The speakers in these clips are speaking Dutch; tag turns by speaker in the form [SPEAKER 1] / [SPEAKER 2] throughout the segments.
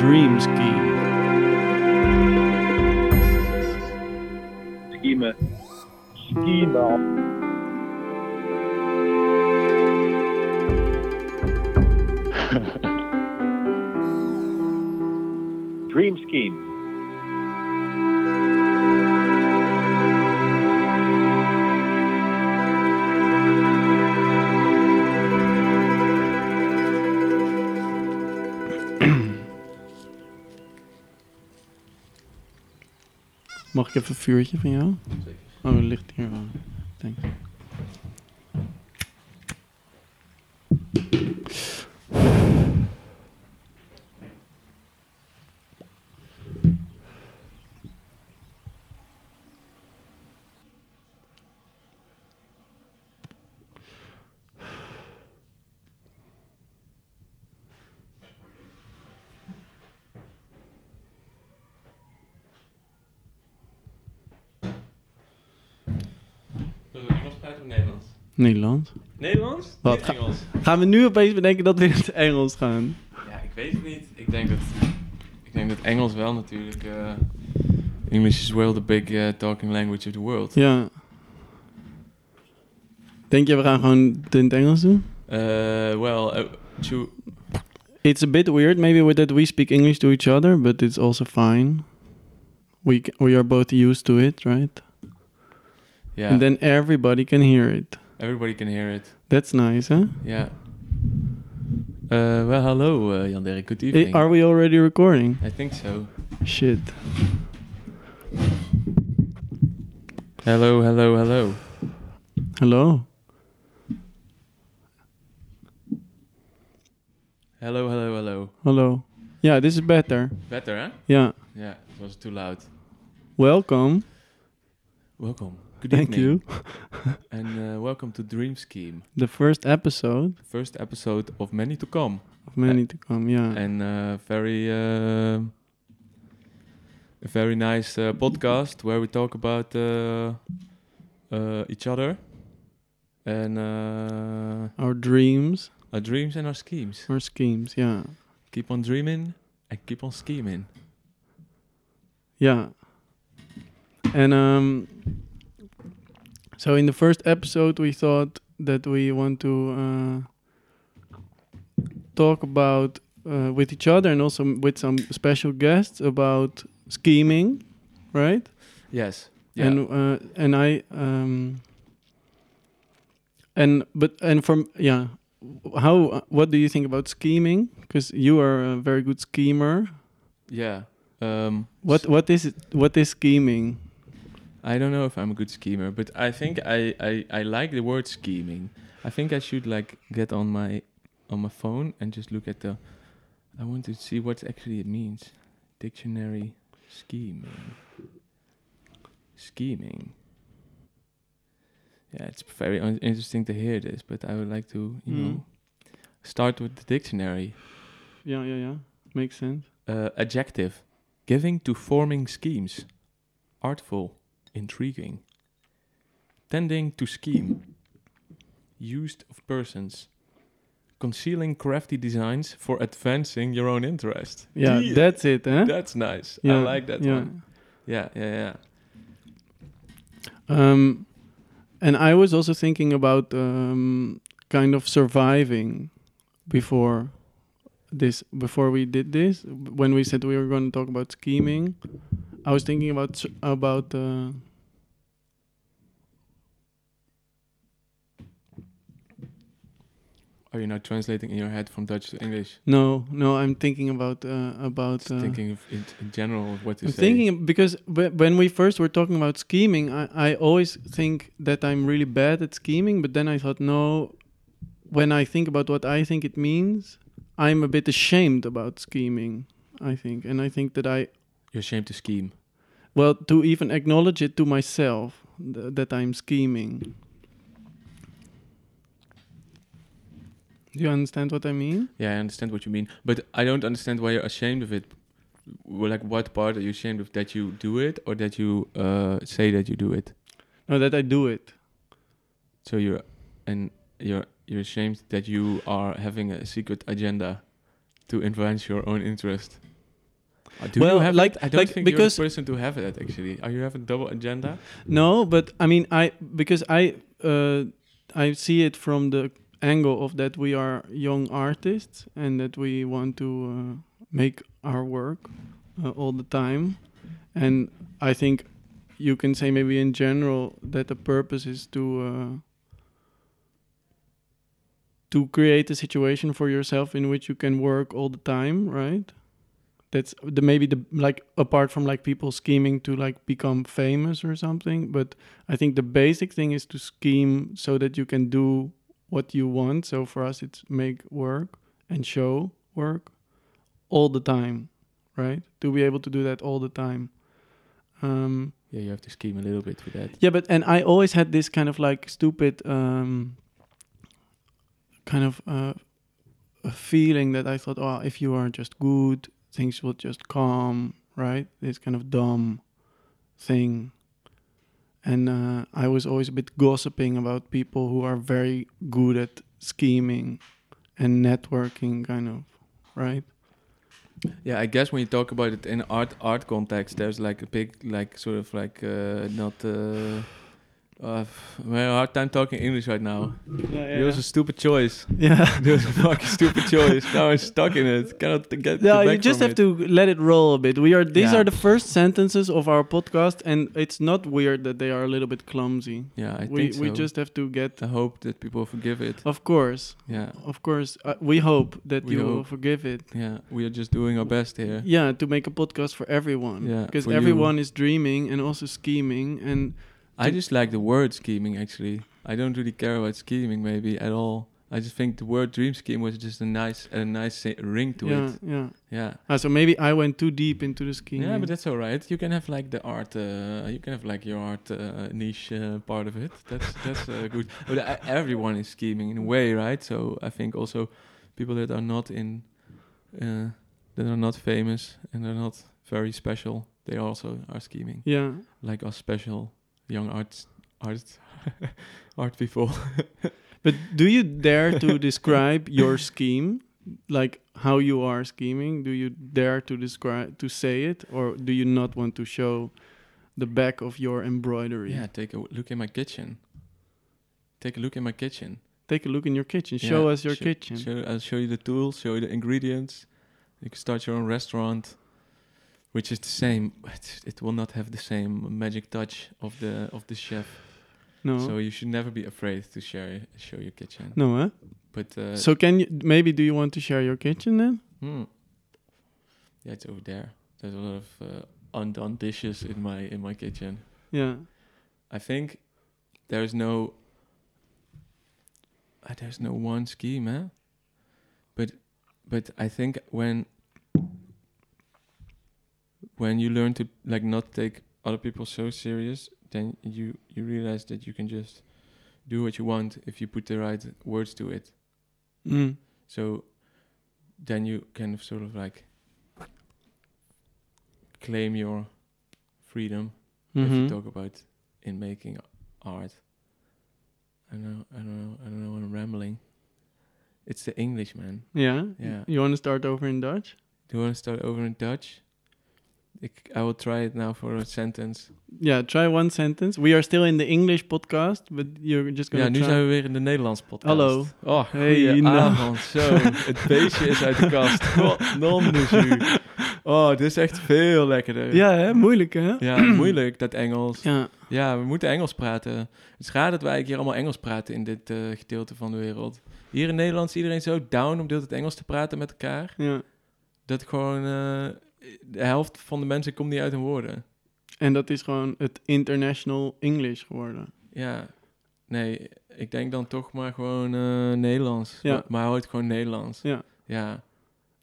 [SPEAKER 1] ski.
[SPEAKER 2] Schiemen. Schiemen. Dream scheme.
[SPEAKER 1] Mag ik even een vuurtje van jou? Oh, dat ligt hier wel. Thanks.
[SPEAKER 3] Dus Engels praten of Nederlands?
[SPEAKER 1] Nederland.
[SPEAKER 3] Nederlands?
[SPEAKER 1] Wat
[SPEAKER 3] Niet
[SPEAKER 1] ga-
[SPEAKER 3] Engels?
[SPEAKER 1] Gaan we nu opeens bedenken dat we in het Engels gaan?
[SPEAKER 3] Ja, ik weet het niet. Ik denk dat, ik denk dat Engels wel natuurlijk... eh, English is well the big eh, talking language of the world.
[SPEAKER 1] Ja. Denk je, we gaan gewoon het in het Engels doen?
[SPEAKER 3] Eh, well, eh, to-
[SPEAKER 1] It's a bit weird, maybe, with that we speak English to each other, but it's also fine. We, c- we are both used to it, right?
[SPEAKER 3] ja,
[SPEAKER 1] And then everybody can hear it.
[SPEAKER 3] everybody can hear it.
[SPEAKER 1] That's nice, huh?
[SPEAKER 3] Ja. Eh, well, hallo eh, Jan-Dirk, good
[SPEAKER 1] I-
[SPEAKER 3] evening.
[SPEAKER 1] are we already recording?
[SPEAKER 3] I think so.
[SPEAKER 1] Shit.
[SPEAKER 3] Hello, hello, hello.
[SPEAKER 1] Hello?
[SPEAKER 3] Hello, hello, hello.
[SPEAKER 1] Hello. Yeah, this is better.
[SPEAKER 3] Better, hè?
[SPEAKER 1] Yeah.
[SPEAKER 3] Ja, het was too loud.
[SPEAKER 1] Welcome.
[SPEAKER 3] Welkom. Good evening.
[SPEAKER 1] Thank you.
[SPEAKER 3] And eh, welcome to Dream Scheme.
[SPEAKER 1] The first episode
[SPEAKER 3] First episode of many to come.
[SPEAKER 1] of many to come, yeah.
[SPEAKER 3] and uh, very uh, a very nice uh, podcast where we talk about uh, uh, each other and uh,
[SPEAKER 1] Our dreams,
[SPEAKER 3] our dreams and our schemes.
[SPEAKER 1] our schemes, yeah.
[SPEAKER 3] Keep on dreaming and keep on scheming.
[SPEAKER 1] Yeah. And um so in the first episode we thought that we want to uh talk about uh, with each other and also m- with some special guests about scheming, right?
[SPEAKER 3] Yes. Yeah.
[SPEAKER 1] And uh, and I um and but and from yeah, how what do you think about scheming? Cuz you are a very good schemer.
[SPEAKER 3] yeah. Um,
[SPEAKER 1] What what is it? What is scheming?
[SPEAKER 3] I don't know if I'm a good schemer, but I think I, I, I like the word scheming. I think I should like get on my on my phone and just look at the. I want to see what actually it means. Dictionary scheming. Scheming. Yeah, it's very un- interesting to hear this, but I would like to you
[SPEAKER 1] Mm.
[SPEAKER 3] know start with the dictionary.
[SPEAKER 1] Yeah, yeah, yeah. Makes sense.
[SPEAKER 3] Uh, adjective. Giving to forming schemes. Artful. Intriguing. Tending to scheme. Used of persons. Concealing crafty designs for advancing your own interest.
[SPEAKER 1] Yeah,
[SPEAKER 3] Die-
[SPEAKER 1] that's it, huh?
[SPEAKER 3] that's nice.
[SPEAKER 1] yeah,
[SPEAKER 3] I like that
[SPEAKER 1] yeah.
[SPEAKER 3] one. Yeah, yeah, yeah.
[SPEAKER 1] Um, and I was also thinking about um, kind of surviving before this. Before we did this, when we said we were going to talk about scheming, I was thinking about s- about. Uh,
[SPEAKER 3] Are you now translating in your head from Dutch to English?
[SPEAKER 1] no, no, I'm thinking about uh, about.
[SPEAKER 3] Just
[SPEAKER 1] Uh,
[SPEAKER 3] thinking of in, in general of what to
[SPEAKER 1] I'm
[SPEAKER 3] say.
[SPEAKER 1] thinking because whe- when we first were talking about scheming, I, I always think that I'm really bad at scheming, but then I thought, no, when I think about what I think it means, I'm a bit ashamed about scheming, I think. And I think that I,
[SPEAKER 3] You're ashamed to scheme.
[SPEAKER 1] well, to even acknowledge it to myself th- that I'm scheming. Do you understand what I mean?
[SPEAKER 3] Yeah, I understand what you mean, but I don't understand why you're ashamed of it. Well, Like, what part are you ashamed of that you do it, or that you uh, say that you do it?
[SPEAKER 1] No, that I do it.
[SPEAKER 3] So you're, and you're you're ashamed that you are having a secret agenda to advance your own interest. Uh, do
[SPEAKER 1] Well,
[SPEAKER 3] you have
[SPEAKER 1] like-
[SPEAKER 3] it? I don't
[SPEAKER 1] like,
[SPEAKER 3] think
[SPEAKER 1] because-
[SPEAKER 3] you're the person to have that actually. Are you have a double agenda?
[SPEAKER 1] No, but I mean, I because I uh, I see it from the angle of that we are young artists and that we want to uh, make our work uh, all the time, and I think you can say maybe in general that the purpose is to. Uh, to create a situation for yourself in which you can work all the time, right? that's the maybe the like apart from like people scheming to like become famous or something but i think the basic thing is to scheme so that you can do what you want so for us it's make work and show work all the time right to be able to do that all the time um
[SPEAKER 3] Yeah, you have to scheme a little bit for that.
[SPEAKER 1] yeah, but and I always had this kind of like stupid um, kind of uh, a feeling that I thought, oh, if you are just good, things will just come, right? This kind of dumb thing. And uh, I was always a bit gossiping about people who are very good at scheming and networking, kind of, right?
[SPEAKER 3] Yeah, I guess when you talk about it in art art context, there's like a big like sort of like uh, not. Uh, uh, f- I'm having a hard time talking English right now. It was a stupid choice.
[SPEAKER 1] yeah.
[SPEAKER 3] It was a fucking stupid choice. Now I'm stuck in it. Cannot t- get.
[SPEAKER 1] No,
[SPEAKER 3] back
[SPEAKER 1] you just
[SPEAKER 3] from
[SPEAKER 1] have
[SPEAKER 3] it.
[SPEAKER 1] to let it roll a bit. We are these
[SPEAKER 3] Yeah.
[SPEAKER 1] are the first sentences of our podcast, and it's not weird that they are a little bit clumsy.
[SPEAKER 3] Yeah, I
[SPEAKER 1] we
[SPEAKER 3] think so.
[SPEAKER 1] we just have to get.
[SPEAKER 3] I hope that people forgive it.
[SPEAKER 1] Of course,
[SPEAKER 3] Yeah,
[SPEAKER 1] of course, uh, we hope that
[SPEAKER 3] We
[SPEAKER 1] you will
[SPEAKER 3] hope.
[SPEAKER 1] forgive it.
[SPEAKER 3] yeah. We are just doing our best here.
[SPEAKER 1] Yeah, to make a podcast for everyone.
[SPEAKER 3] Yeah,
[SPEAKER 1] because
[SPEAKER 3] for you.
[SPEAKER 1] everyone is dreaming and also scheming, and
[SPEAKER 3] I just like the word scheming actually. I don't really care about scheming maybe at all. I just think the word dream scheme was just a nice a nice uh, ring to
[SPEAKER 1] yeah,
[SPEAKER 3] it.
[SPEAKER 1] yeah.
[SPEAKER 3] Yeah.
[SPEAKER 1] Ah, so maybe I went too deep into the scheming.
[SPEAKER 3] Yeah, but that's all right. You can have like the art. Uh, you can have like your art uh, niche uh, part of it. That's that's uh, good. But I, everyone is scheming in a way, right? So I think also people that are not in, uh, that are not famous and are not very special, they also are scheming.
[SPEAKER 1] yeah,
[SPEAKER 3] Like us special young arts, arts, art people.
[SPEAKER 1] but do you dare to describe your scheme? Like how you are scheming? Do you dare to describe to say it, or do you not want to show the back of your embroidery?
[SPEAKER 3] Yeah, take a w- look in my kitchen. Take a look in my kitchen.
[SPEAKER 1] Take a look in your kitchen. Show
[SPEAKER 3] Yeah,
[SPEAKER 1] us your
[SPEAKER 3] sho-
[SPEAKER 1] kitchen.
[SPEAKER 3] Show, I'll show you the tools, show you the ingredients. You can start your own restaurant, which is the same. It, it will not have the same magic touch of the of the chef.
[SPEAKER 1] No,
[SPEAKER 3] So you should never be afraid to share show your kitchen.
[SPEAKER 1] no, huh?
[SPEAKER 3] But uh,
[SPEAKER 1] so can you maybe do you want to share your kitchen then?
[SPEAKER 3] hmm. yeah, it's over there. There's a lot of uh, undone dishes in my in my kitchen.
[SPEAKER 1] Yeah,
[SPEAKER 3] I think there's no uh, there's no one scheme, eh? But but I think when when you learn to like not take other people so serious, then you you realize that you can just do what you want if you put the right words to it.
[SPEAKER 1] mm.
[SPEAKER 3] So then you kind of sort of like claim your freedom if you
[SPEAKER 1] Mhm.
[SPEAKER 3] talk about in making art. I don't know, I don't know, I don't know. I'm rambling. It's the English, man.
[SPEAKER 1] yeah,
[SPEAKER 3] Yeah.
[SPEAKER 1] You want to start over in Dutch?
[SPEAKER 3] Do you want to start over in Dutch? Ik, I will try it now for a sentence.
[SPEAKER 1] Yeah, try one sentence. We are still in the English podcast, but you're just gonna
[SPEAKER 3] Ja, nu
[SPEAKER 1] try.
[SPEAKER 3] zijn we weer in de Nederlands podcast.
[SPEAKER 1] Hallo.
[SPEAKER 3] Oh,
[SPEAKER 1] Hey,
[SPEAKER 3] goedenavond. Zo, het beestje is uit de kast. Wat non dus u. Oh, dit is echt veel lekkerder.
[SPEAKER 1] Ja, hè? moeilijk hè?
[SPEAKER 3] Ja, moeilijk dat Engels.
[SPEAKER 1] Ja,
[SPEAKER 3] Ja, we moeten Engels praten. Het is raar dat wij eigenlijk hier allemaal Engels praten in dit eh, gedeelte van de wereld. Hier in Nederland is iedereen zo down om deelt het Engels te praten met elkaar.
[SPEAKER 1] ja.
[SPEAKER 3] Dat gewoon eh, de helft van de mensen komt niet uit hun woorden.
[SPEAKER 1] En dat is gewoon het international English geworden.
[SPEAKER 3] Ja, nee, ik denk dan toch maar gewoon eh, Nederlands.
[SPEAKER 1] Ja.
[SPEAKER 3] Maar, maar houd gewoon Nederlands.
[SPEAKER 1] Ja.
[SPEAKER 3] Ja.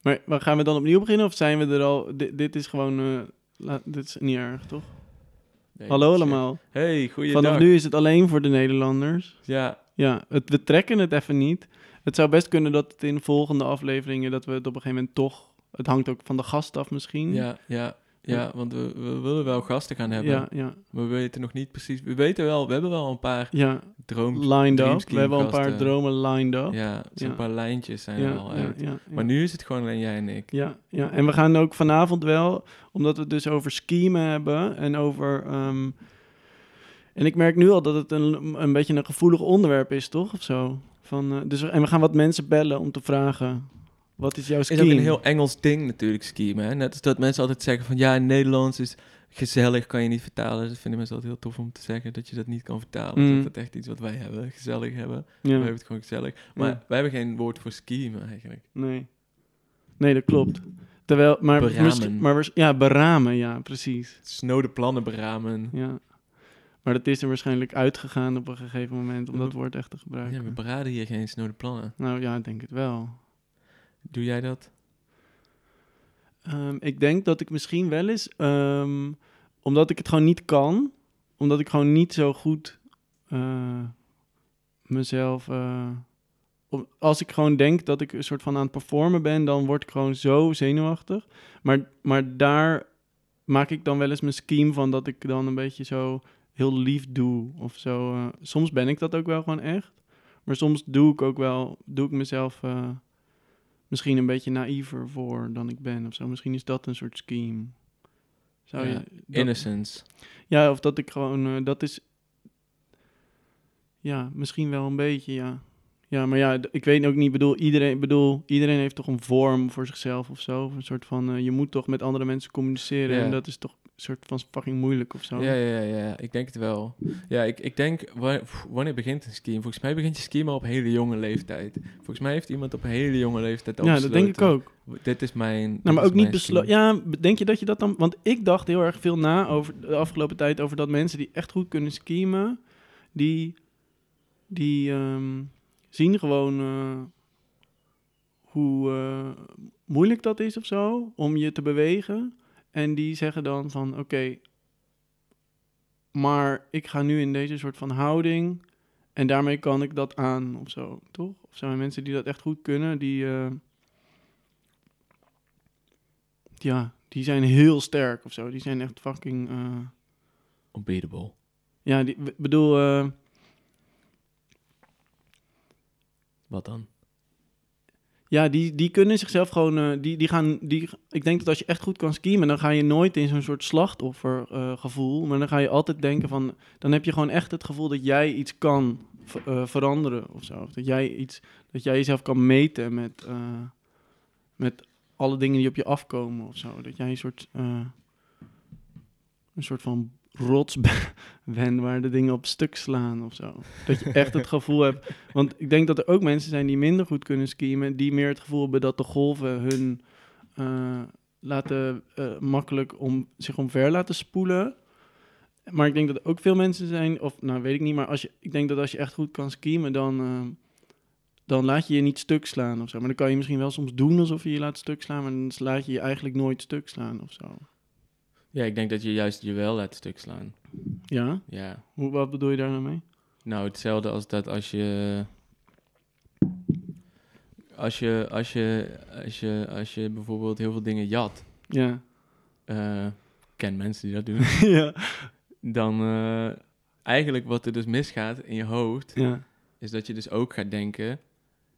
[SPEAKER 1] Maar, maar gaan we dan opnieuw beginnen of zijn we er al? Di- dit is gewoon, eh, la- dit is niet erg toch?
[SPEAKER 3] Nee,
[SPEAKER 1] Hallo
[SPEAKER 3] shit.
[SPEAKER 1] allemaal.
[SPEAKER 3] Hey, goeiedag.
[SPEAKER 1] Vanaf nu is het alleen voor de Nederlanders.
[SPEAKER 3] Ja,
[SPEAKER 1] Ja, het, we trekken het even niet. Het zou best kunnen dat Hmm? het in volgende afleveringen dat we het op een gegeven moment toch. Het hangt ook van de gast af misschien.
[SPEAKER 3] ja, ja. Ja, want we, we willen wel gasten gaan hebben.
[SPEAKER 1] Ja, ja,
[SPEAKER 3] Maar we weten nog niet precies. We weten wel, we hebben wel een paar
[SPEAKER 1] ja.
[SPEAKER 3] drooms.
[SPEAKER 1] Lined
[SPEAKER 3] Dream
[SPEAKER 1] up. We
[SPEAKER 3] Scheme
[SPEAKER 1] hebben al een paar
[SPEAKER 3] gasten.
[SPEAKER 1] dromen lined up.
[SPEAKER 3] Ja, zo'n
[SPEAKER 1] Oh, Ja.
[SPEAKER 3] paar lijntjes zijn er al
[SPEAKER 1] ja,
[SPEAKER 3] uit.
[SPEAKER 1] ja, ja.
[SPEAKER 3] Maar nu is het gewoon alleen jij en ik.
[SPEAKER 1] Ja, ja, en we gaan ook vanavond wel, omdat we het dus over schemen hebben en over. ehm, en ik merk nu al dat het een, een beetje een gevoelig onderwerp is, toch? Of zo. Van, eh, dus, we- en we gaan wat mensen bellen om te vragen: wat is jouw
[SPEAKER 3] Het
[SPEAKER 1] scheme?
[SPEAKER 3] is ook een heel Engels ding natuurlijk, scheme. Hè? Net als dat mensen altijd zeggen van ja, in Nederlands is gezellig, kan je niet vertalen. Dat vinden mensen altijd heel tof om te zeggen, dat je dat niet kan vertalen.
[SPEAKER 1] Mm.
[SPEAKER 3] Dus Dat is echt iets wat wij hebben, gezellig hebben. We
[SPEAKER 1] Ja,
[SPEAKER 3] hebben het gewoon gezellig. Maar
[SPEAKER 1] Ja.
[SPEAKER 3] wij hebben geen woord voor scheme eigenlijk.
[SPEAKER 1] nee. Nee, dat klopt. Terwijl, maar,
[SPEAKER 3] Beramen.
[SPEAKER 1] misschien- maar waars- ja, beramen, ja, precies.
[SPEAKER 3] Snode plannen beramen.
[SPEAKER 1] Ja. Maar dat is er waarschijnlijk uitgegaan op een gegeven moment om dat woord echt te gebruiken.
[SPEAKER 3] Mhm. Ja, we beraden hier geen snode plannen.
[SPEAKER 1] Nou ja, ik denk het wel.
[SPEAKER 3] Doe jij dat?
[SPEAKER 1] Ehm, ik denk dat ik misschien wel eens, ehm, omdat ik het gewoon niet kan, omdat ik gewoon niet zo goed eh, mezelf. eh, om- als ik gewoon denk dat ik een soort van aan het performen ben, dan word ik gewoon zo zenuwachtig. Maar, maar daar maak ik dan wel eens mijn scheme van dat ik dan een beetje zo heel lief doe of zo. eh. soms ben ik dat ook wel gewoon echt. Maar soms doe ik ook wel, doe ik mezelf eh, misschien een beetje naïver voor dan ik ben of zo. Misschien is dat een soort scheme. Zou
[SPEAKER 3] Ja,
[SPEAKER 1] je, dat-
[SPEAKER 3] Innocence.
[SPEAKER 1] ja, of dat ik gewoon, eh, dat is, ja, misschien wel een beetje, ja. Ja, maar ja, d- ik weet ook niet, bedoel, iedereen, bedoel, iedereen heeft toch een vorm voor zichzelf of zo. Of Een soort van, eh, je moet toch met andere mensen communiceren
[SPEAKER 3] Ja.
[SPEAKER 1] en dat is toch een soort van fucking moeilijk of zo.
[SPEAKER 3] Ja, ja, ja, ja, ik denk het wel. Ja, ik, ik denk, wa- pff, wanneer begint een scheme? Volgens mij begint je scheme al op hele jonge leeftijd. Volgens mij heeft iemand op hele jonge leeftijd al
[SPEAKER 1] Ja, dat denk ik
[SPEAKER 3] besloten,
[SPEAKER 1] ook.
[SPEAKER 3] Dit is mijn. dit
[SPEAKER 1] Nou, maar
[SPEAKER 3] is
[SPEAKER 1] ook niet
[SPEAKER 3] mijn
[SPEAKER 1] besloten.
[SPEAKER 3] scheme.
[SPEAKER 1] Ja, denk je dat je dat dan. Want ik dacht heel erg veel na over de afgelopen tijd over dat mensen die echt goed kunnen schemen, die, die ehm, zien gewoon eh, hoe eh, moeilijk dat is of zo om je te bewegen. En die zeggen dan van oké, maar ik ga nu in deze soort van houding en daarmee kan ik dat aan of zo, toch? Of zijn er mensen die dat echt goed kunnen, die. eh, ja, die zijn heel sterk of zo. Die zijn echt fucking. eh,
[SPEAKER 3] Unbeatable.
[SPEAKER 1] ja, die, ik bedoel, eh,
[SPEAKER 3] Wat dan?
[SPEAKER 1] ja, die, die kunnen zichzelf gewoon. eh, die, die gaan, die, ik denk dat als je echt goed kan skien, dan ga je nooit in zo'n soort slachtoffergevoel. gevoel maar dan ga je altijd denken van. Dan heb je gewoon echt het gevoel dat jij iets kan ver- eh, veranderen of zo. Of dat jij iets. Dat jij jezelf kan meten met. eh, met alle dingen die op je afkomen of zo. Dat jij een soort. eh, een soort van rots ben waar de dingen op stuk slaan of zo. Dat je echt het gevoel hebt. Want ik denk dat er ook mensen zijn die minder goed kunnen skiemen, die meer het gevoel hebben dat de golven hun eh, laten eh, makkelijk om zich omver laten spoelen. Maar ik denk dat er ook veel mensen zijn, of nou weet ik niet, maar als je, ik denk dat als je echt goed kan skiemen, dan, eh, dan laat je je niet stuk slaan of zo. Maar dan kan je misschien wel soms doen alsof je je laat stuk slaan, maar dan laat je je eigenlijk nooit stuk slaan of zo.
[SPEAKER 3] Ja, ik denk dat je juist je wel laat stuk slaan.
[SPEAKER 1] Ja?
[SPEAKER 3] Ja.
[SPEAKER 1] Hoe, wat bedoel je daar nou mee?
[SPEAKER 3] Nou, hetzelfde als dat als je. Als je, als je, als je, als je bijvoorbeeld heel veel dingen jat.
[SPEAKER 1] Ja.
[SPEAKER 3] eh, ik ken mensen die dat doen.
[SPEAKER 1] ja.
[SPEAKER 3] dan eh, eigenlijk wat er dus misgaat in je hoofd.
[SPEAKER 1] Ja.
[SPEAKER 3] Is dat je dus ook gaat denken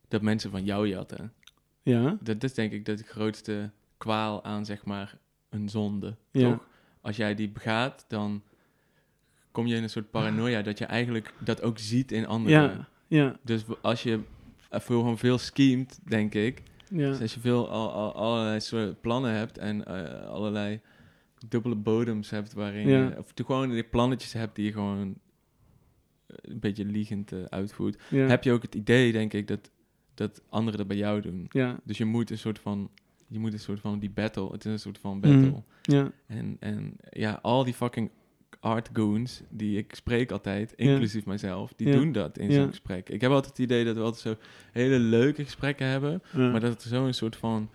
[SPEAKER 3] dat mensen van jou jatten.
[SPEAKER 1] Ja.
[SPEAKER 3] Dat is denk ik de grootste kwaal aan, zeg maar, een zonde.
[SPEAKER 1] Ja.
[SPEAKER 3] Toch? Als jij die begaat, dan kom je in een soort paranoia dat je eigenlijk dat ook ziet in anderen.
[SPEAKER 1] Ja. Ja.
[SPEAKER 3] Dus w- als je eh, veel- gewoon veel schemt, denk ik.
[SPEAKER 1] Ja.
[SPEAKER 3] Dus als je veel al, al- allerlei soort plannen hebt en eh, allerlei dubbele bodems hebt waarin
[SPEAKER 1] Ja.
[SPEAKER 3] je... Of te- gewoon die plannetjes hebt die je gewoon eh, een beetje liegend eh, uitvoert.
[SPEAKER 1] Ja.
[SPEAKER 3] Heb je ook het idee, denk ik, dat, dat anderen dat bij jou doen.
[SPEAKER 1] ja.
[SPEAKER 3] Dus je moet een soort van, je moet een soort van die battle, het is een soort van battle.
[SPEAKER 1] Mhm. Ja.
[SPEAKER 3] En, en ja, al die fucking art goons die ik spreek altijd,
[SPEAKER 1] Ja.
[SPEAKER 3] inclusief mijzelf, die
[SPEAKER 1] Ja.
[SPEAKER 3] doen dat in
[SPEAKER 1] Ja.
[SPEAKER 3] zo'n gesprek. Ik heb altijd het idee dat we altijd zo hele leuke gesprekken hebben,
[SPEAKER 1] Ja.
[SPEAKER 3] maar dat het zo'n soort van,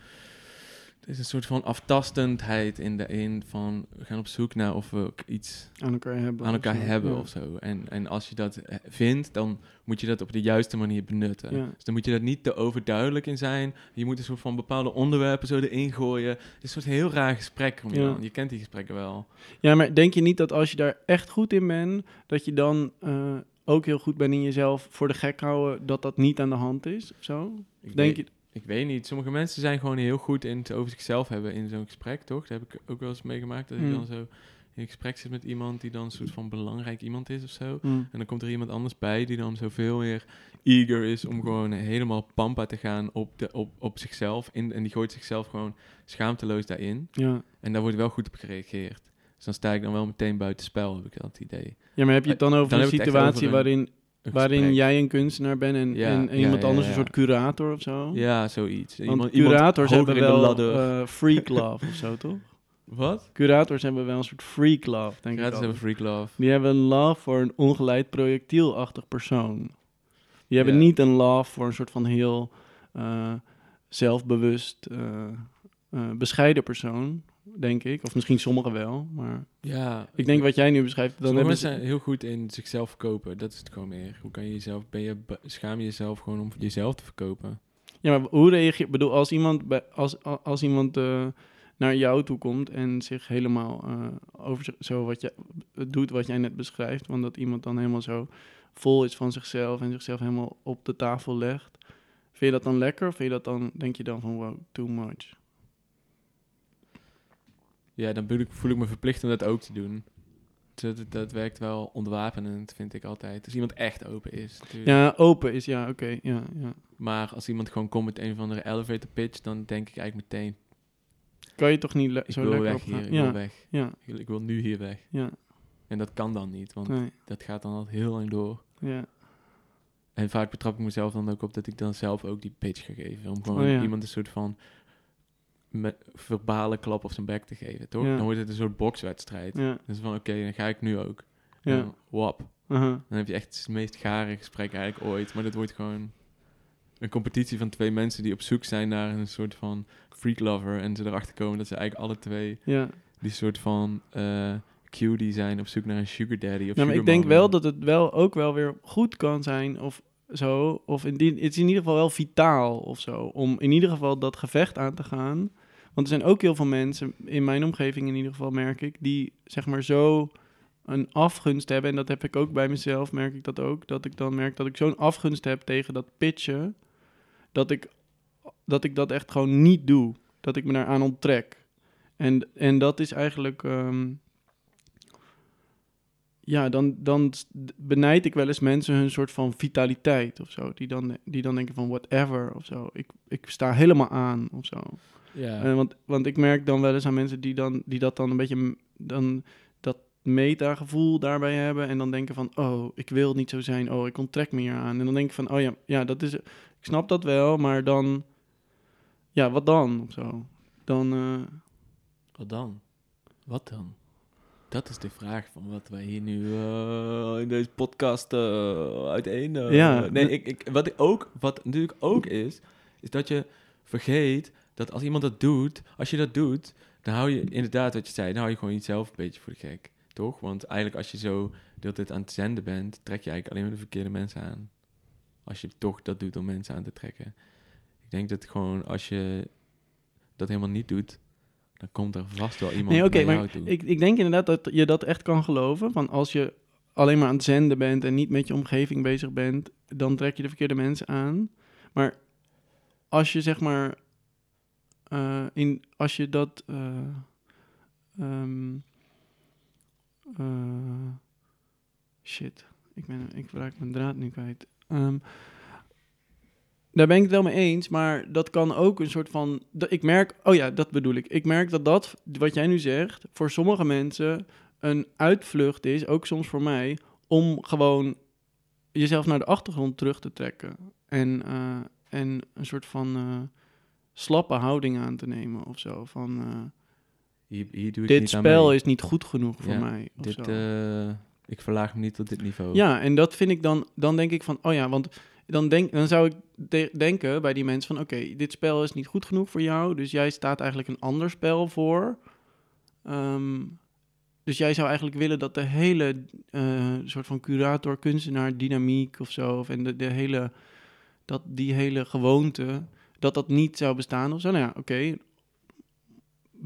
[SPEAKER 3] is een soort van aftastendheid in de in van we gaan op zoek naar of we ook iets
[SPEAKER 1] aan elkaar hebben.
[SPEAKER 3] aan elkaar
[SPEAKER 1] of zo.
[SPEAKER 3] hebben
[SPEAKER 1] Ja.
[SPEAKER 3] of zo. En, en als je dat eh, vindt, dan moet je dat op de juiste manier benutten.
[SPEAKER 1] Ja.
[SPEAKER 3] Dus dan moet je daar niet te overduidelijk in zijn. Je moet een soort van bepaalde onderwerpen zo erin gooien. Het is een soort heel raar gesprek. Om je,
[SPEAKER 1] Ja.
[SPEAKER 3] dan. je kent die gesprekken wel.
[SPEAKER 1] Ja, maar denk je niet dat als je daar echt goed in bent, dat je dan eh, ook heel goed bent in jezelf voor de gek houden dat dat niet aan de hand is? Of zo?
[SPEAKER 3] Ik
[SPEAKER 1] Denk
[SPEAKER 3] weet-
[SPEAKER 1] je?
[SPEAKER 3] Ik weet niet. Sommige mensen zijn gewoon heel goed in het over zichzelf hebben in zo'n gesprek, toch? Dat heb ik ook wel eens meegemaakt. Dat
[SPEAKER 1] Mm.
[SPEAKER 3] ik dan zo in een gesprek zit met iemand die dan een soort van belangrijk iemand is of zo.
[SPEAKER 1] Hm.
[SPEAKER 3] En dan komt er iemand anders bij die dan zoveel meer eager is om gewoon helemaal pampa te gaan op, de, op, op zichzelf. In, en die gooit zichzelf gewoon schaamteloos daarin.
[SPEAKER 1] Ja.
[SPEAKER 3] En daar wordt wel goed op gereageerd. Dus dan sta ik dan wel meteen buiten spel, heb ik dat idee.
[SPEAKER 1] ja, maar heb je het dan over
[SPEAKER 3] Dan
[SPEAKER 1] een
[SPEAKER 3] heb ik het echt
[SPEAKER 1] situatie
[SPEAKER 3] over een-
[SPEAKER 1] waarin,
[SPEAKER 3] Een
[SPEAKER 1] waarin
[SPEAKER 3] gesprek.
[SPEAKER 1] jij een kuntenaar bent en,
[SPEAKER 3] Ja,
[SPEAKER 1] en, en
[SPEAKER 3] ja,
[SPEAKER 1] iemand
[SPEAKER 3] ja,
[SPEAKER 1] anders
[SPEAKER 3] ja.
[SPEAKER 1] een soort curator of zo?
[SPEAKER 3] Ja, zoiets.
[SPEAKER 1] Want curators
[SPEAKER 3] hoger
[SPEAKER 1] hebben
[SPEAKER 3] in de
[SPEAKER 1] wel
[SPEAKER 3] ladder.
[SPEAKER 1] eh, freak love of zo, toch?
[SPEAKER 3] Wat?
[SPEAKER 1] Curators hebben wel een soort freak love, denk ik.
[SPEAKER 3] Gratis
[SPEAKER 1] altijd.
[SPEAKER 3] hebben freak love.
[SPEAKER 1] Die hebben een love voor een ongeleid projectielachtig persoon. Die hebben
[SPEAKER 3] Ja.
[SPEAKER 1] niet een love voor een soort van heel eh, zelfbewust, eh, eh, bescheiden persoon, denk ik. Of misschien sommigen wel, maar
[SPEAKER 3] Ja.
[SPEAKER 1] ik denk wat jij nu beschrijft, dan
[SPEAKER 3] Dan
[SPEAKER 1] hebben
[SPEAKER 3] mensen
[SPEAKER 1] ze...
[SPEAKER 3] zijn heel goed in zichzelf verkopen. Dat is het gewoon meer. Hoe kan je jezelf... Ben je, ba- schaam je jezelf gewoon om jezelf te verkopen?
[SPEAKER 1] Ja, maar hoe reageer je? bedoel, als iemand, bij, als, a- als iemand eh, naar jou toe komt en zich helemaal eh, over zich- zo wat je doet wat jij net beschrijft, want dat iemand dan helemaal zo vol is van zichzelf en zichzelf helemaal op de tafel legt. Vind je dat dan lekker of vind je dat dan, denk je dan van wow, too much?
[SPEAKER 3] Ja, dan voel ik, voel ik me verplicht om dat ook te doen. Dus dat, dat werkt wel ontwapenend, vind ik altijd. Als iemand echt open is. natuurlijk.
[SPEAKER 1] Ja, open is ja, oké, ja, ja.
[SPEAKER 3] Maar als iemand gewoon komt met een of andere elevator pitch... dan denk ik eigenlijk meteen...
[SPEAKER 1] Kan je toch niet le-
[SPEAKER 3] Ik
[SPEAKER 1] zo
[SPEAKER 3] wil
[SPEAKER 1] lekker
[SPEAKER 3] weg
[SPEAKER 1] opgaan?
[SPEAKER 3] hier, ik
[SPEAKER 1] ja,
[SPEAKER 3] wil weg.
[SPEAKER 1] ja,
[SPEAKER 3] Ik, ik wil nu hier weg.
[SPEAKER 1] ja,
[SPEAKER 3] En dat kan dan niet, want
[SPEAKER 1] nee,
[SPEAKER 3] dat gaat dan al heel lang door.
[SPEAKER 1] ja.
[SPEAKER 3] En vaak betrap ik mezelf dan ook op dat ik dan zelf ook die pitch ga geven. Om gewoon
[SPEAKER 1] Oh, ja.
[SPEAKER 3] iemand een soort van me- verbale klap op zijn bek te geven, toch?
[SPEAKER 1] Ja.
[SPEAKER 3] Dan wordt het een soort bokswedstrijd.
[SPEAKER 1] Ja,
[SPEAKER 3] Dus van, oké, dan ga ik nu ook.
[SPEAKER 1] ja,
[SPEAKER 3] En dan wap.
[SPEAKER 1] aha,
[SPEAKER 3] Dan heb je echt het meest gare gesprek eigenlijk ooit. Maar dat wordt gewoon een competitie van twee mensen die op zoek zijn naar een soort van freak lover. En ze erachter komen dat ze eigenlijk alle twee
[SPEAKER 1] ja.
[SPEAKER 3] die soort van eh cutie zijn op zoek naar een sugar daddy of
[SPEAKER 1] Ja, maar ik
[SPEAKER 3] sugar
[SPEAKER 1] denk
[SPEAKER 3] mama.
[SPEAKER 1] wel dat het wel ook wel weer goed kan zijn of zo. Of in die, het is in ieder geval wel vitaal of zo. Om in ieder geval dat gevecht aan te gaan. Want er zijn ook heel veel mensen, in mijn omgeving in ieder geval merk ik, die zeg maar zo een afgunst hebben. En dat heb ik ook bij mezelf, merk ik dat ook. Dat ik dan merk dat ik zo'n afgunst heb tegen dat pitchen. Dat ik dat, ik dat echt gewoon niet doe. Dat ik me daaraan onttrek. En, en dat is eigenlijk. ehm, ja, dan, dan s- d- benijd ik wel eens mensen hun soort van vitaliteit of zo. Die dan, die dan denken van whatever of zo. Ik, ik sta helemaal aan of zo.
[SPEAKER 3] Ja.
[SPEAKER 1] Eh, want, want ik merk dan wel eens aan mensen die, dan, die dat dan een beetje... m- Dan, dat meta-gevoel daarbij hebben. En dan denken van, oh, ik wil niet zo zijn. Oh, ik onttrek me hier aan. En dan denk ik van, oh ja, ja dat is... Ik snap dat wel, maar dan... Ja, wat dan? Of zo. Dan... eh,
[SPEAKER 3] Wat dan? Wat dan? Dat is de vraag van wat wij hier nu eh, in deze podcast eh uiteen. eh,
[SPEAKER 1] Ja.
[SPEAKER 3] Nee, ik, ik, wat, ik ook, wat natuurlijk ook is, is dat je vergeet dat als iemand dat doet, als je dat doet, dan hou je inderdaad wat je zei, dan hou je gewoon jezelf een beetje voor de gek. Toch? Want eigenlijk als je zo dat dit aan het zenden bent, trek je eigenlijk alleen maar de verkeerde mensen aan. Als je toch dat doet om mensen aan te trekken. Ik denk dat gewoon als je dat helemaal niet doet, dan komt er vast wel iemand
[SPEAKER 1] Nee, oké,
[SPEAKER 3] naar jou
[SPEAKER 1] maar
[SPEAKER 3] toe.
[SPEAKER 1] ik, ik denk inderdaad dat je dat echt kan geloven. Van als je alleen maar aan het zenden bent en niet met je omgeving bezig bent, dan trek je de verkeerde mensen aan. Maar als je zeg maar, eh, in, als je dat, eh, ehm, eh, shit, ik ben, ik raak mijn draad nu kwijt. Ehm, daar ben ik het wel mee eens, maar dat kan ook een soort van. dat- Ik merk, oh ja, dat bedoel ik. Ik merk dat dat, wat jij nu zegt, voor sommige mensen een uitvlucht is, ook soms voor mij, om gewoon jezelf naar de achtergrond terug te trekken. En, eh, en een soort van eh, slappe houding aan te nemen of zo. Van eh,
[SPEAKER 3] Hier, hier doe ik
[SPEAKER 1] dit
[SPEAKER 3] niet aan
[SPEAKER 1] spel
[SPEAKER 3] mee.
[SPEAKER 1] is niet goed genoeg voor
[SPEAKER 3] Ja,
[SPEAKER 1] mij. Of
[SPEAKER 3] Dit,
[SPEAKER 1] zo.
[SPEAKER 3] eh, ik verlaag me niet tot dit niveau.
[SPEAKER 1] Ja, en dat vind ik dan, dan denk ik van, oh ja, want dan, denk, dan zou ik de- denken bij die mensen van... oké, dit spel is niet goed genoeg voor jou... dus jij staat eigenlijk een ander spel voor. Ehm, dus jij zou eigenlijk willen dat de hele eh, soort van curator, kunstenaar, dynamiek of zo... Of, en de, de hele, dat die hele gewoonte, dat dat niet zou bestaan of zo. Nou ja, oké,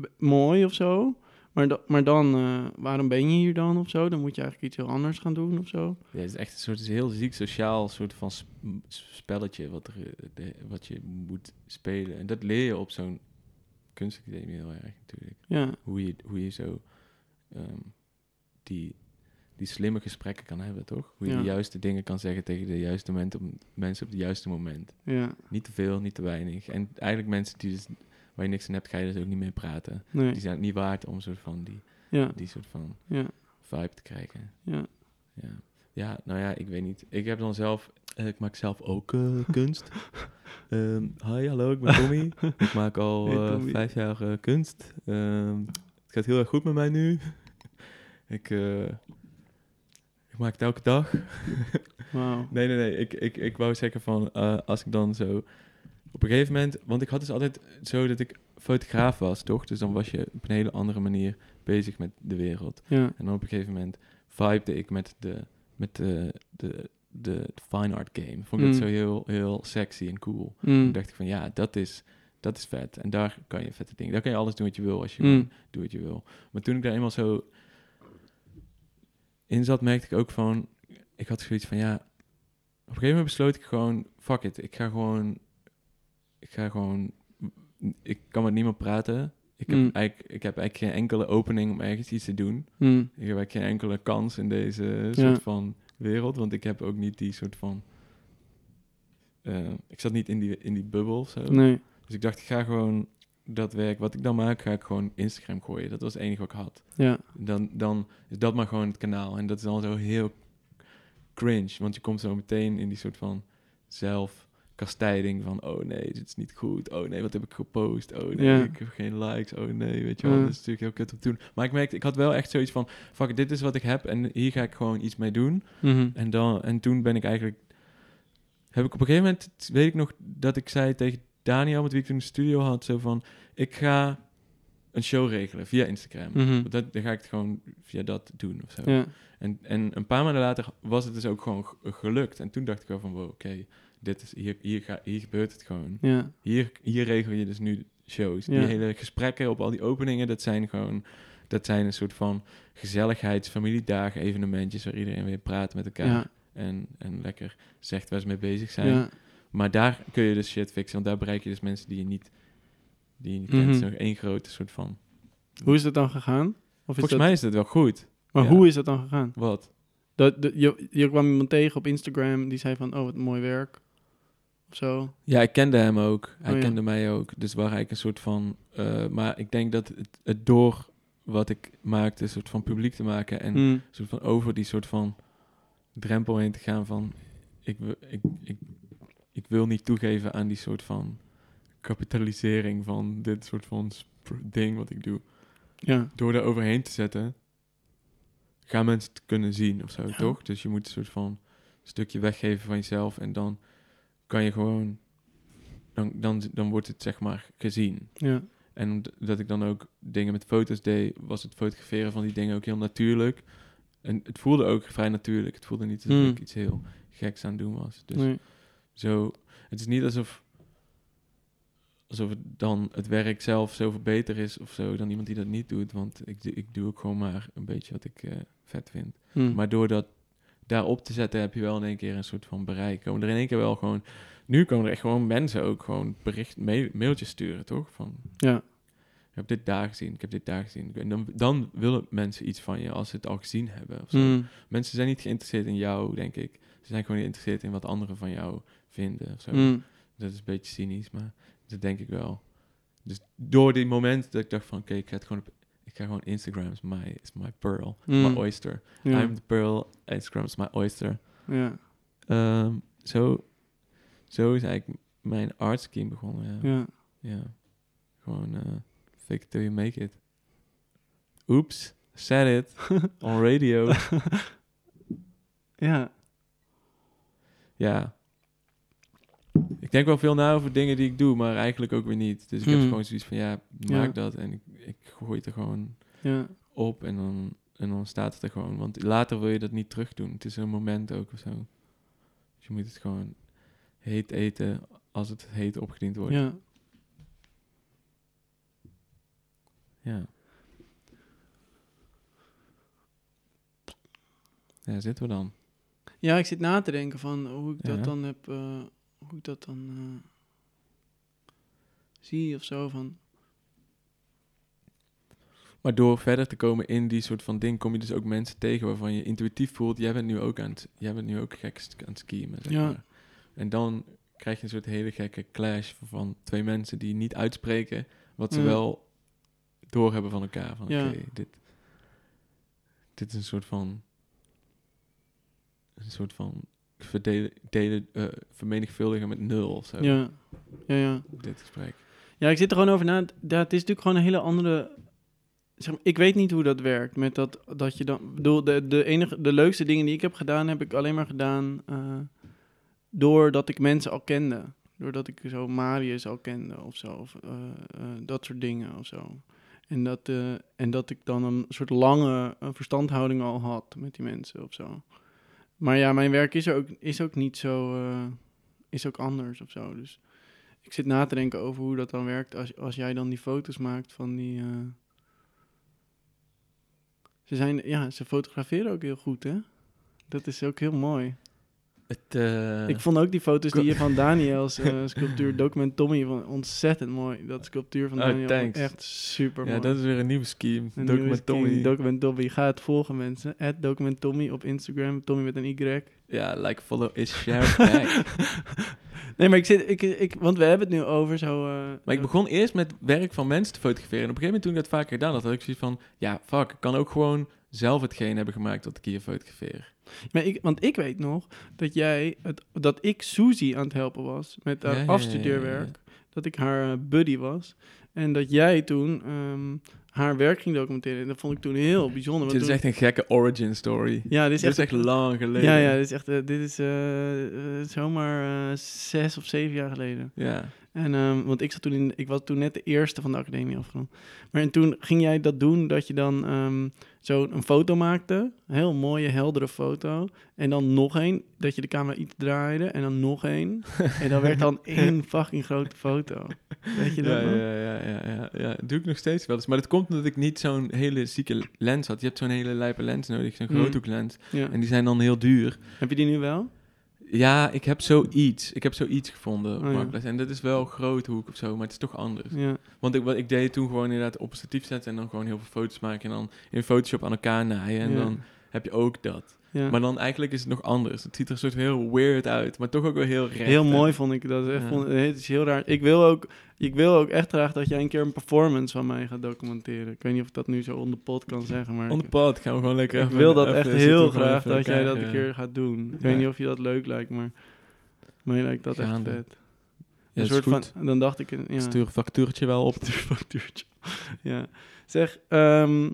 [SPEAKER 1] b- mooi of zo... Maar, da- maar dan, eh, waarom ben je hier dan of zo? Dan moet je eigenlijk iets heel anders gaan doen of zo.
[SPEAKER 3] Ja, het is echt een soort het is een heel ziek sociaal soort van sp- spelletje wat, er, eh, de- wat je moet spelen. En dat leer je op zo'n kunstacademie heel erg natuurlijk.
[SPEAKER 1] Ja,
[SPEAKER 3] Hoe je, hoe je zo ehm, die, die slimme gesprekken kan hebben, toch? Hoe je
[SPEAKER 1] Ja.
[SPEAKER 3] de juiste dingen kan zeggen tegen de juiste moment op, mensen op het juiste moment.
[SPEAKER 1] ja,
[SPEAKER 3] Niet te veel, niet te weinig. En eigenlijk mensen die dus, waar je niks aan hebt, ga je dus ook niet mee praten. Die
[SPEAKER 1] nee,
[SPEAKER 3] zijn het niet waard om soort van die,
[SPEAKER 1] ja,
[SPEAKER 3] die soort van
[SPEAKER 1] ja,
[SPEAKER 3] vibe te krijgen.
[SPEAKER 1] ja.
[SPEAKER 3] Ja. ja, nou ja, ik weet niet. Ik heb dan zelf, eh, ik maak zelf ook eh, kunst. Ehm, hi, hallo, ik ben Tommy. ik maak al
[SPEAKER 1] Hey,
[SPEAKER 3] eh,
[SPEAKER 1] Tommy.
[SPEAKER 3] vijf jaar eh, kunst. Ehm, het gaat heel erg goed met mij nu. ik, eh, ik maak het elke dag.
[SPEAKER 1] Wauw.
[SPEAKER 3] Nee, nee, nee. Ik, ik, ik wou zeggen van, eh, als ik dan zo... Op een gegeven moment... Want ik had dus altijd zo dat ik fotograaf was, toch? Dus dan was je op een hele andere manier bezig met de wereld.
[SPEAKER 1] Ja,
[SPEAKER 3] En dan op een gegeven moment vibede ik met de, met de, de, de, fine art game. Vond ik dat
[SPEAKER 1] Mm.
[SPEAKER 3] zo heel, heel sexy en cool.
[SPEAKER 1] mm,
[SPEAKER 3] Toen dacht ik van, ja, dat is, dat is vet. En daar kan je vette dingen... Daar kan je alles doen wat je wil als je
[SPEAKER 1] Mm.
[SPEAKER 3] gewoon doet wat je wil. Maar toen ik daar eenmaal zo in zat, merkte ik ook van... Ik had zoiets van, ja... Op een gegeven moment besloot ik gewoon, fuck it. Ik ga gewoon... Ik ga gewoon... Ik kan met niemand praten. Ik heb,
[SPEAKER 1] Mm.
[SPEAKER 3] eigenlijk, ik heb eigenlijk geen enkele opening om ergens iets te doen.
[SPEAKER 1] mm,
[SPEAKER 3] Ik heb eigenlijk geen enkele kans in deze soort van wereld, want ik heb ook niet die soort van. eh, ik zat niet in die, in die bubbel of zo.
[SPEAKER 1] nee,
[SPEAKER 3] Dus ik dacht, ik ga gewoon dat werk wat ik dan maak, ga ik gewoon Instagram gooien. Dat was het enige wat ik had.
[SPEAKER 1] ja,
[SPEAKER 3] Dan, dan is dat maar gewoon het kanaal. En dat is dan zo heel cringe, want je komt zo meteen in die soort van zelfkastijding van, oh nee, dit is niet goed. Oh nee, wat heb ik gepost? Oh nee,
[SPEAKER 1] Ja.
[SPEAKER 3] ik heb geen likes. Oh nee, weet je wel,
[SPEAKER 1] Ja.
[SPEAKER 3] dat is natuurlijk heel kut om te doen. Maar ik merkte, ik had wel echt zoiets van, fuck, dit is wat ik heb en hier ga ik gewoon iets mee doen.
[SPEAKER 1] mhm,
[SPEAKER 3] En, dan, en toen ben ik eigenlijk... Heb ik op een gegeven moment, t- weet ik nog, dat ik zei tegen Daniel, met wie ik toen de studio had, zo van, ik ga een show regelen via Instagram.
[SPEAKER 1] mhm,
[SPEAKER 3] Want Dat, dan ga ik het gewoon via dat doen of zo.
[SPEAKER 1] ja,
[SPEAKER 3] En, en een paar maanden later was het dus ook gewoon g- gelukt. En toen dacht ik wel van, wow, oké, dit is, hier, hier, ga, hier gebeurt het gewoon.
[SPEAKER 1] ja,
[SPEAKER 3] Hier, hier regel je dus nu shows.
[SPEAKER 1] Ja.
[SPEAKER 3] Die hele gesprekken op al die openingen, dat zijn gewoon... Dat zijn een soort van gezelligheids, familiedagen, evenementjes... waar iedereen weer praat met elkaar
[SPEAKER 1] ja,
[SPEAKER 3] en, en lekker zegt waar ze mee bezig zijn.
[SPEAKER 1] ja,
[SPEAKER 3] Maar daar kun je dus shit fixen, want daar bereik je dus mensen die je niet, die je niet
[SPEAKER 1] Mhm.
[SPEAKER 3] kent. Het is nog één grote soort van...
[SPEAKER 1] Hoe is dat dan gegaan? Of is
[SPEAKER 3] Volgens
[SPEAKER 1] dat,
[SPEAKER 3] mij is dat wel goed.
[SPEAKER 1] maar
[SPEAKER 3] ja.
[SPEAKER 1] hoe is dat dan gegaan?
[SPEAKER 3] Wat?
[SPEAKER 1] Dat, de- je, je kwam iemand tegen op Instagram die zei van, oh, wat mooi werk. Of zo.
[SPEAKER 3] Ja, ik kende hem ook. Hij
[SPEAKER 1] Oh, ja.
[SPEAKER 3] kende mij ook. Dus waar eigenlijk een soort van... eh, maar ik denk dat het, het door wat ik maakte, een soort van publiek te maken... en
[SPEAKER 1] Mm,
[SPEAKER 3] een soort van over die soort van drempel heen te gaan van... Ik, wi- ik, ik, ik wil niet toegeven aan die soort van kapitalisering van dit soort van sp- ding wat ik doe.
[SPEAKER 1] ja,
[SPEAKER 3] door daar overheen te zetten, gaan mensen het kunnen zien of zo, toch? Dus je moet een soort van stukje weggeven van jezelf en dan kan je gewoon, dan, dan, dan wordt het zeg maar gezien.
[SPEAKER 1] ja,
[SPEAKER 3] En omdat- dat ik dan ook dingen met foto's deed, was het fotograferen van die dingen ook heel natuurlijk. En het voelde ook vrij natuurlijk. Het voelde niet alsof
[SPEAKER 1] Hmm.
[SPEAKER 3] ik iets heel geks aan het doen was. Dus
[SPEAKER 1] nee,
[SPEAKER 3] zo, het is niet alsof, alsof het dan het werk zelf zoveel beter is of zo dan iemand die dat niet doet. Want ik, do- ik doe ook gewoon maar een beetje wat ik eh, vet vind.
[SPEAKER 1] mm,
[SPEAKER 3] Maar door dat daarop te zetten heb je wel in één keer een soort van bereik. Komen er in één keer wel gewoon... Nu komen er echt gewoon mensen ook gewoon bericht, mail- mailtjes sturen, toch? Van,
[SPEAKER 1] ja,
[SPEAKER 3] ik heb dit daar gezien, ik heb dit daar gezien. En dan, dan willen mensen iets van je als ze het al gezien hebben of zo.
[SPEAKER 1] mm,
[SPEAKER 3] Mensen zijn niet geïnteresseerd in jou, denk ik. Ze zijn gewoon geïnteresseerd in wat anderen van jou vinden of zo.
[SPEAKER 1] mm,
[SPEAKER 3] Dat is een beetje cynisch, maar dat denk ik wel. Dus door die moment dat ik dacht van, oké, ik ga het gewoon op... Ik ga gewoon Instagram is my, is my pearl, is
[SPEAKER 1] Mm.
[SPEAKER 3] my oyster.
[SPEAKER 1] ja,
[SPEAKER 3] I'm the pearl, Instagram is my oyster.
[SPEAKER 1] ja,
[SPEAKER 3] Ehm, zo, zo is eigenlijk mijn art scheme begonnen, ja.
[SPEAKER 1] ja.
[SPEAKER 3] Ja. Gewoon eh, fake it till you make it. Oops, said it on radio.
[SPEAKER 1] Ja,
[SPEAKER 3] ja. denk wel veel na over dingen die ik doe, maar eigenlijk ook weer niet. Dus ik heb
[SPEAKER 1] Hmm.
[SPEAKER 3] gewoon zoiets van, ja,
[SPEAKER 1] Ja.
[SPEAKER 3] maak dat. En ik, ik gooi het er gewoon
[SPEAKER 1] Ja,
[SPEAKER 3] op en dan, en dan staat het er gewoon. Want later wil je dat niet terug doen. Het is een moment ook of zo. Dus je moet het gewoon heet eten als het heet opgediend wordt.
[SPEAKER 1] ja.
[SPEAKER 3] Ja. Daar zitten we dan.
[SPEAKER 1] ja, ik zit na te denken van hoe ik
[SPEAKER 3] Ja.
[SPEAKER 1] dat dan heb, eh, hoe ik dat dan eh, zie of zo. Van,
[SPEAKER 3] Maar door verder te komen in die soort van ding, kom je dus ook mensen tegen waarvan je intuïtief voelt, jij bent nu ook aan het, jij bent nu ook gek sk- aan het skiën. Zeg
[SPEAKER 1] Ja.
[SPEAKER 3] maar. En dan krijg je een soort hele gekke clash van twee mensen die niet uitspreken wat ze
[SPEAKER 1] Ja.
[SPEAKER 3] wel doorhebben van elkaar. Van
[SPEAKER 1] Mm. Ja.
[SPEAKER 3] oké, dit, dit is een soort van een soort van verdelen, delen, eh, vermenigvuldigen met nul of zo.
[SPEAKER 1] ja, ja, ja.
[SPEAKER 3] Dit gesprek.
[SPEAKER 1] Ja, ik zit er gewoon over na. Ja, het is natuurlijk gewoon een hele andere. Zeg maar, ik weet niet hoe dat werkt. Met dat, dat je dan. ik Bedoel, de, de, enige, de leukste dingen die ik heb gedaan, heb ik alleen maar gedaan. eh, doordat ik mensen al kende. Doordat ik zo Marius al kende of zo. Of, eh, eh, dat soort dingen of zo. En dat, eh, en dat ik dan een soort lange eh, verstandhouding al had met die mensen of zo. Maar ja, mijn werk is er ook, is ook niet zo. eh, is ook anders of zo. Dus ik zit na te denken over hoe dat dan werkt als, als jij dan die foto's maakt van die. eh, Ze zijn, ja, ze fotograferen ook heel goed, hè? Dat is ook heel mooi.
[SPEAKER 3] Het,
[SPEAKER 1] Ik vond ook die foto's die
[SPEAKER 3] Ko-
[SPEAKER 1] je van Daniels eh, sculptuur document Tommy van ontzettend mooi. Dat sculptuur van
[SPEAKER 3] Oh,
[SPEAKER 1] Daniel
[SPEAKER 3] thanks.
[SPEAKER 1] echt super mooi.
[SPEAKER 3] ja, dat is weer een nieuw scheme.
[SPEAKER 1] Een nieuwe
[SPEAKER 3] Document
[SPEAKER 1] skin,
[SPEAKER 3] Tommy.
[SPEAKER 1] Document Tommy. Ga het volgen, mensen. At Document Tommy op Instagram. Tommy met een Y.
[SPEAKER 3] Ja, like, follow, is share, back.
[SPEAKER 1] Nee, maar ik zit... Ik, ik, want we hebben het nu over zo... eh,
[SPEAKER 3] maar ik begon eerst met werk van mensen te fotograferen. En op een gegeven moment toen ik dat vaker gedaan had, had ik zoiets van... Ja, fuck, ik kan ook gewoon zelf hetgeen hebben gemaakt dat ik hier fotografeer.
[SPEAKER 1] Maar ik, want ik weet nog dat jij, het, dat ik Suzy aan het helpen was met haar
[SPEAKER 3] Ja, ja, ja, ja,
[SPEAKER 1] afstudeerwerk. Dat ik haar eh, buddy was. En dat jij toen ehm, haar werk ging documenteren. En dat vond ik toen heel bijzonder.
[SPEAKER 3] Dus Dit
[SPEAKER 1] want
[SPEAKER 3] is
[SPEAKER 1] toen-
[SPEAKER 3] echt een gekke origin story. Dit
[SPEAKER 1] ja, dit
[SPEAKER 3] is echt, lang geleden.
[SPEAKER 1] Ja, ja, dit is echt, eh, dit is eh, eh, zomaar eh, zes of zeven jaar geleden.
[SPEAKER 3] Ja.
[SPEAKER 1] En, ehm, want ik, zat toen in, ik was toen net de eerste van de academie afgerond. Maar en toen ging jij dat doen dat je dan ehm, zo een foto maakte. Een heel mooie, heldere foto. En dan nog één, dat je de camera iets draaide. En dan nog één. En dan werd dan één fucking grote foto. Weet je dat
[SPEAKER 3] Ja,
[SPEAKER 1] nog?
[SPEAKER 3] ja, ja, ja, ja, ja. Dat doe ik nog steeds wel eens. Maar dat komt omdat ik niet zo'n hele zieke lens had. Je hebt zo'n hele lijpe lens nodig, zo'n
[SPEAKER 1] Mm.
[SPEAKER 3] groothoeklens.
[SPEAKER 1] Ja.
[SPEAKER 3] En die zijn dan heel duur.
[SPEAKER 1] Heb je die nu wel?
[SPEAKER 3] Ja, ik heb zoiets. Ik heb zoiets gevonden op
[SPEAKER 1] Oh, ja.
[SPEAKER 3] Marktplaats. En dat is wel groothoek of zo, maar het is toch anders.
[SPEAKER 1] Ja.
[SPEAKER 3] Want ik, wat ik deed toen gewoon inderdaad op een statief zetten... en dan gewoon heel veel foto's maken... en dan in Photoshop aan elkaar naaien. En
[SPEAKER 1] Ja.
[SPEAKER 3] dan heb je ook dat.
[SPEAKER 1] ja.
[SPEAKER 3] Maar dan eigenlijk is het nog anders. Het ziet er een soort heel weird uit. Maar toch ook wel heel recht.
[SPEAKER 1] heel
[SPEAKER 3] hè?
[SPEAKER 1] mooi vond ik dat. Echt,
[SPEAKER 3] eh, Ja.
[SPEAKER 1] vond, het is heel raar. Ik wil, ook, ik wil ook echt graag dat jij een keer een performance van mij gaat documenteren. Ik weet niet of ik dat nu zo on the pot kan zeggen. Maar
[SPEAKER 3] On the pad gaan we gewoon lekker...
[SPEAKER 1] Ik
[SPEAKER 3] even-
[SPEAKER 1] wil dat
[SPEAKER 3] even
[SPEAKER 1] echt
[SPEAKER 3] zitten
[SPEAKER 1] heel
[SPEAKER 3] we gewoon
[SPEAKER 1] graag
[SPEAKER 3] even
[SPEAKER 1] dat jij
[SPEAKER 3] elkaar,
[SPEAKER 1] dat een
[SPEAKER 3] eh,
[SPEAKER 1] keer gaat doen. Ik
[SPEAKER 3] Ja.
[SPEAKER 1] weet niet of je dat leuk lijkt, maar mij lijkt dat echt
[SPEAKER 3] Gaande.
[SPEAKER 1] vet.
[SPEAKER 3] Ja,
[SPEAKER 1] een
[SPEAKER 3] dat is
[SPEAKER 1] soort
[SPEAKER 3] goed.
[SPEAKER 1] van, dan dacht ik, een- ja,
[SPEAKER 3] Stuur een factuurtje wel op.
[SPEAKER 1] factuurtje. ja. Zeg, ehm,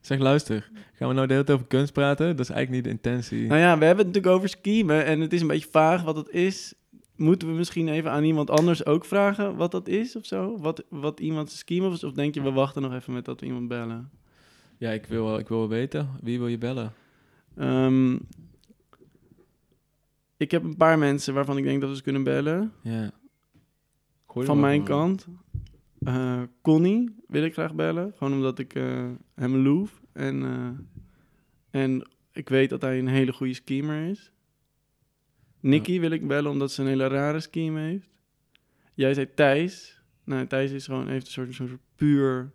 [SPEAKER 3] Zeg, luister. Gaan we nou de hele tijd over kunst praten? Dat is eigenlijk niet de intentie.
[SPEAKER 1] nou ja, we hebben het natuurlijk over skiemen en het is een beetje vaag wat het is. Moeten we misschien even aan iemand anders ook vragen wat dat is of zo? Wat, wat iemand schema was? Of denk je, we wachten nog even met dat we iemand bellen?
[SPEAKER 3] Ja, ik wil, wel- ik wil wel weten. Wie wil je bellen?
[SPEAKER 1] Ehm, ik heb een paar mensen waarvan ik denk dat we ze kunnen bellen.
[SPEAKER 3] Ja.
[SPEAKER 1] van mijn kant. eh, Connie wil ik graag bellen. Gewoon omdat ik eh, hem loef. En, eh, en ik weet dat hij een hele goede schemer is. Nicky wil ik bellen omdat ze een hele rare scheme heeft. Jij zei Thijs. Nou, Thijs is gewoon, heeft een soort, soort puur...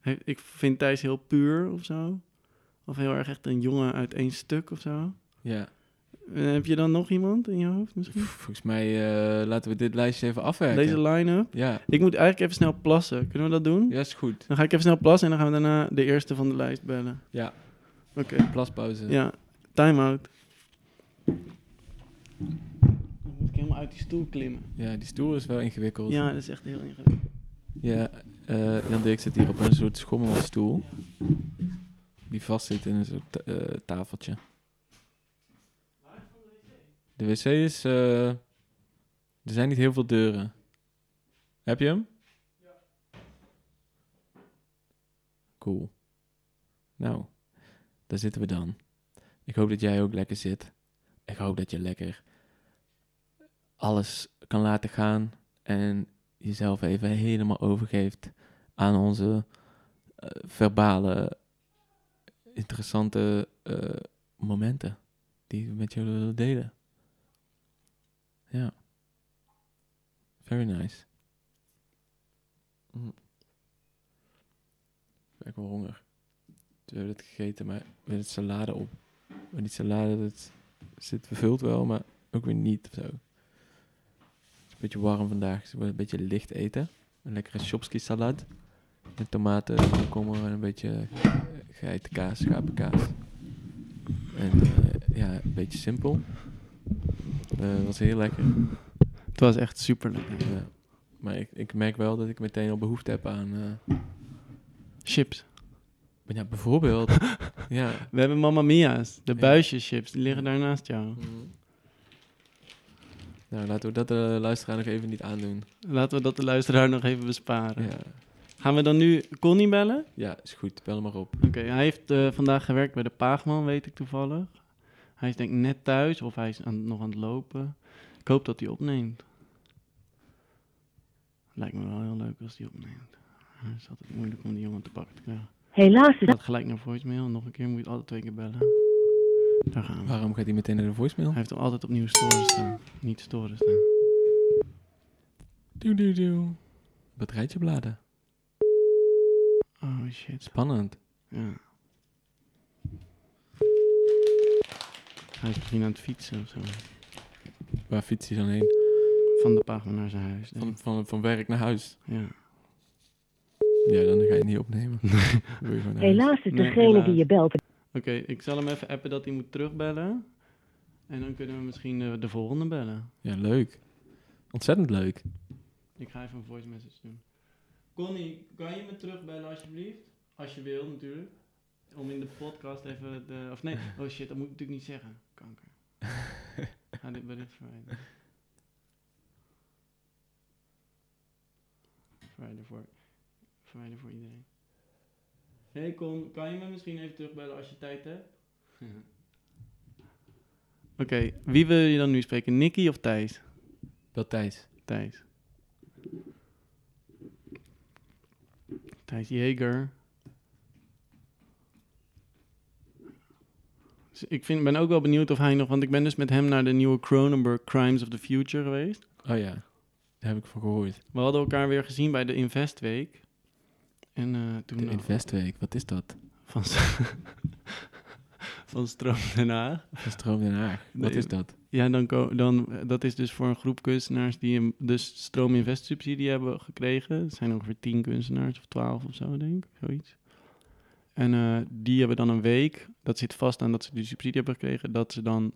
[SPEAKER 1] he- Ik vind Thijs heel puur of zo. Of heel erg echt een jongen uit één stuk of zo.
[SPEAKER 3] Ja.
[SPEAKER 1] Eh, heb je dan nog iemand in je hoofd misschien?
[SPEAKER 3] Pff, Volgens mij eh, laten we dit lijstje even afwerken.
[SPEAKER 1] Deze line-up.
[SPEAKER 3] ja.
[SPEAKER 1] Ik moet eigenlijk even snel plassen. Kunnen we dat doen?
[SPEAKER 3] ja, is goed.
[SPEAKER 1] Dan ga ik even snel plassen en dan gaan we daarna de eerste van de lijst bellen.
[SPEAKER 3] Ja.
[SPEAKER 1] Oké.
[SPEAKER 3] Plaspauze.
[SPEAKER 1] Ja, time-out. Dan moet ik helemaal uit die stoel klimmen.
[SPEAKER 3] Ja, die stoel is wel ingewikkeld.
[SPEAKER 1] Ja, dat is echt heel ingewikkeld.
[SPEAKER 3] Ja, eh, Jan Dirk zit hier op een soort schommelstoel. Die vastzit in een soort ta- eh, tafeltje. De wc is eh, Er zijn niet heel veel deuren. Heb je hem? Cool. Nou, daar zitten we dan. Ik hoop dat jij ook lekker zit. Ik hoop dat je lekker alles kan laten gaan en jezelf even helemaal overgeeft aan onze eh, verbale, interessante eh, momenten die we met jullie willen delen. Ja. Very nice. Mm. Ik heb wel honger. We hebben het gegeten, maar we het salade op. Maar die salade dat zit vervuld wel, maar ook weer niet of zo. Het is een beetje warm vandaag, dus we willen een beetje licht eten. Een lekkere shopski salad. Met tomaten, komkommer en een beetje eh, geitenkaas, schapenkaas. En eh, ja, een beetje simpel. Eh was heel lekker.
[SPEAKER 1] Het was echt super lekker.
[SPEAKER 3] Ja. Maar ik, ik merk wel dat ik meteen al behoefte heb aan... eh,
[SPEAKER 1] Chips.
[SPEAKER 3] maar ja, bijvoorbeeld... ja.
[SPEAKER 1] We hebben Mamma Mia's, de
[SPEAKER 3] Ja.
[SPEAKER 1] buisjeschips, die liggen daar naast jou.
[SPEAKER 3] Mm. Nou, laten we dat de luisteraar nog even niet aandoen.
[SPEAKER 1] Laten we dat de luisteraar nog even besparen.
[SPEAKER 3] Ja,
[SPEAKER 1] Gaan we dan nu Connie bellen?
[SPEAKER 3] ja is goed. Bel hem maar op.
[SPEAKER 1] Oké, hij heeft eh, vandaag gewerkt bij de Paagman, weet ik toevallig. Hij is denk ik net thuis of hij is aan, nog aan het lopen. Ik hoop dat hij opneemt. Lijkt me wel heel leuk als hij opneemt. Het is altijd moeilijk om die jongen te pakken te krijgen.
[SPEAKER 4] Helaas is
[SPEAKER 1] Gaat gelijk naar voicemail. Nog een keer moet je het altijd twee keer bellen. Daar gaan we.
[SPEAKER 3] Waarom gaat hij meteen naar de voicemail?
[SPEAKER 1] Hij heeft hem altijd opnieuw storen staan. Niet storen staan.
[SPEAKER 3] Doe, doe, doe. Batterijtje bladen.
[SPEAKER 1] Oh shit.
[SPEAKER 3] Spannend.
[SPEAKER 1] Ja. Hij is misschien aan het fietsen of zo.
[SPEAKER 3] Waar fietst hij dan heen?
[SPEAKER 1] Van de Paagman naar zijn huis. denk ik.
[SPEAKER 3] Van, van, van werk naar huis.
[SPEAKER 1] Ja.
[SPEAKER 3] Ja, dan ga je niet opnemen. Dan wil je gewoon naar huis.
[SPEAKER 4] helaas is
[SPEAKER 1] Nee,
[SPEAKER 4] degene
[SPEAKER 1] helaas.
[SPEAKER 4] die je belt
[SPEAKER 1] Oké, ik zal hem even appen dat hij moet terugbellen. En dan kunnen we misschien eh, de volgende bellen.
[SPEAKER 3] Ja, leuk. Ontzettend leuk.
[SPEAKER 1] Ik ga even een voice message doen. Connie, kan je me terugbellen alsjeblieft? Als je wil natuurlijk. Om in de podcast even de... Of nee, oh shit, dat moet ik natuurlijk niet zeggen. Kanker. Ga dit bericht verwijderen. Verwijder voor, verwijder voor iedereen. hey Con, kan je me misschien even terugbellen als je tijd hebt? Oké, wie wil je dan nu spreken? Nicky of Thijs?
[SPEAKER 3] Bel Thijs.
[SPEAKER 1] Thijs. Thijs Jeger. Dus ik vind, ben ook wel benieuwd of hij nog... Want ik ben dus met hem naar de nieuwe Cronenberg Crimes of the Future geweest.
[SPEAKER 3] Oh ja, daar heb ik van gehoord.
[SPEAKER 1] We hadden elkaar weer gezien bij de Invest Week. En eh, toen...
[SPEAKER 3] De
[SPEAKER 1] nog
[SPEAKER 3] Investweek, wat is dat?
[SPEAKER 1] Van, s- van Stroom Den Haag.
[SPEAKER 3] Van Stroom Den Haag. Wat
[SPEAKER 1] Nee,
[SPEAKER 3] is dat?
[SPEAKER 1] Ja, dan, ko- dan, dat is dus voor een groep kunstenaars die een, dus stroominvestsubsidie hebben gekregen. Het zijn ongeveer tien kunstenaars of twaalf of zo, denk ik, zoiets. En eh, die hebben dan een week, dat zit vast aan dat ze die subsidie hebben gekregen, dat ze dan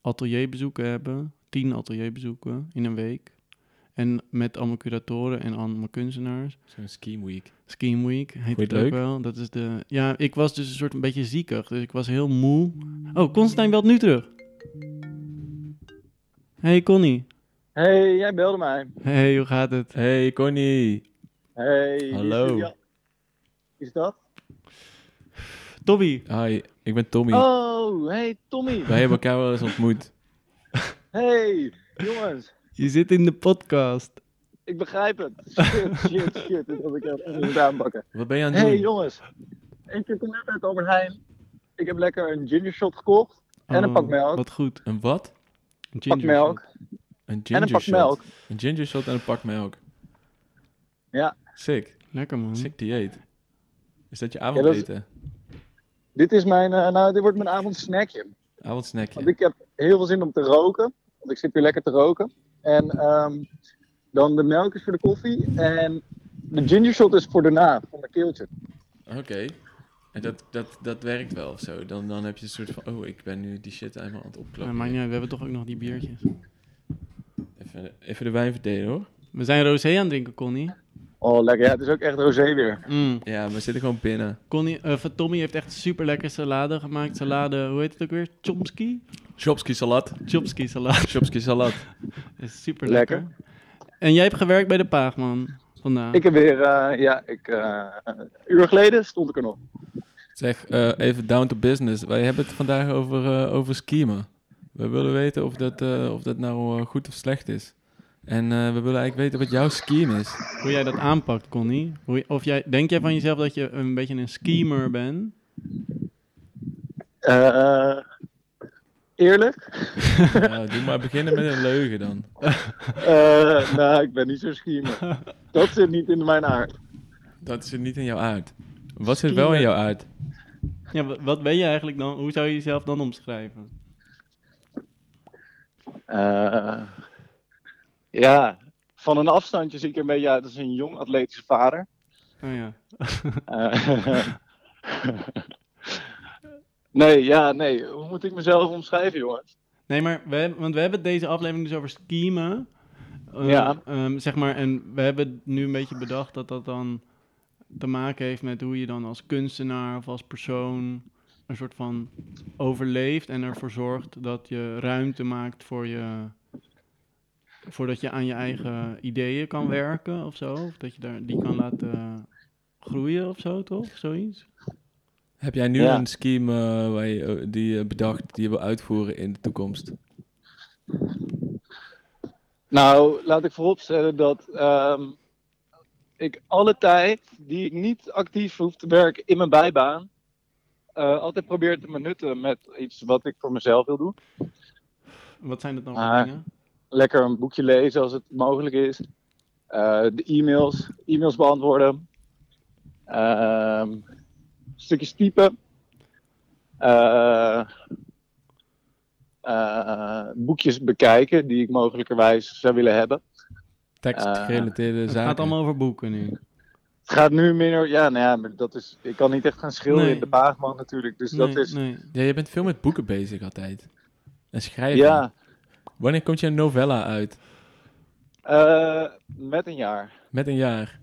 [SPEAKER 1] atelierbezoeken hebben, tien atelierbezoeken in een week. En met allemaal curatoren en allemaal kunstenaars.
[SPEAKER 3] Zo'n ski week.
[SPEAKER 1] Scheme Week heet
[SPEAKER 3] je het
[SPEAKER 1] het ook
[SPEAKER 3] leuk?
[SPEAKER 1] wel. Dat is de, ja, ik was dus een soort een beetje ziekig, dus ik was heel moe. Oh, Constantijn belt nu terug. Hey Connie.
[SPEAKER 2] Hey, jij belde mij.
[SPEAKER 1] Hey, hoe gaat het?
[SPEAKER 3] Hey Connie.
[SPEAKER 2] Hey. wie is
[SPEAKER 3] Hallo.
[SPEAKER 2] dit? Ja. Is dat?
[SPEAKER 1] Tobby.
[SPEAKER 3] Hi, ik ben Tommy.
[SPEAKER 2] Oh, hey Tommy.
[SPEAKER 3] Wij hebben elkaar wel eens ontmoet.
[SPEAKER 2] Hey, jongens.
[SPEAKER 1] Je zit in de podcast.
[SPEAKER 2] Ik begrijp het. Shit, shit, shit. Dit heb ik echt in de duim bakken.
[SPEAKER 3] Wat ben je aan het
[SPEAKER 2] Hey
[SPEAKER 3] doen?
[SPEAKER 2] jongens. Ik zit net uit Albert Heijn. Ik heb lekker een ginger shot gekocht. En een
[SPEAKER 1] Oh,
[SPEAKER 2] pak melk.
[SPEAKER 1] Wat goed.
[SPEAKER 3] Een wat?
[SPEAKER 1] Een
[SPEAKER 2] Pak
[SPEAKER 1] ginger
[SPEAKER 2] melk.
[SPEAKER 1] shot.
[SPEAKER 3] Een
[SPEAKER 2] En
[SPEAKER 3] ginger
[SPEAKER 2] een pak
[SPEAKER 3] shot.
[SPEAKER 2] melk.
[SPEAKER 3] Een ginger shot en een pak melk.
[SPEAKER 2] Ja.
[SPEAKER 3] Sick.
[SPEAKER 1] Lekker man.
[SPEAKER 3] Sick dieet. Is Hm? dat je
[SPEAKER 2] dat is-
[SPEAKER 3] avondeten?
[SPEAKER 2] Dit is mijn, eh, nou dit wordt mijn avondsnackje. Want
[SPEAKER 3] Avondsnackje.
[SPEAKER 2] ik heb heel veel zin om te roken. Want ik zit hier lekker te roken. En ehm, dan de melk is voor de koffie. En de ginger shot is voor daarna, voor mijn keeltje.
[SPEAKER 3] Oké. En dat, dat, dat werkt wel of zo. Dan, dan heb je een soort van, oh, ik ben nu die shit helemaal aan het
[SPEAKER 1] Maar
[SPEAKER 3] opklappen.
[SPEAKER 1] maakt niet uit, we hebben toch ook nog die biertjes.
[SPEAKER 3] even, even de wijn verdelen hoor.
[SPEAKER 1] We zijn rosé aan het drinken, Connie.
[SPEAKER 2] Oh, lekker. Ja, het is ook echt rosé weer.
[SPEAKER 1] Mm.
[SPEAKER 3] Ja, we zitten gewoon binnen.
[SPEAKER 1] Connie, eh, van Tommy heeft echt super lekker salade gemaakt. Salade, hoe heet het ook weer? Chomsky?
[SPEAKER 3] Shopski salad.
[SPEAKER 1] Chomsky salade.
[SPEAKER 3] Shopski salad.
[SPEAKER 1] Is super lekker. En jij hebt gewerkt bij de Paagman vandaag.
[SPEAKER 2] Ik heb weer, eh, ja, ik, eh, een uur geleden stond ik er nog.
[SPEAKER 3] Zeg, eh, even down to business. Wij hebben het vandaag over, eh, over schemen. We willen weten of dat, eh, of dat nou eh, goed of slecht is. En eh, we willen eigenlijk weten wat jouw scheme is.
[SPEAKER 1] Hoe jij dat aanpakt, Connie. Hoe je- of jij, denk jij van jezelf dat je een beetje een schemer bent?
[SPEAKER 2] Eh, eerlijk?
[SPEAKER 3] Ja, Nou, doe maar beginnen met een leugen dan.
[SPEAKER 2] Eh, nou, ik ben niet zo schiemer. Dat zit niet in mijn aard.
[SPEAKER 3] Dat zit niet in jouw aard. Wat zit wel in jouw aard?
[SPEAKER 1] Ja, wa- wat ben je eigenlijk dan? Hoe zou je jezelf dan omschrijven?
[SPEAKER 2] Eh, ja, van een afstandje zie ik er een beetje uit als een jong atletische vader.
[SPEAKER 1] Oh ja.
[SPEAKER 2] Eh, nee, ja, nee. Hoe moet ik mezelf omschrijven, jongens?
[SPEAKER 1] Nee, maar we, hebben- want we hebben deze aflevering dus over schemen. Eh,
[SPEAKER 2] Ja.
[SPEAKER 1] ehm, zeg maar, en we hebben nu een beetje bedacht dat dat dan te maken heeft met hoe je dan als kunstenaar of als persoon een soort van overleeft en ervoor zorgt dat je ruimte maakt voor je voordat je aan je eigen ideeën kan werken of zo, of dat je daar die kan laten groeien of zo, toch? Zoiets.
[SPEAKER 3] Heb jij nu
[SPEAKER 2] Ja.
[SPEAKER 3] een scheme eh, waar je, eh, die je bedacht, die je wil uitvoeren in de toekomst?
[SPEAKER 2] Nou, laat ik vooropstellen dat ehm, ik alle tijd die ik niet actief hoef te werken in mijn bijbaan, eh, altijd probeer te benutten met iets wat ik voor mezelf wil doen.
[SPEAKER 1] Wat zijn dat dan voor
[SPEAKER 2] Ah.
[SPEAKER 1] dingen?
[SPEAKER 2] Lekker een boekje lezen als het mogelijk is. Eh, de e-mails, e-mails beantwoorden. Ehm, stukjes typen. Eh, eh, boekjes bekijken die ik mogelijkerwijs zou willen hebben.
[SPEAKER 3] Tekstgerelateerde
[SPEAKER 1] Eh, Het
[SPEAKER 3] zaken.
[SPEAKER 1] gaat allemaal over boeken nu.
[SPEAKER 2] Het gaat nu minder. Ja, nou ja, maar dat is. Ik kan niet echt gaan schilderen
[SPEAKER 1] Nee.
[SPEAKER 2] in de Paagman natuurlijk. Dus dat
[SPEAKER 1] Nee,
[SPEAKER 2] is.
[SPEAKER 1] nee.
[SPEAKER 3] Ja, je bent veel met boeken bezig altijd. En schrijven.
[SPEAKER 2] Ja,
[SPEAKER 3] Wanneer komt je novella uit?
[SPEAKER 2] eh, met een jaar.
[SPEAKER 3] Met een jaar.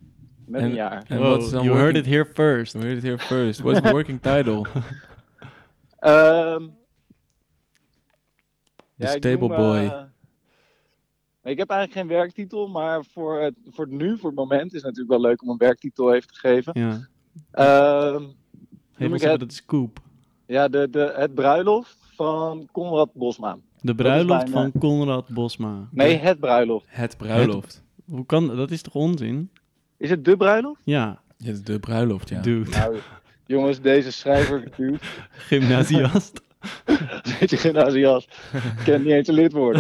[SPEAKER 2] Met
[SPEAKER 3] En-
[SPEAKER 2] een jaar.
[SPEAKER 3] En
[SPEAKER 1] Wow,
[SPEAKER 3] wat is dan
[SPEAKER 1] you heard it
[SPEAKER 3] working-
[SPEAKER 1] here first.
[SPEAKER 3] We heard it here first. What's the working title?
[SPEAKER 2] Ehm
[SPEAKER 3] The
[SPEAKER 2] ja, ik
[SPEAKER 3] Stable
[SPEAKER 2] noem,
[SPEAKER 3] Boy.
[SPEAKER 2] eh, ik heb eigenlijk geen werktitel, maar voor het, voor het nu, voor het moment, is het natuurlijk wel leuk om een werktitel even te geven.
[SPEAKER 1] Ja.
[SPEAKER 2] Ehm,
[SPEAKER 1] Geef
[SPEAKER 2] ik
[SPEAKER 1] ons
[SPEAKER 2] het-
[SPEAKER 1] even dat scoop.
[SPEAKER 2] ja, de, de, het bruiloft van Conrad Bosma.
[SPEAKER 1] De bruiloft
[SPEAKER 2] bijna-
[SPEAKER 1] van Conrad Bosma.
[SPEAKER 2] Nee, het bruiloft.
[SPEAKER 3] Het bruiloft.
[SPEAKER 1] Hoe kan dat? Dat is toch onzin?
[SPEAKER 2] Is het de bruiloft?
[SPEAKER 1] Ja,
[SPEAKER 3] Het is de bruiloft, ja.
[SPEAKER 1] dude.
[SPEAKER 2] Nou, jongens, deze schrijver, dude.
[SPEAKER 1] Gymnasiast.
[SPEAKER 2] Zit je gymnasiast? Ik ken niet eens een lidwoord.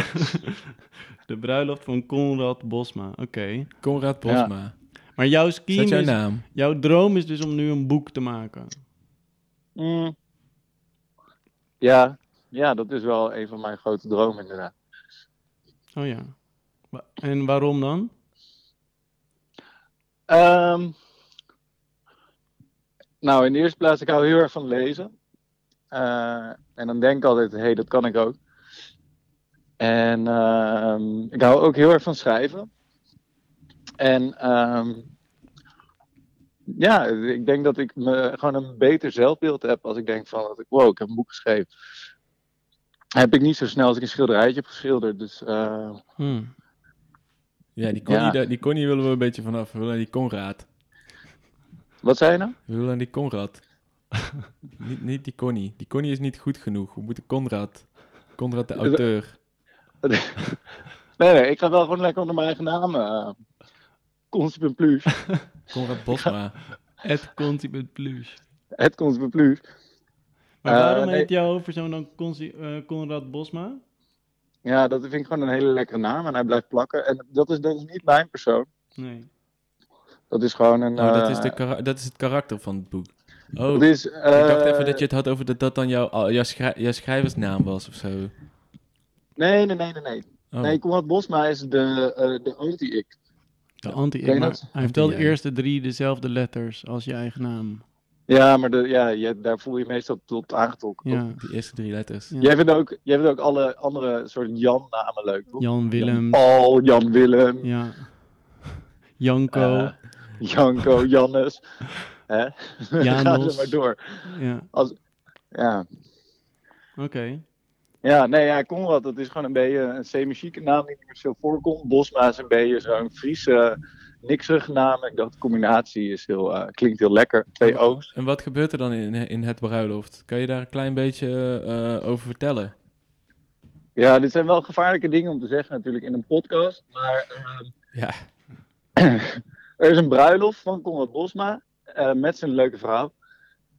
[SPEAKER 1] De bruiloft van Conrad Bosma. Oké.
[SPEAKER 3] Conrad Bosma.
[SPEAKER 1] Maar jouw
[SPEAKER 3] Is dat
[SPEAKER 1] scheme
[SPEAKER 3] jouw
[SPEAKER 1] is-
[SPEAKER 3] naam?
[SPEAKER 1] jouw droom is dus om nu een boek te maken.
[SPEAKER 2] Mm. Ja. ja, dat is wel een van mijn grote dromen inderdaad.
[SPEAKER 1] Oh ja. Wa- En waarom dan?
[SPEAKER 2] Ehm, nou, in de eerste plaats, ik hou heel erg van lezen. Eh, en dan denk ik altijd, hé, hey, dat kan ik ook. En ehm, ik hou ook heel erg van schrijven. En ehm, ja, ik denk dat ik me gewoon een beter zelfbeeld heb als ik denk van, dat ik, wow, ik heb een boek geschreven. Heb ik niet zo snel als ik een schilderijtje heb geschilderd. Dus eh,
[SPEAKER 1] Hm.
[SPEAKER 3] Hmm. Ja, die Connie,
[SPEAKER 2] Ja.
[SPEAKER 3] daar- die Connie willen we een beetje vanaf. We willen aan die Conrad.
[SPEAKER 2] wat zei je nou?
[SPEAKER 3] We willen aan die Conrad. niet, niet die Connie. Die Connie is niet goed genoeg. We moeten Conrad. Conrad de auteur.
[SPEAKER 2] Nee, nee, ik ga wel gewoon lekker onder mijn eigen naam. eh Constant Plus.
[SPEAKER 3] Conrad Bosma.
[SPEAKER 1] At Conti met Plus.
[SPEAKER 2] Het Constant Plus.
[SPEAKER 1] Maar
[SPEAKER 2] Eh,
[SPEAKER 1] waarom
[SPEAKER 2] nee.
[SPEAKER 1] heet jouw persoon dan Consi- eh, Conrad Bosma?
[SPEAKER 2] Ja, dat vind ik gewoon een hele lekkere naam. En hij blijft plakken. En dat is, dat is niet mijn persoon.
[SPEAKER 1] Nee.
[SPEAKER 2] Dat is gewoon een...
[SPEAKER 3] Oh, dat is,
[SPEAKER 2] eh,
[SPEAKER 3] de kara- dat is het karakter van het boek. Oh,
[SPEAKER 2] dat is,
[SPEAKER 3] ik dacht
[SPEAKER 2] eh,
[SPEAKER 3] even dat je het had over dat dat dan jouw, al- jouw, schrij- jouw schrijversnaam was of zo.
[SPEAKER 2] Nee, nee, nee, nee. Nee,
[SPEAKER 3] Oh.
[SPEAKER 2] nee Conrad Bosma is de, eh, de anti-ik.
[SPEAKER 1] De anti
[SPEAKER 2] Ken je
[SPEAKER 1] maar
[SPEAKER 2] dat?
[SPEAKER 1] Hij heeft wel de
[SPEAKER 3] Anti-jij.
[SPEAKER 1] eerste drie dezelfde letters als je eigen naam.
[SPEAKER 2] Oh. Ja, maar de, ja, je, daar voel je meestal tot aangetrokken.
[SPEAKER 1] Ja.
[SPEAKER 3] Die eerste drie letters.
[SPEAKER 1] Ja.
[SPEAKER 2] Jij, vindt ook, jij vindt ook alle andere soort Jan-namen leuk, toch?
[SPEAKER 1] Jan Willem.
[SPEAKER 2] Jan Paul, Jan Willem.
[SPEAKER 1] Ja. Janko.
[SPEAKER 2] Eh, Janko, Jannes. Hè? Ga
[SPEAKER 1] Janos.
[SPEAKER 2] ze maar door.
[SPEAKER 1] Ja,
[SPEAKER 2] Ja.
[SPEAKER 1] oké.
[SPEAKER 2] Ja, nee, ja, Conrad, dat is gewoon een beetje een semi-chique naam die niet meer zo voorkomt. Bosma is een beetje zo'n Friese, nikserige naam. Ik dacht, de combinatie is heel, eh, klinkt heel lekker. Twee O's.
[SPEAKER 3] En wat gebeurt er dan in, in het bruiloft? Kan je daar een klein beetje eh, over vertellen?
[SPEAKER 2] Ja, dit zijn wel gevaarlijke dingen om te zeggen natuurlijk in een podcast. Maar ehm,
[SPEAKER 3] Ja.
[SPEAKER 2] er is een bruiloft van Conrad Bosma eh, met zijn leuke vrouw.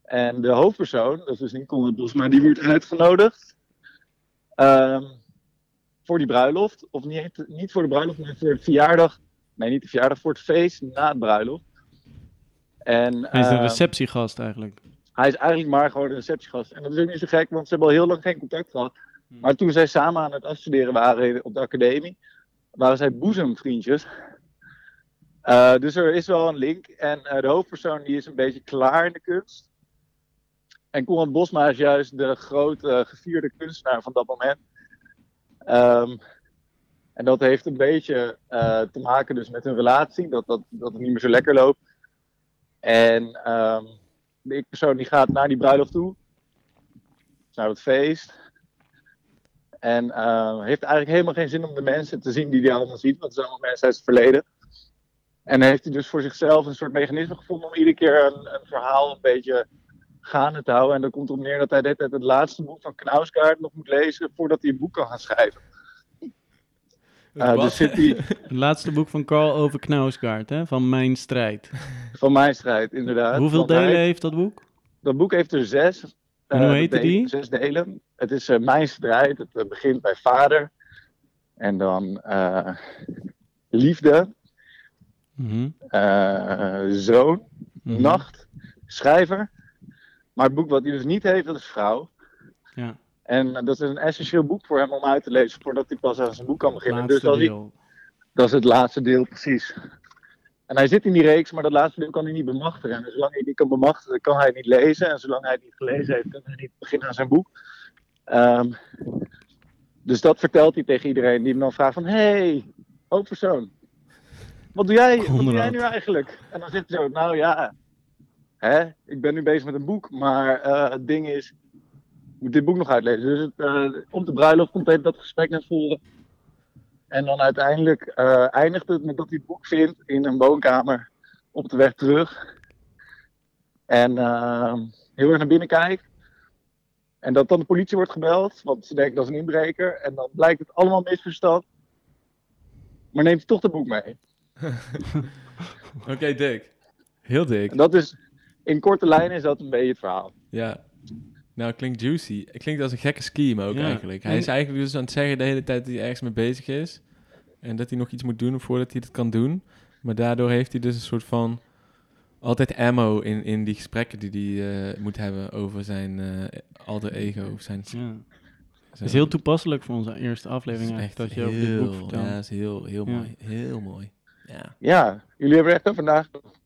[SPEAKER 2] En de hoofdpersoon, dat is dus niet Conrad Bosma, die wordt uitgenodigd ehm, voor die bruiloft. Of niet, niet voor de bruiloft, maar voor het verjaardag. Nee, niet de verjaardag, voor het feest na het bruiloft. En,
[SPEAKER 1] Hij is een
[SPEAKER 2] ehm,
[SPEAKER 1] receptiegast eigenlijk.
[SPEAKER 2] hij is eigenlijk maar gewoon een receptiegast. En dat is ook niet zo gek, want ze hebben al heel lang geen contact gehad. Maar toen zij samen aan het afstuderen waren op de academie, waren zij boezemvriendjes. Eh, dus er is wel een link. En eh, de hoofdpersoon die is een beetje klaar in de kunst. En Conrad Bosma is juist de grote eh, gevierde kunstenaar van dat moment. Ehm, en dat heeft een beetje eh, te maken dus met hun relatie, dat, dat, dat het niet meer zo lekker loopt. En ehm, de ik-persoon die gaat naar die bruiloft toe. Dus naar het feest. En eh, heeft eigenlijk helemaal geen zin om de mensen te zien die hij allemaal ziet. Want het zijn allemaal mensen uit het verleden. En heeft hij dus voor zichzelf een soort mechanisme gevonden om iedere keer een, een verhaal een beetje gaande te houden. En dat komt erop neer dat hij dit het laatste boek van Knauskaart nog moet lezen voordat hij een boek kan gaan schrijven. Eh,
[SPEAKER 3] Wat?
[SPEAKER 2] dus zit hij
[SPEAKER 1] Het laatste boek van Carl over Knausgaard, hè? Van Mijn Strijd.
[SPEAKER 2] van mijn strijd, inderdaad.
[SPEAKER 1] Hoeveel
[SPEAKER 2] Want hij-
[SPEAKER 1] delen heeft dat boek?
[SPEAKER 2] Dat boek heeft er zes.
[SPEAKER 1] En
[SPEAKER 2] eh,
[SPEAKER 1] hoe heette
[SPEAKER 2] delen-
[SPEAKER 1] die?
[SPEAKER 2] Zes delen. Het is eh, Mijn strijd. Het eh, begint bij vader. En dan eh, liefde,
[SPEAKER 1] Mhm,
[SPEAKER 2] eh, zoon,
[SPEAKER 1] mhm.
[SPEAKER 2] nacht, schrijver. Maar het boek wat hij dus niet heeft, dat is vrouw.
[SPEAKER 1] Ja,
[SPEAKER 2] En eh, dat is een essentieel boek voor hem om uit te lezen voordat hij pas aan zijn boek kan beginnen.
[SPEAKER 1] laatste
[SPEAKER 2] dus als hij-
[SPEAKER 1] deel.
[SPEAKER 2] dat is het laatste deel, precies. En hij zit in die reeks, maar dat laatste deel kan hij niet bemachtigen. En zolang hij die kan bemachtigen, kan hij het niet lezen. En zolang hij het niet gelezen heeft, kan hij niet beginnen aan zijn boek. Ehm, dus dat vertelt hij tegen iedereen die hem dan vraagt van... hey, hoofdpersoon, wat doe jij, wat doe jij
[SPEAKER 1] Konrad.
[SPEAKER 2] nu eigenlijk? En dan zit hij zo, nou ja, hè, ik ben nu bezig met een boek. Maar eh, het ding is, ik moet dit boek nog uitlezen. Dus het, eh, om de bruiloft komt even dat gesprek naar voren. En dan uiteindelijk eh, eindigt het met dat hij het boek vindt in een woonkamer op de weg terug. En ehm, heel erg naar binnen kijkt. En dat dan de politie wordt gebeld, want ze denken dat is een inbreker. En dan blijkt het allemaal misverstand. Maar neemt hij toch het boek mee.
[SPEAKER 3] Oké, dik. Heel dik.
[SPEAKER 2] En dat is, in korte lijnen is dat een beetje het verhaal.
[SPEAKER 3] Ja. Nou, klinkt juicy. Het klinkt als een gekke scheme ook
[SPEAKER 1] Ja.
[SPEAKER 3] eigenlijk. Hij
[SPEAKER 1] En-
[SPEAKER 3] is eigenlijk dus aan het zeggen de hele tijd dat hij ergens mee bezig is. En dat hij nog iets moet doen voordat hij dat kan doen. Maar daardoor heeft hij dus een soort van... Altijd ammo in, in die gesprekken die hij eh, moet hebben over zijn eh alter ego. Of zijn, zijn,
[SPEAKER 1] Ja. Het is heel toepasselijk voor onze eerste aflevering
[SPEAKER 3] is
[SPEAKER 1] eigenlijk, dat
[SPEAKER 3] echt
[SPEAKER 1] je over dit boek
[SPEAKER 3] heel-
[SPEAKER 1] vertelt.
[SPEAKER 3] Ja, is heel, heel
[SPEAKER 1] Ja.
[SPEAKER 3] mooi. Heel mooi. Ja.
[SPEAKER 2] Ja, jullie hebben er echt over nagedacht.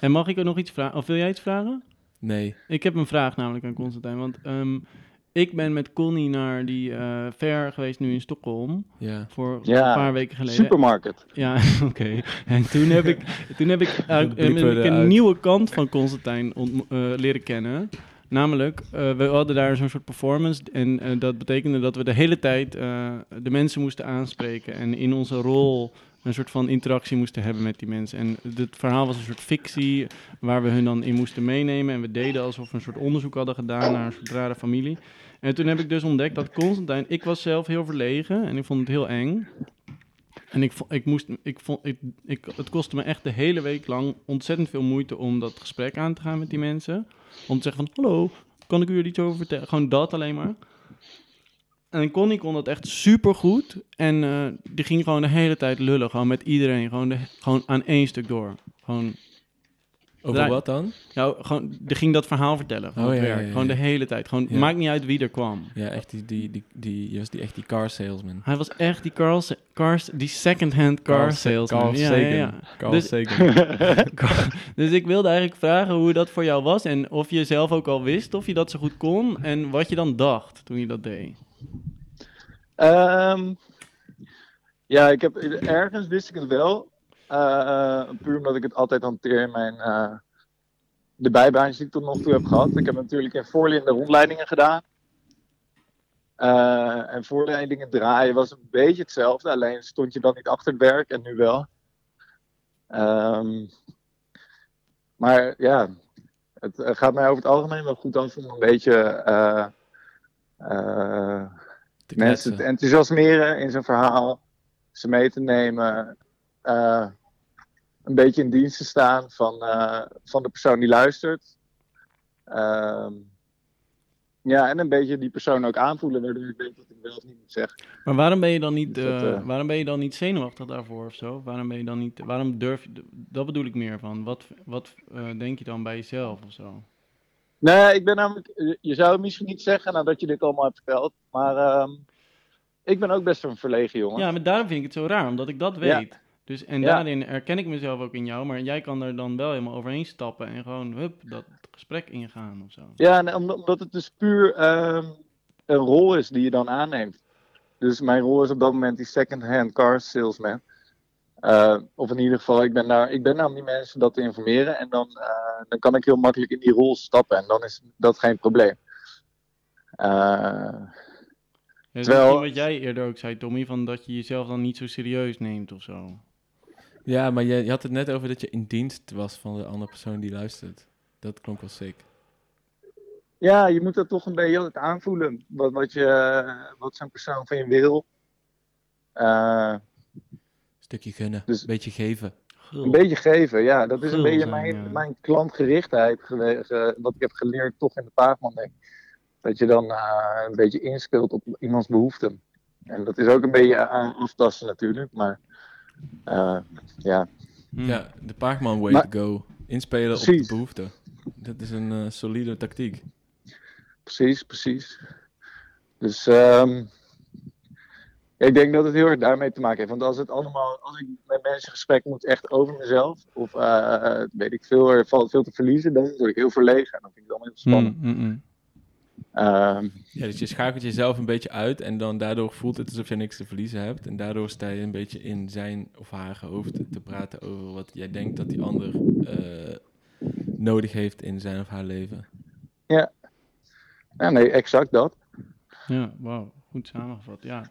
[SPEAKER 1] En mag ik ook nog iets vragen? Of wil jij iets vragen?
[SPEAKER 3] Nee.
[SPEAKER 1] Ik heb een vraag namelijk aan Constantijn, want ehm, ik ben met Connie naar die eh fair geweest nu in Stockholm,
[SPEAKER 3] Ja.
[SPEAKER 1] voor
[SPEAKER 2] Ja,
[SPEAKER 1] een paar weken geleden.
[SPEAKER 2] Supermarket.
[SPEAKER 1] Ja, oké. En toen heb ik, toen heb ik, uit-
[SPEAKER 3] bliepen
[SPEAKER 1] heb ik een
[SPEAKER 3] eruit.
[SPEAKER 1] nieuwe kant van Constantijn ontmo- eh, leren kennen. Namelijk, eh, we hadden daar zo'n soort performance. En eh, dat betekende dat we de hele tijd eh, de mensen moesten aanspreken. En in onze rol een soort van interactie moesten hebben met die mensen. En het verhaal was een soort fictie waar we hun dan in moesten meenemen. En we deden alsof we een soort onderzoek hadden gedaan naar een soort rare familie. En toen heb ik dus ontdekt dat Constantijn... Ik was zelf heel verlegen en ik vond het heel eng. En ik, vo- ik moest, ik vond, ik, ik, het kostte me echt de hele week lang ontzettend veel moeite om dat gesprek aan te gaan met die mensen. Om te zeggen van, hallo, kan ik u er iets over vertellen? Gewoon dat alleen maar. En Connie kon dat echt super goed. En eh, die ging gewoon de hele tijd lullen. Gewoon met iedereen. Gewoon, de, gewoon aan één stuk door. Gewoon,
[SPEAKER 3] Over
[SPEAKER 1] Draai-
[SPEAKER 3] wat dan?
[SPEAKER 1] ja, gewoon, die ging dat verhaal vertellen. Gewoon,
[SPEAKER 3] Oh,
[SPEAKER 1] het
[SPEAKER 3] ja,
[SPEAKER 1] werk.
[SPEAKER 3] ja, ja,
[SPEAKER 1] gewoon de
[SPEAKER 3] ja.
[SPEAKER 1] hele tijd. Gewoon,
[SPEAKER 3] Ja.
[SPEAKER 1] maakt niet uit wie er kwam.
[SPEAKER 3] Ja, echt die, die, die, die, je was die, echt die car salesman.
[SPEAKER 1] Hij was echt die car, cars, die second-hand car,
[SPEAKER 3] Carl Sa-
[SPEAKER 1] salesman.
[SPEAKER 3] Carl
[SPEAKER 1] ja, ja,
[SPEAKER 3] Sagan.
[SPEAKER 1] ja.
[SPEAKER 3] Carl
[SPEAKER 1] Dus-
[SPEAKER 3] Sagan.
[SPEAKER 1] Dus ik wilde eigenlijk vragen hoe dat voor jou was en of je zelf ook al wist of je dat zo goed kon en wat je dan dacht toen je dat deed.
[SPEAKER 2] Ehm, ja, ik heb, ergens wist ik het wel. Eh, puur omdat ik het altijd hanteer in mijn, eh, de bijbaantjes die ik tot nog toe heb gehad. Ik heb natuurlijk in voorlinden rondleidingen gedaan. Eh, en voorleidingen draaien was een beetje hetzelfde, alleen stond je dan niet achter het werk en nu wel. Ehm, maar ja, het eh, gaat mij over het algemeen wel goed af om een beetje eh, eh,
[SPEAKER 3] Te
[SPEAKER 2] mensen te
[SPEAKER 3] kletsen.
[SPEAKER 2] enthousiasmeren in zijn verhaal, ze mee te nemen, eh, een beetje in dienst te staan van, eh, van de persoon die luistert. Ehm, ja, en een beetje die persoon ook aanvoelen, waardoor ik weet wat ik wel of niet moet zeggen.
[SPEAKER 1] Maar waarom ben je dan niet,
[SPEAKER 2] Dus dat,
[SPEAKER 1] eh,
[SPEAKER 2] eh,
[SPEAKER 1] waarom ben je dan niet zenuwachtig daarvoor of zo? Waarom ben je dan niet, waarom durf je, dat bedoel ik meer van, wat, wat eh, denk je dan bij jezelf of zo?
[SPEAKER 2] Nee, ik ben namelijk, je- je zou het misschien niet zeggen nadat je dit allemaal hebt verteld, maar ehm, ik ben ook best een verlegen jongen.
[SPEAKER 1] Ja, maar daarom vind ik het zo raar, omdat ik dat
[SPEAKER 2] Ja.
[SPEAKER 1] weet. Dus, en
[SPEAKER 2] Ja.
[SPEAKER 1] daarin herken ik mezelf ook in jou, maar jij kan er dan wel helemaal overheen stappen en gewoon, hup, dat gesprek ingaan of zo.
[SPEAKER 2] Ja, en om- omdat het dus puur ehm, een rol is die je dan aanneemt. Dus mijn rol is op dat moment die second-hand car salesman. Eh, of in ieder geval, ik ben, daar, ik ben daar om die mensen dat te informeren. En dan, eh, dan kan ik heel makkelijk in die rol stappen. En dan is dat geen probleem. Eh,
[SPEAKER 1] Ja,
[SPEAKER 2] Terwijl-
[SPEAKER 1] Terwijl... dus Wat jij eerder ook zei, Tommy, van dat je jezelf dan niet zo serieus neemt of zo.
[SPEAKER 3] Ja, maar je, je had het net over dat je in dienst was van de andere persoon die luistert. Dat klonk wel sick.
[SPEAKER 2] ja, je moet dat toch een beetje altijd aanvoelen. Wat, wat, je- wat zo'n persoon van je wil. Eh,
[SPEAKER 3] Stukje gunnen,
[SPEAKER 2] Dus-
[SPEAKER 3] beetje geven.
[SPEAKER 2] Een beetje geven, ja. Dat is
[SPEAKER 1] Gul
[SPEAKER 2] een beetje
[SPEAKER 1] zijn,
[SPEAKER 2] mijn,
[SPEAKER 1] ja.
[SPEAKER 2] mijn klantgerichtheid, gewe- ge- wat ik heb geleerd toch in de paagman denk. ik. Dat je dan eh, een beetje inspeelt op iemands behoeften. En dat is ook een beetje aan aftasten natuurlijk, maar eh, ja.
[SPEAKER 1] Hm.
[SPEAKER 3] Ja, de paagman way
[SPEAKER 2] Maar-
[SPEAKER 3] to go. Inspelen op
[SPEAKER 2] Precies.
[SPEAKER 3] de behoeften. Dat is een eh, solide tactiek.
[SPEAKER 2] Precies, precies. Dus ehm, ja, ik denk dat het heel erg daarmee te maken heeft. Want als het allemaal, als ik met mensen gesprek moet echt over mezelf, of eh, weet ik veel, er valt veel te verliezen, dan word ik heel verlegen. En dan vind ik het allemaal heel spannend.
[SPEAKER 1] Hm, hm, hm.
[SPEAKER 2] Ehm,
[SPEAKER 3] Ja, dus je schakelt jezelf een beetje uit en dan daardoor voelt het alsof je niks te verliezen hebt. En daardoor sta je een beetje in zijn of haar hoofd te praten over wat jij denkt dat die ander eh, nodig heeft in zijn of haar leven.
[SPEAKER 2] Ja, nee, exact dat.
[SPEAKER 1] Ja, wauw. Goed samengevat, ja.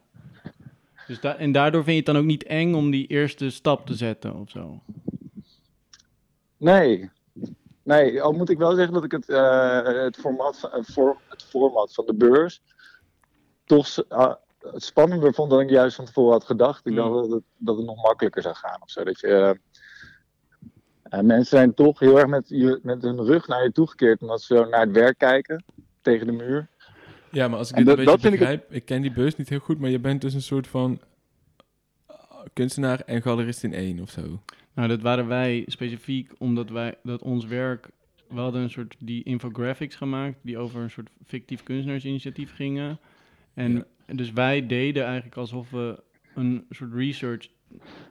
[SPEAKER 1] Dus da en daardoor vind je het dan ook niet eng om die eerste stap te zetten of zo?
[SPEAKER 2] Nee. Nee, al moet ik wel zeggen dat ik het, eh, het, format, van- eh, voor, het format van de beurs toch s- ah, het spannender vond dan ik juist van tevoren had gedacht. Ik dacht
[SPEAKER 1] Mm.
[SPEAKER 2] dat het, dat het nog makkelijker zou gaan of zo. Dat je, eh, eh, mensen zijn toch heel erg met, je, met hun rug naar je toegekeerd omdat ze zo naar het werk kijken tegen de muur.
[SPEAKER 3] Ja, maar als ik
[SPEAKER 2] En
[SPEAKER 3] dit
[SPEAKER 2] dat-
[SPEAKER 3] een
[SPEAKER 2] dat
[SPEAKER 3] beetje
[SPEAKER 2] vind ik het-
[SPEAKER 3] begrijp, ik, ken die beurs niet heel goed, maar je bent dus een soort van eh, kunstenaar en galerist in één of zo.
[SPEAKER 1] Nou, dat waren wij specifiek omdat wij dat ons werk. We hadden een soort die infographics gemaakt die over een soort fictief kunstenaarsinitiatief gingen. En
[SPEAKER 3] Ja.
[SPEAKER 1] dus wij deden eigenlijk alsof we een soort research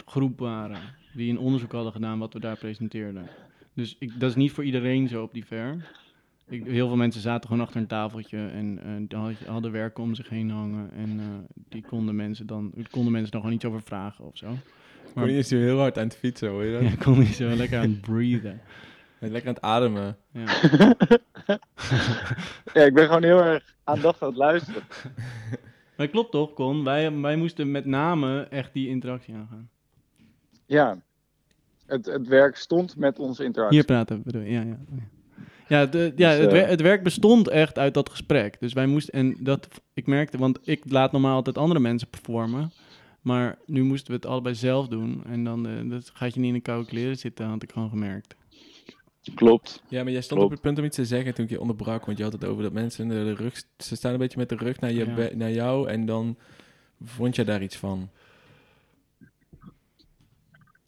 [SPEAKER 1] groep waren die een onderzoek hadden gedaan wat we daar presenteerden. Dus ik, dat is niet voor iedereen zo op die ver. Ik, heel veel mensen zaten gewoon achter een tafeltje en eh, dan had je- hadden werken om zich heen hangen. En eh, die konden mensen dan, konden mensen dan gewoon iets over vragen of zo. Maar-
[SPEAKER 3] Maar je is hier heel hard aan het fietsen, hoor je dat?
[SPEAKER 1] Ja, ik kon niet zo lekker aan het breathen.
[SPEAKER 3] Lekker aan het ademen.
[SPEAKER 1] Ja.
[SPEAKER 2] Ja, ik ben gewoon heel erg aandachtig aan het luisteren.
[SPEAKER 1] Maar klopt toch, Con? Wij, wij moesten met name echt die interactie aangaan.
[SPEAKER 2] Ja, het, het werk stond met onze interactie.
[SPEAKER 1] Hier praten, bedoel ik. Ja, ja. Ja, het, eh, ja
[SPEAKER 2] Dus,
[SPEAKER 1] het,
[SPEAKER 2] eh,
[SPEAKER 1] wer- het werk bestond echt uit dat gesprek. Dus wij moesten, en dat, ik merkte, want ik laat normaal altijd andere mensen performen. Maar nu moesten we het allebei zelf doen. En dan eh, dat gaat je niet in de koude kleren zitten, had ik gewoon gemerkt.
[SPEAKER 2] Klopt.
[SPEAKER 3] Ja, maar jij stond
[SPEAKER 2] Klopt.
[SPEAKER 3] op het punt om iets te zeggen toen ik je onderbrak, want je had het over dat mensen de, de rug, ze staan een beetje met de rug naar, je,
[SPEAKER 1] Ja.
[SPEAKER 3] be- naar jou en dan vond jij daar iets van.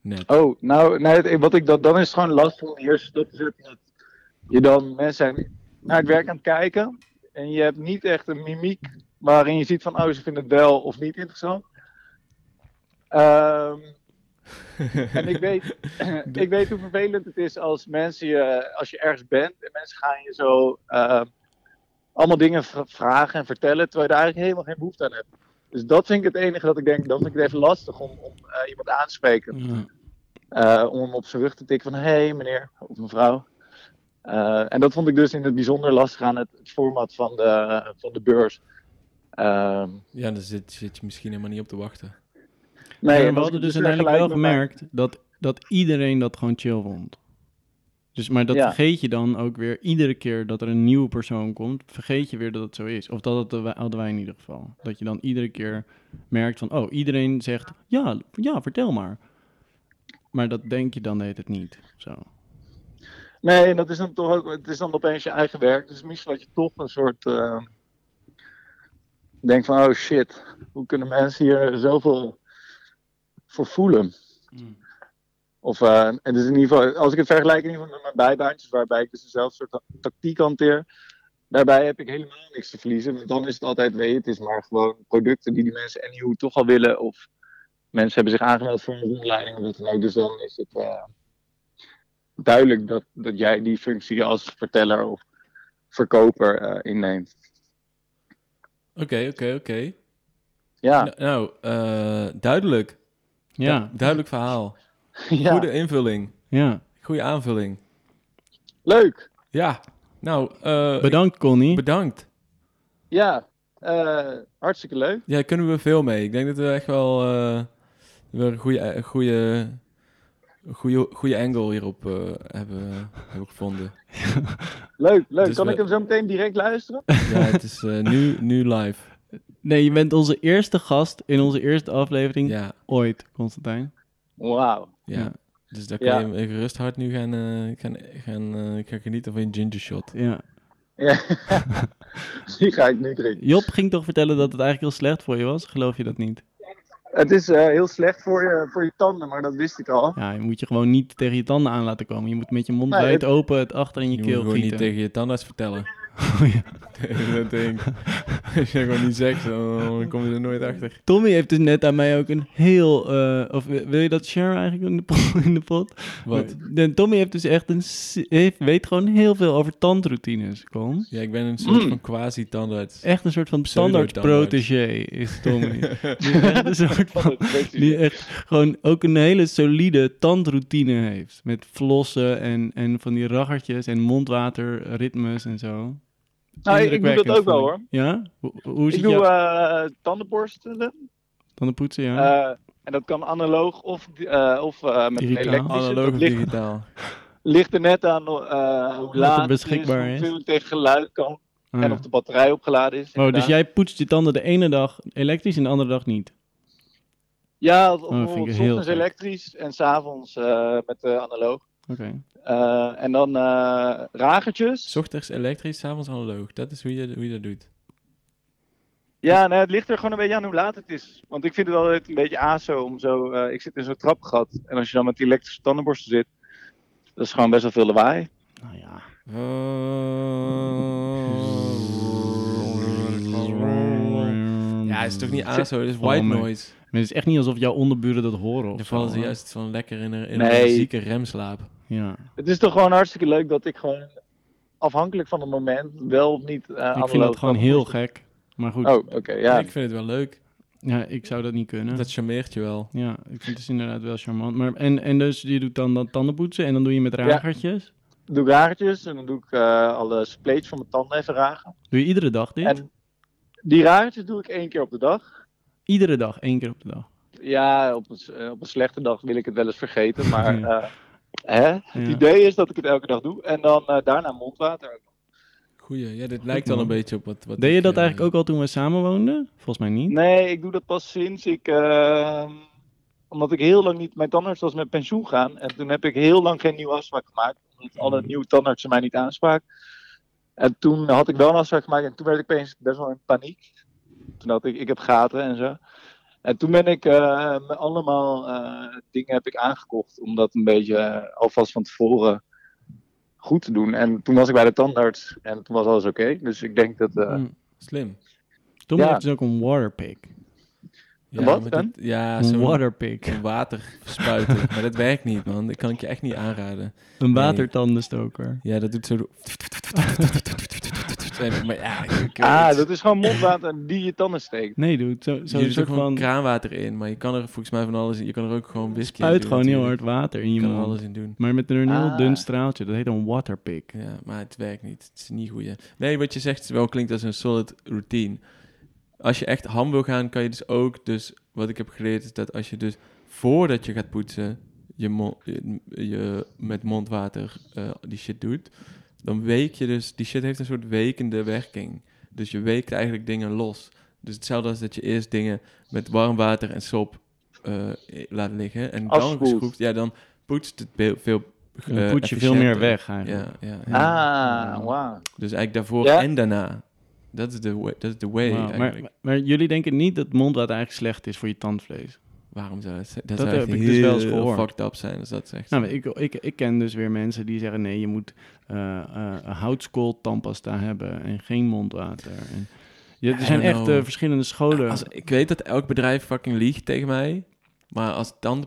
[SPEAKER 3] Net.
[SPEAKER 2] Oh, nou, nee, het- wat ik dat, dan is het gewoon last om de eerste stap te zetten. Dat je dan mensen zijn naar het werk aan het kijken. En je hebt niet echt een mimiek waarin je ziet van, oh, ze vinden het wel of niet interessant. Ehm, en ik weet, ik weet hoe vervelend het is als mensen je, als je ergens bent en mensen gaan je zo ehm, allemaal dingen vra- vragen en vertellen, terwijl je daar eigenlijk helemaal geen behoefte aan hebt. Dus dat vind ik het enige dat ik denk, dat vind ik het even lastig om, om eh, iemand aan te spreken.
[SPEAKER 1] Ja.
[SPEAKER 2] eh, om hem op zijn rug te tikken van hé hey, meneer of mevrouw. Eh, en dat vond ik dus in het bijzonder lastig aan het format van de, van de beurs. Ehm,
[SPEAKER 3] Ja, daar zit, zit je misschien helemaal niet op te wachten.
[SPEAKER 2] nee,
[SPEAKER 1] Ja,
[SPEAKER 2] en
[SPEAKER 1] we
[SPEAKER 2] dat
[SPEAKER 1] hadden
[SPEAKER 2] is
[SPEAKER 1] dus
[SPEAKER 2] weer
[SPEAKER 1] uiteindelijk wel
[SPEAKER 2] gelijk met mijn-
[SPEAKER 1] gemerkt dat, dat iedereen dat gewoon chill vond. Dus, maar dat
[SPEAKER 2] Ja.
[SPEAKER 1] vergeet je dan ook weer iedere keer dat er een nieuwe persoon komt, vergeet je weer dat het zo is. Of dat het, hadden wij in ieder geval. Dat je dan iedere keer merkt van, oh, iedereen zegt, ja, ja vertel maar. Maar dat denk je dan deed het niet. Zo.
[SPEAKER 2] Nee, en dat is dan toch ook, het is dan opeens je eigen werk. Dus misschien dat je toch een soort. eh denkt van: oh shit, hoe kunnen mensen hier zoveel voor voelen?
[SPEAKER 1] Mm.
[SPEAKER 2] Of, eh, en dus in ieder geval, als ik het vergelijk in ieder geval met mijn bijbaantjes, waarbij ik dus dezelfde soort ta- tactiek hanteer, daarbij heb ik helemaal niks te verliezen. Want dan is het altijd, weet je, het is maar gewoon producten die die mensen anyhow toch al willen. Of mensen hebben zich aangemeld voor een rondleiding of wat dan ook. Dus dan is het. eh, duidelijk dat, dat jij die functie als verteller of verkoper eh, inneemt.
[SPEAKER 3] Oké, oké, oké.
[SPEAKER 2] Ja,
[SPEAKER 3] Nou, nou, eh, duidelijk.
[SPEAKER 1] Ja,
[SPEAKER 3] Du- duidelijk verhaal.
[SPEAKER 1] Nou,
[SPEAKER 2] ja.
[SPEAKER 3] Goede invulling.
[SPEAKER 1] ja.
[SPEAKER 3] Goede aanvulling.
[SPEAKER 2] leuk.
[SPEAKER 3] Ja. Nou, eh,
[SPEAKER 1] Bedankt Connie.
[SPEAKER 3] bedankt.
[SPEAKER 2] Ja, eh, hartstikke leuk.
[SPEAKER 3] Ja, kunnen we veel mee. Ik denk dat we echt wel eh, weer een goede, eh, een goede, een goede, goede angle hierop eh, hebben, hebben gevonden.
[SPEAKER 2] Leuk, leuk.
[SPEAKER 3] Dus
[SPEAKER 2] kan
[SPEAKER 3] we-
[SPEAKER 2] ik hem zo meteen direct luisteren?
[SPEAKER 3] ja, het is eh, nu, nu live.
[SPEAKER 1] nee, je bent onze eerste gast in onze eerste aflevering
[SPEAKER 3] Ja,
[SPEAKER 1] ooit, Constantijn.
[SPEAKER 2] Wauw.
[SPEAKER 3] ja.
[SPEAKER 1] Ja.
[SPEAKER 3] Dus daar kan
[SPEAKER 2] Ja.
[SPEAKER 3] je hem even gerust hard nu gaan, eh, gaan, gaan, eh, gaan genieten van je ginger shot.
[SPEAKER 1] Ja.
[SPEAKER 2] Ja. Die ga ik nu drinken.
[SPEAKER 1] Job ging toch vertellen dat het eigenlijk heel slecht voor je was? Geloof je dat niet?
[SPEAKER 2] Het is eh, heel slecht voor je, voor je tanden, maar dat wist ik al.
[SPEAKER 1] Ja, je moet je gewoon niet tegen je tanden aan laten komen. Je moet met je mond
[SPEAKER 2] Nee,
[SPEAKER 1] wijd
[SPEAKER 2] het-
[SPEAKER 1] open het achter in je,
[SPEAKER 3] Je moet
[SPEAKER 1] keel
[SPEAKER 3] gewoon
[SPEAKER 1] gieten.
[SPEAKER 3] niet tegen je tandarts vertellen.
[SPEAKER 1] Oh ja.
[SPEAKER 3] dat ding. Als je dat gewoon niet zegt, dan dan kom je er nooit achter.
[SPEAKER 1] Tommy heeft dus net aan mij ook een heel... eh, of eh, wil je dat share eigenlijk in de, po- in de pot?
[SPEAKER 3] Wat?
[SPEAKER 1] Eh, Tommy heeft dus echt een... s- Heeft, weet gewoon heel veel over tandroutines, Kom.
[SPEAKER 3] Ja, ik ben een soort
[SPEAKER 2] Mm.
[SPEAKER 3] van quasi-tandarts.
[SPEAKER 1] Echt een soort van standaard
[SPEAKER 3] Pseudo-tandarts.
[SPEAKER 1] protégé is Tommy. Die is echt een soort van... Die
[SPEAKER 2] Nou,
[SPEAKER 1] echt gewoon ook een hele solide tandroutine heeft. Met flossen en, en van die raggertjes en mondwaterritmes en zo.
[SPEAKER 2] Nou, ik- ik doe dat
[SPEAKER 1] Indrukwekkend,
[SPEAKER 2] ook
[SPEAKER 1] vond
[SPEAKER 2] wel hoor.
[SPEAKER 1] ik. Ja? Hoe, hoe
[SPEAKER 2] Ik
[SPEAKER 1] zit
[SPEAKER 2] doe
[SPEAKER 1] jouw
[SPEAKER 2] eh, tandenborstelen.
[SPEAKER 1] tandenpoetsen? Ja?
[SPEAKER 2] Eh, en dat kan analoog of, eh, of eh, met een
[SPEAKER 1] Digitaal.
[SPEAKER 2] elektrische.
[SPEAKER 3] Analoog
[SPEAKER 2] Dat
[SPEAKER 3] of
[SPEAKER 2] ligt
[SPEAKER 3] digitaal?
[SPEAKER 2] ligt er net aan eh, hoe
[SPEAKER 1] er
[SPEAKER 2] laat het
[SPEAKER 1] beschikbaar
[SPEAKER 2] is,
[SPEAKER 1] is.
[SPEAKER 2] hoeveel het tegen geluid kan
[SPEAKER 1] Ah,
[SPEAKER 2] en
[SPEAKER 1] ja.
[SPEAKER 2] of de batterij opgeladen is.
[SPEAKER 1] Oh, dus
[SPEAKER 2] inderdaad.
[SPEAKER 1] jij poetst je tanden de ene dag elektrisch en de andere dag niet.
[SPEAKER 2] Ja,
[SPEAKER 1] Oh,
[SPEAKER 2] of,
[SPEAKER 1] dat vind ik
[SPEAKER 2] bijvoorbeeld
[SPEAKER 1] heel
[SPEAKER 2] ochtends
[SPEAKER 1] gek.
[SPEAKER 2] elektrisch en s'avonds eh met de analoog.
[SPEAKER 1] Oké.
[SPEAKER 2] Eh, en dan eh ragertjes.
[SPEAKER 3] 's Ochtends elektrisch, 's avonds analoog. Dat is hoe je, hoe je dat doet.
[SPEAKER 2] Ja, nee, het ligt er gewoon een beetje aan hoe laat het is. Want ik vind het altijd een beetje aso om zo... eh, ik zit in zo'n trapgat en als je dan met die elektrische tandenborstel zit... Dat is gewoon best wel veel lawaai.
[SPEAKER 1] Nou ja.
[SPEAKER 3] Ja, het is toch niet
[SPEAKER 1] Zit-
[SPEAKER 3] ASO, het is
[SPEAKER 1] Oh,
[SPEAKER 3] white
[SPEAKER 1] man.
[SPEAKER 3] noise.
[SPEAKER 1] Maar het is echt niet alsof jouw onderburen dat horen. Of
[SPEAKER 3] Dan
[SPEAKER 1] zo,
[SPEAKER 3] vallen ze
[SPEAKER 1] hoor.
[SPEAKER 3] juist van lekker in een, in een
[SPEAKER 2] Nee.
[SPEAKER 3] zieke remslaap.
[SPEAKER 1] Ja.
[SPEAKER 2] Het is toch gewoon hartstikke leuk dat ik gewoon... Afhankelijk van het moment, wel of niet eh
[SPEAKER 1] Ik vind dat gewoon heel gek. Maar goed,
[SPEAKER 2] Oh, oké, ja.
[SPEAKER 3] Ik vind het wel leuk.
[SPEAKER 1] ja, ik zou dat niet kunnen.
[SPEAKER 3] Dat charmeert je wel.
[SPEAKER 1] Ja, ik vind het dus inderdaad wel charmant. Maar, en, en dus je doet dan dat tandenpoetsen en dan doe je met ragertjes.
[SPEAKER 2] doe ik ragertjes en dan doe ik eh, alle spleets van mijn tanden even ragen.
[SPEAKER 1] Doe je iedere dag dit?
[SPEAKER 2] En die ragertjes doe ik één keer op de dag.
[SPEAKER 1] Iedere dag, één keer op de dag.
[SPEAKER 2] Ja, op een, s- eh, op een slechte dag wil ik het wel eens vergeten, maar
[SPEAKER 1] Ja.
[SPEAKER 2] eh, hè? het
[SPEAKER 1] Ja.
[SPEAKER 2] idee is dat ik het elke dag doe. En dan eh, daarna mondwater.
[SPEAKER 3] Goeie, ja, dit lijkt wel een
[SPEAKER 1] man.
[SPEAKER 3] beetje op wat... wat
[SPEAKER 1] Deed je
[SPEAKER 3] ik,
[SPEAKER 1] dat
[SPEAKER 3] eh,
[SPEAKER 1] eigenlijk ook al toen we samen woonden? Volgens mij niet.
[SPEAKER 2] Nee, ik doe dat pas sinds ik... eh, omdat ik heel lang niet... Mijn tandarts was met pensioen gaan en toen heb ik heel lang geen nieuwe afspraak gemaakt. Omdat alle nieuwe tandartsen mij niet aanspraken. En toen had ik wel een afspraak gemaakt en toen werd ik opeens best wel in paniek. Toen had ik, ik heb gaten en zo. En toen ben ik eh, me allemaal eh, dingen heb ik aangekocht om dat een beetje eh, alvast van tevoren goed te doen. En toen was ik bij de tandarts en toen was alles oké. Dus ik denk dat... eh,
[SPEAKER 1] Hm.
[SPEAKER 3] Slim.
[SPEAKER 1] Tommy
[SPEAKER 2] ja.
[SPEAKER 1] heeft dus ook een waterpik.
[SPEAKER 3] Ja,
[SPEAKER 2] wat
[SPEAKER 3] maar
[SPEAKER 2] dan?
[SPEAKER 3] dat- ja,
[SPEAKER 1] Een
[SPEAKER 3] zo'n
[SPEAKER 1] waterpik.
[SPEAKER 3] een water spuiten. maar dat werkt niet, man. Dat kan ik je echt niet aanraden.
[SPEAKER 1] Een watertandenstoker.
[SPEAKER 3] Ja, dat doet zo... zijn. Maar ja, ik ik weet
[SPEAKER 2] Ah,
[SPEAKER 3] het.
[SPEAKER 2] dat is gewoon mondwater die je tanden steekt.
[SPEAKER 1] Nee, dude. Zo- Zo'n
[SPEAKER 3] je doet er
[SPEAKER 1] soort
[SPEAKER 3] gewoon
[SPEAKER 1] van...
[SPEAKER 3] kraanwater in, maar je kan er volgens mij van alles in. Je kan er ook gewoon whisky in
[SPEAKER 1] Spuit
[SPEAKER 3] doen
[SPEAKER 1] gewoon heel hard
[SPEAKER 3] natuurlijk.
[SPEAKER 1] water in
[SPEAKER 3] Je
[SPEAKER 1] je
[SPEAKER 3] kan er
[SPEAKER 1] mond.
[SPEAKER 3] alles Eh, in doen.
[SPEAKER 1] Maar met een heel
[SPEAKER 2] Ah.
[SPEAKER 1] dun straaltje. Dat heet een waterpick.
[SPEAKER 3] Ja, maar het werkt niet. Het is niet goed. hè. Nee, wat je zegt is wel klinkt als een solid routine. Als je echt ham wil gaan, kan je dus ook... Dus wat ik heb geleerd is dat als je dus voordat je gaat poetsen... je, mo- je, je met mondwater eh, die shit doet... dan week je dus... Die shit heeft een soort wekende werking. Dus je weekt eigenlijk dingen los. Dus hetzelfde als dat je eerst dingen met warm water en sop eh, laat liggen. En dan
[SPEAKER 2] Afspoelt.
[SPEAKER 3] geschroefd... Ja, dan poetst het veel... veel
[SPEAKER 1] Dan
[SPEAKER 3] eh,
[SPEAKER 1] poets je veel meer
[SPEAKER 3] efficiënter.
[SPEAKER 1] weg eigenlijk.
[SPEAKER 3] Ja, ja, ja.
[SPEAKER 2] Ah, wauw.
[SPEAKER 3] Dus eigenlijk daarvoor
[SPEAKER 2] Ja.
[SPEAKER 3] en daarna. Dat is de way. Dat is de way
[SPEAKER 1] Wauw, maar,
[SPEAKER 3] eigenlijk.
[SPEAKER 1] maar, maar jullie denken niet dat mondwater eigenlijk slecht is voor je tandvlees?
[SPEAKER 3] Waarom zou het zijn? Dat,
[SPEAKER 1] Dat
[SPEAKER 3] zou echt
[SPEAKER 1] heb ik dus wel eens
[SPEAKER 3] heel
[SPEAKER 1] gehoord.
[SPEAKER 3] fucked up zijn als dat zegt.
[SPEAKER 1] Nou, ik, ik, ik ken dus weer mensen die zeggen... nee, je moet eh eh, een houtskool tandpasta hebben en geen mondwater. En, Ja, er
[SPEAKER 3] I
[SPEAKER 1] zijn
[SPEAKER 3] don't
[SPEAKER 1] echt
[SPEAKER 3] know.
[SPEAKER 1] eh, verschillende scholen.
[SPEAKER 3] Nou. Ah, als, ik weet dat elk bedrijf fucking liegt tegen mij. Maar als tand,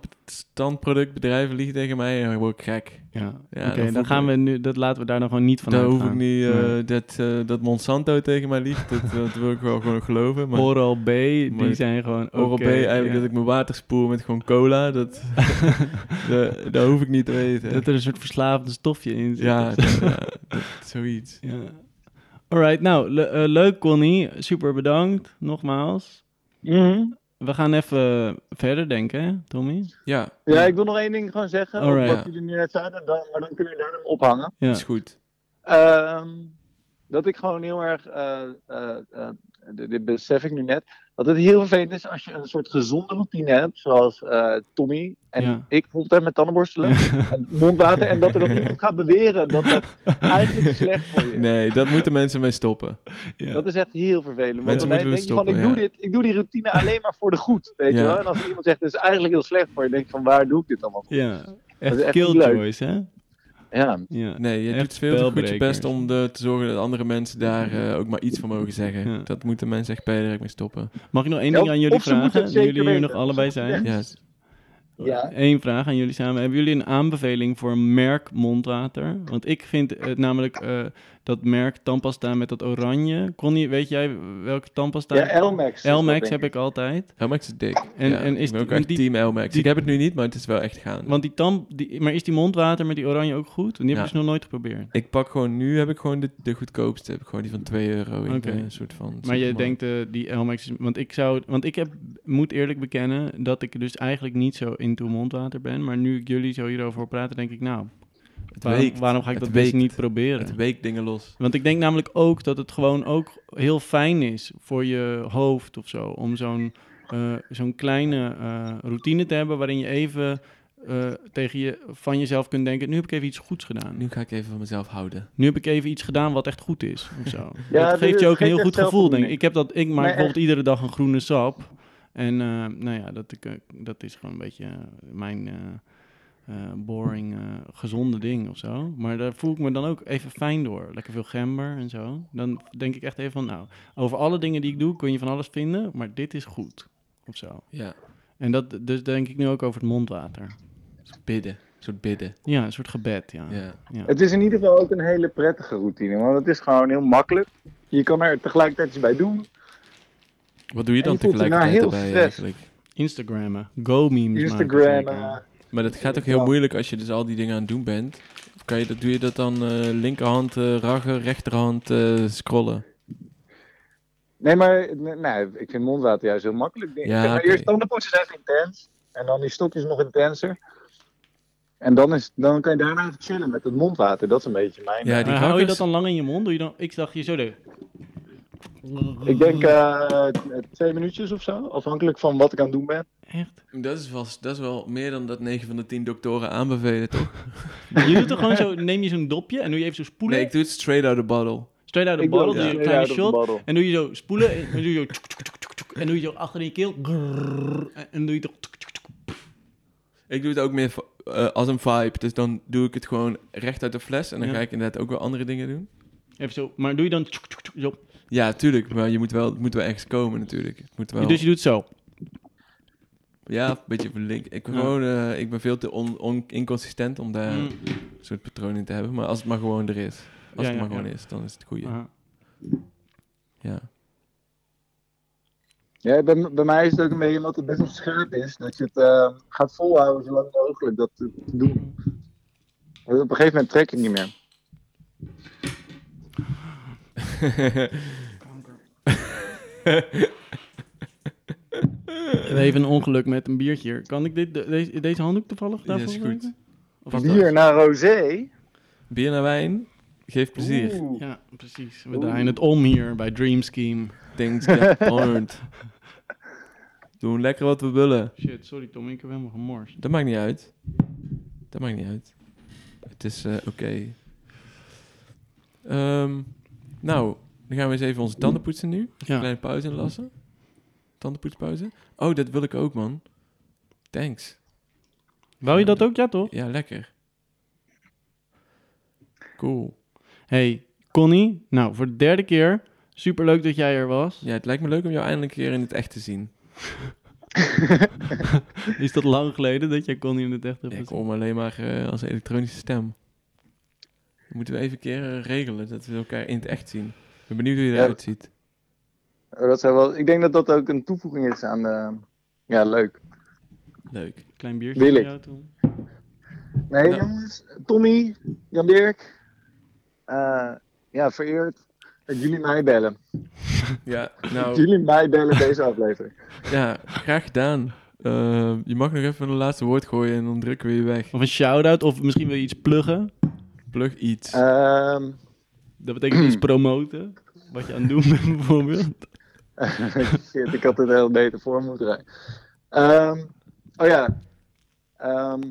[SPEAKER 3] tandproductbedrijven liegen tegen mij, dan word ik gek.
[SPEAKER 1] ja. Oké,
[SPEAKER 3] Ja, dat voel
[SPEAKER 1] dan
[SPEAKER 3] ik
[SPEAKER 1] gaan
[SPEAKER 3] me-
[SPEAKER 1] we nu... dat laten we daar dan gewoon niet van
[SPEAKER 3] Daar hoef ik
[SPEAKER 1] uitgaan.
[SPEAKER 3] niet eh,
[SPEAKER 1] Nee.
[SPEAKER 3] dat, eh, dat Monsanto tegen mij liegt. Dat, dat wil ik wel gewoon geloven. Maar
[SPEAKER 1] Oral B, die
[SPEAKER 3] Maar-
[SPEAKER 1] zijn gewoon...
[SPEAKER 3] Oral B,
[SPEAKER 1] oké,
[SPEAKER 3] eigenlijk
[SPEAKER 1] ja.
[SPEAKER 3] dat ik mijn water spoel met gewoon cola, dat, dat, dat hoef ik niet te weten.
[SPEAKER 1] Dat er een soort verslavend stofje in zit.
[SPEAKER 3] ja, dat- ja, dat- zoiets.
[SPEAKER 1] Ja. Alright, nou, le- eh, leuk Connie. Super bedankt, nogmaals.
[SPEAKER 2] Mhm.
[SPEAKER 1] We gaan even verder denken, hè, Tommy?
[SPEAKER 3] Ja,
[SPEAKER 2] Ja, ik wil nog één ding gewoon zeggen. over
[SPEAKER 1] Alright.
[SPEAKER 2] Wat jullie nu net zeiden, dan, maar dan kunnen we daarna ophangen.
[SPEAKER 1] Ja.
[SPEAKER 3] is goed.
[SPEAKER 2] Ehm, dat ik gewoon heel erg, eh, eh, eh, dit, dit besef ik nu net, dat het heel vervelend is als je een soort gezonde routine hebt, zoals eh, Tommy en
[SPEAKER 1] Ja.
[SPEAKER 2] ik bijvoorbeeld hè, met tandenborstelen en mondwater, en dat er dan iemand gaat beweren dat dat eigenlijk slecht voor je is.
[SPEAKER 3] Nee, dat moeten mensen mee stoppen.
[SPEAKER 2] Dat is echt heel vervelend. Want
[SPEAKER 3] Mensen
[SPEAKER 2] dan
[SPEAKER 3] moeten
[SPEAKER 2] denk
[SPEAKER 3] we
[SPEAKER 2] je van,
[SPEAKER 3] stoppen,
[SPEAKER 2] ik, doe
[SPEAKER 3] ja.
[SPEAKER 2] dit, ik doe die routine alleen maar voor de goed, weet
[SPEAKER 3] Ja.
[SPEAKER 2] je wel. En als iemand zegt, het is eigenlijk heel slecht voor je, denk je van, waar doe ik dit allemaal voor?
[SPEAKER 1] Ja,
[SPEAKER 2] Dat is
[SPEAKER 1] echt
[SPEAKER 2] echt niet leuk.
[SPEAKER 1] killjoys, hè?
[SPEAKER 2] Ja,
[SPEAKER 1] Ja.
[SPEAKER 3] Nee, je
[SPEAKER 1] Echt
[SPEAKER 3] doet veel te goed je
[SPEAKER 1] spelbrekers.
[SPEAKER 3] best om de, te zorgen dat andere mensen daar eh, ook maar iets van mogen zeggen.
[SPEAKER 1] Ja.
[SPEAKER 3] Dat moeten mensen echt bij direct mee stoppen.
[SPEAKER 1] Mag ik nog één
[SPEAKER 2] Ja,
[SPEAKER 1] ding aan jullie
[SPEAKER 2] of ze moeten het
[SPEAKER 1] vragen? Nu
[SPEAKER 2] zeker
[SPEAKER 1] jullie hier
[SPEAKER 2] weten.
[SPEAKER 1] nog allebei zijn.
[SPEAKER 3] Ja,
[SPEAKER 2] Ja.
[SPEAKER 1] Eén vraag aan jullie samen. Hebben jullie een aanbeveling voor een merk mondwater? Want ik vind het namelijk eh, dat merk tandpasta met dat oranje. Connie, weet jij welke tandpasta?
[SPEAKER 2] ja Elmex. is dat,
[SPEAKER 1] Elmex
[SPEAKER 2] denk
[SPEAKER 1] heb ik altijd.
[SPEAKER 3] Elmax is dik.
[SPEAKER 1] En-
[SPEAKER 3] Ja,
[SPEAKER 1] en is
[SPEAKER 3] ik ben ook
[SPEAKER 1] die-
[SPEAKER 3] echt
[SPEAKER 1] die-
[SPEAKER 3] team Elmax.
[SPEAKER 1] die-
[SPEAKER 3] Ik heb het nu niet, maar het is wel echt gaande.
[SPEAKER 1] Want die tam, die, maar is die mondwater met die oranje ook goed? Want die heb
[SPEAKER 3] Ja.
[SPEAKER 1] ik dus nog nooit geprobeerd.
[SPEAKER 3] Ik pak gewoon, nu heb ik gewoon de, de goedkoopste. Heb ik gewoon die van 2 euro in
[SPEAKER 1] Oké.
[SPEAKER 3] eh, een soort van...
[SPEAKER 1] Maar je
[SPEAKER 3] supermarkt.
[SPEAKER 1] denkt eh, die Elmex is... Want ik zou... Want ik heb, moet eerlijk bekennen dat ik dus eigenlijk niet zo into mondwater ben. Maar nu ik jullie zo hierover hoor praten, denk ik nou...
[SPEAKER 3] het
[SPEAKER 1] waarom-
[SPEAKER 3] weekt.
[SPEAKER 1] waarom ga ik
[SPEAKER 3] Het
[SPEAKER 1] dat dus
[SPEAKER 3] weekt.
[SPEAKER 1] niet proberen?
[SPEAKER 3] Het weekt dingen los.
[SPEAKER 1] Want ik denk namelijk ook dat het gewoon ook heel fijn is voor je hoofd of zo. Om zo'n eh, zo'n kleine eh, routine te hebben waarin je even eh, tegen je, van jezelf kunt denken... Nu heb ik even iets goeds gedaan.
[SPEAKER 3] Nu ga ik even van mezelf houden.
[SPEAKER 1] Nu heb ik even iets gedaan wat echt goed is. Of zo.
[SPEAKER 2] Ja,
[SPEAKER 1] dat
[SPEAKER 2] dit
[SPEAKER 1] geeft je
[SPEAKER 2] is-
[SPEAKER 1] ook een heel
[SPEAKER 2] geeft
[SPEAKER 1] goed
[SPEAKER 2] echt
[SPEAKER 1] gevoel, denk ik.
[SPEAKER 2] zelfvoldoening.
[SPEAKER 1] Ik, heb dat, ik maak
[SPEAKER 2] Maar echt-
[SPEAKER 1] bijvoorbeeld iedere dag een groene sap. En eh, nou ja, dat, ik, eh, dat is gewoon een beetje eh, mijn eh, eh, boring, eh, gezonde ding of zo. Maar daar voel ik me dan ook even fijn door. Lekker veel gember en zo. Dan denk ik echt even van, nou, over alle dingen die ik doe kun je van alles vinden, maar dit is goed. Of zo.
[SPEAKER 3] Ja,
[SPEAKER 1] En dat dus denk ik nu ook over het mondwater.
[SPEAKER 3] bidden. Een soort bidden.
[SPEAKER 1] Ja, een soort gebed, ja.
[SPEAKER 3] Ja.
[SPEAKER 2] Het is in ieder geval ook een hele prettige routine, want het is gewoon heel makkelijk. Je kan er tegelijkertijd iets bij doen.
[SPEAKER 3] Wat doe je
[SPEAKER 2] En
[SPEAKER 3] dan
[SPEAKER 2] je voelt je nou
[SPEAKER 3] tegelijkertijd
[SPEAKER 2] heel
[SPEAKER 3] erbij
[SPEAKER 2] stress.
[SPEAKER 3] eigenlijk?
[SPEAKER 1] Instagrammen, go-memes maken,
[SPEAKER 2] Instagram.
[SPEAKER 1] zeker.
[SPEAKER 2] eh,
[SPEAKER 3] Maar dat gaat ook heel
[SPEAKER 2] Ja.
[SPEAKER 3] moeilijk als je dus al die dingen aan het doen bent. Kan je dat, doe je dat dan eh, linkerhand eh raggen, rechterhand eh, scrollen?
[SPEAKER 2] Nee, maar nee, nee, ik vind mondwater juist heel makkelijk. Ik
[SPEAKER 3] Ja,
[SPEAKER 2] zeg maar
[SPEAKER 3] oké.
[SPEAKER 2] Eerst tandenpoetsen is even intens. En dan die stokjes nog intenser. En dan, is, dan kan je daarna even chillen met het mondwater. Dat is een beetje mijn...
[SPEAKER 3] Ja,
[SPEAKER 2] eh,
[SPEAKER 3] die
[SPEAKER 1] Maar hou je dat
[SPEAKER 3] rakkers-
[SPEAKER 1] dan lang in je mond? Doe je dan, ik dacht je zo de...
[SPEAKER 2] Ik denk eh, twee minuutjes of zo, afhankelijk van wat ik aan het doen ben.
[SPEAKER 1] Echt?
[SPEAKER 3] Dat is, wel, dat is wel meer dan dat 9 van de 10 doktoren aanbevelen, toch?
[SPEAKER 1] Je doet toch gewoon zo, neem je zo'n dopje en doe je even zo spoelen.
[SPEAKER 3] Nee, ik doe het straight out of the bottle.
[SPEAKER 1] Straight uit de
[SPEAKER 2] Ik doe
[SPEAKER 1] bottle,
[SPEAKER 2] ook
[SPEAKER 1] doe je
[SPEAKER 2] straight
[SPEAKER 1] een kleine
[SPEAKER 2] out of
[SPEAKER 1] shot.
[SPEAKER 2] the bottle.
[SPEAKER 1] En doe je zo spoelen en dan doe je zo... tjoek, tjoek, tjoek, tjoek, tjoek, En doe je zo achter in je keel. grrrr, En dan doe je toch... tjoek, tjoek, tjoek.
[SPEAKER 3] Ik doe het ook meer va- eh, als een vibe. Dus dan doe ik het gewoon recht uit de fles. En dan
[SPEAKER 1] Ja.
[SPEAKER 3] ga ik inderdaad ook wel andere dingen doen.
[SPEAKER 1] Even zo, maar doe je dan... tjoek, tjoek, tjoek, zo.
[SPEAKER 3] Ja, tuurlijk. Maar je moet wel, het moet wel ergens komen natuurlijk. Het moet wel,
[SPEAKER 1] Dus je doet zo.
[SPEAKER 3] Ja, een beetje verlinkt. Ik, ben
[SPEAKER 1] Ja.
[SPEAKER 3] gewoon, eh, ik ben veel te on, on- inconsistent om daar
[SPEAKER 1] Mm,
[SPEAKER 3] een soort patroon in te hebben. Maar als het maar gewoon er is. Als
[SPEAKER 1] Ja,
[SPEAKER 3] het
[SPEAKER 1] ja,
[SPEAKER 3] maar gewoon
[SPEAKER 1] ja.
[SPEAKER 3] is, dan is het goed.
[SPEAKER 1] aha.
[SPEAKER 3] Ja.
[SPEAKER 2] Ja, bij, m- bij mij is het ook een beetje omdat het best wel scherp is. Dat je het eh, gaat volhouden zo lang mogelijk dat te te doen. Want op een gegeven moment trek je het niet meer.
[SPEAKER 1] Even een ongeluk met een biertje hier. Kan ik dit, de- deze, deze handdoek toevallig
[SPEAKER 3] Ja,
[SPEAKER 1] daarvoor
[SPEAKER 3] is goed.
[SPEAKER 1] gebruiken? Of is
[SPEAKER 2] Bier naar rosé.
[SPEAKER 3] Bier naar wijn, geef plezier.
[SPEAKER 1] dat-
[SPEAKER 2] Oeh.
[SPEAKER 1] Ja, precies. We
[SPEAKER 2] Oeh.
[SPEAKER 1] draaien het om hier bij Dream Scheme.
[SPEAKER 3] Things get hard. Doen lekker wat we willen.
[SPEAKER 1] Shit, sorry Tom, ik heb helemaal gemorst.
[SPEAKER 3] Dat maakt niet uit. Dat maakt niet uit. Het is eh, oké. Ehm, nou, dan gaan we eens even onze tanden poetsen nu.
[SPEAKER 1] Ja,
[SPEAKER 3] Kleine pauze inlassen. Tandenpoetspauze. Oh, dat wil ik ook, man. Thanks.
[SPEAKER 1] wou je dat ook? Ja toch?
[SPEAKER 3] Ja, lekker. Cool.
[SPEAKER 1] Hey, Connie. Nou, voor de derde keer. Superleuk dat jij er was.
[SPEAKER 3] Ja, het lijkt me leuk om jou eindelijk een keer in het echt te zien.
[SPEAKER 1] Is dat lang geleden dat jij Connie in het echt hebt
[SPEAKER 3] Ik
[SPEAKER 1] gezien?
[SPEAKER 3] hoor me alleen maar eh, als elektronische stem. Dat moeten we even een keer eh, regelen, dat we elkaar in het echt zien. Ik ben benieuwd hoe je
[SPEAKER 2] Ja.
[SPEAKER 3] eruit ziet.
[SPEAKER 2] Oh, Dat zou wel, ik denk dat dat ook een toevoeging is aan de... Ja, leuk.
[SPEAKER 3] Leuk.
[SPEAKER 1] Klein biertje
[SPEAKER 2] Wil
[SPEAKER 1] voor
[SPEAKER 2] ik.
[SPEAKER 1] jou Tom.
[SPEAKER 2] Nee,
[SPEAKER 3] Nou.
[SPEAKER 2] jongens. Tommy, Jan Dirk. eh, ja, vereerd dat jullie mij bellen.
[SPEAKER 3] Ja,
[SPEAKER 1] Oh.
[SPEAKER 2] Dat
[SPEAKER 3] nou,
[SPEAKER 2] jullie mij bellen deze aflevering.
[SPEAKER 3] ja, graag gedaan. Eh, je mag nog even een laatste woord gooien en dan drukken we je weg.
[SPEAKER 1] Of een shout-out, of misschien wil je iets pluggen.
[SPEAKER 3] Plug iets.
[SPEAKER 2] Ehm,
[SPEAKER 1] Dat betekent iets promoten. Wat je aan het doen bent bijvoorbeeld.
[SPEAKER 2] Shit, ik had het heel beter voor moeten rijden. Ehm, oh ja. Ehm,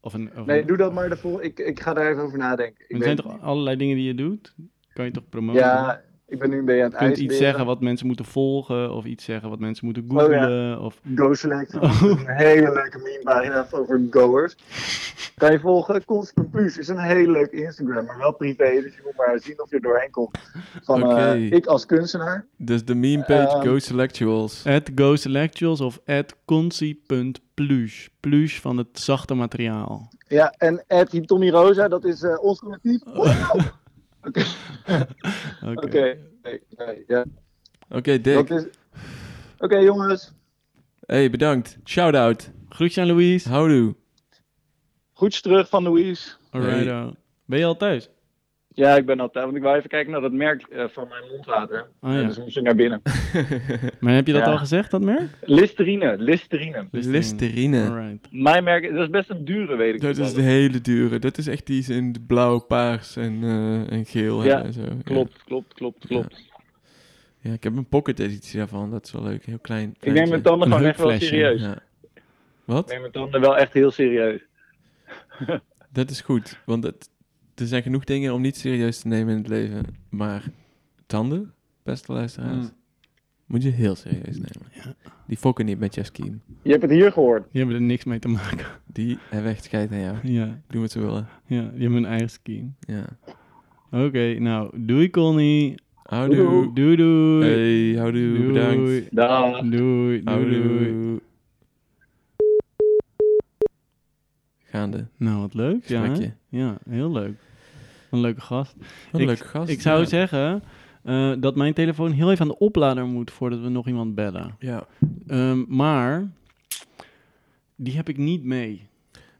[SPEAKER 1] Of een, of
[SPEAKER 2] nee,
[SPEAKER 1] een-
[SPEAKER 2] doe dat maar. De vol- ik, ik ga daar even over nadenken. Ik
[SPEAKER 1] Er zijn
[SPEAKER 2] ben,
[SPEAKER 1] toch allerlei dingen die je doet? Kan je toch promoten?
[SPEAKER 2] ja, ik ben nu een beetje aan het
[SPEAKER 1] je kunt
[SPEAKER 2] ijsberen.
[SPEAKER 1] iets zeggen wat mensen moeten volgen, of iets zeggen wat mensen moeten
[SPEAKER 2] Oh, ja.
[SPEAKER 1] googlen. Of...
[SPEAKER 2] Go Select. Een hele leuke meme-pagina over goers. Kan je volgen? Constant Plus is een hele leuke Instagram, maar wel privé. Dus je moet maar zien of je er doorheen komt. Van eh,
[SPEAKER 3] Oké.
[SPEAKER 2] ik als kunstenaar.
[SPEAKER 3] Dus de meme page,
[SPEAKER 2] Ehm.
[SPEAKER 3] Go Selectuals.
[SPEAKER 1] At GoSelectuals of at concy.plush. Plush van het zachte materiaal.
[SPEAKER 2] Ja, en at die Tommy Rosa, dat is eh, ons collectief. Wow! Oké,
[SPEAKER 1] Oké.
[SPEAKER 2] oké. Nee, nee, ja.
[SPEAKER 3] Oké,
[SPEAKER 2] Dat
[SPEAKER 3] Dick.
[SPEAKER 2] is... Oké, jongens.
[SPEAKER 3] Hey, bedankt. Shout-out.
[SPEAKER 1] Groetjes aan Louise.
[SPEAKER 3] Houdoe.
[SPEAKER 2] Goeds terug van Louise.
[SPEAKER 1] Alrighto. uh, Ben je al thuis?
[SPEAKER 2] Ja, ik ben al thuis, want ik wou even kijken naar dat merk eh, van mijn mondwater.
[SPEAKER 1] Oh,
[SPEAKER 2] Eh,
[SPEAKER 1] ja.
[SPEAKER 2] Dus moest ik naar binnen.
[SPEAKER 1] Maar heb je dat
[SPEAKER 2] Ja.
[SPEAKER 1] al gezegd, dat merk?
[SPEAKER 2] Listerine, Listerine.
[SPEAKER 3] Listerine.
[SPEAKER 1] Alright.
[SPEAKER 2] Mijn merk, dat is best een dure, weet ik
[SPEAKER 3] Dat
[SPEAKER 2] wel.
[SPEAKER 3] is de hele dure. Dat is echt die ze in het blauw, paars en, eh, en geel
[SPEAKER 2] Ja,
[SPEAKER 3] hebben en zo.
[SPEAKER 2] Klopt, klopt, klopt, klopt.
[SPEAKER 3] Ja. Ja, ik heb een pocket editie daarvan. Dat is wel leuk. Heel klein.
[SPEAKER 2] ik neem mijn tanden
[SPEAKER 1] Een
[SPEAKER 2] gewoon echt wel
[SPEAKER 1] hupflesje,
[SPEAKER 2] serieus.
[SPEAKER 3] Ja.
[SPEAKER 2] Ik
[SPEAKER 3] Wat?
[SPEAKER 2] neem mijn tanden wel echt heel serieus.
[SPEAKER 3] Dat is goed. Want het, er zijn genoeg dingen om niet serieus te nemen in het leven. Maar tanden, beste luisteraars,
[SPEAKER 2] Mm.
[SPEAKER 3] moet je heel serieus nemen. Die fokken niet met je scheme.
[SPEAKER 2] Je hebt het hier gehoord.
[SPEAKER 1] Die hebben er niks mee te maken.
[SPEAKER 3] Die hebben echt scheid aan jou.
[SPEAKER 1] ja,
[SPEAKER 3] Doen wat ze willen.
[SPEAKER 1] ja, die hebben hun eigen skin.
[SPEAKER 3] Ja.
[SPEAKER 1] Oké, nou, doei Connie.
[SPEAKER 3] Houdoe.
[SPEAKER 1] Doei doei.
[SPEAKER 3] Hey, houdoe.
[SPEAKER 1] Doei.
[SPEAKER 3] Bedankt.
[SPEAKER 2] Dag.
[SPEAKER 1] Doei, doei, doei.
[SPEAKER 3] Houdoe. Gaande.
[SPEAKER 1] Nou, wat leuk. Ja, hè?
[SPEAKER 3] Gesprekje.
[SPEAKER 1] ja, heel leuk. Wat Een leuke gast.
[SPEAKER 3] Wat
[SPEAKER 1] Ik-
[SPEAKER 3] een leuke gast.
[SPEAKER 1] Ik zou
[SPEAKER 3] ja.
[SPEAKER 1] zeggen eh, dat mijn telefoon heel even aan de oplader moet voordat we nog iemand bellen.
[SPEAKER 3] Ja.
[SPEAKER 1] Ehm, maar die heb ik niet mee.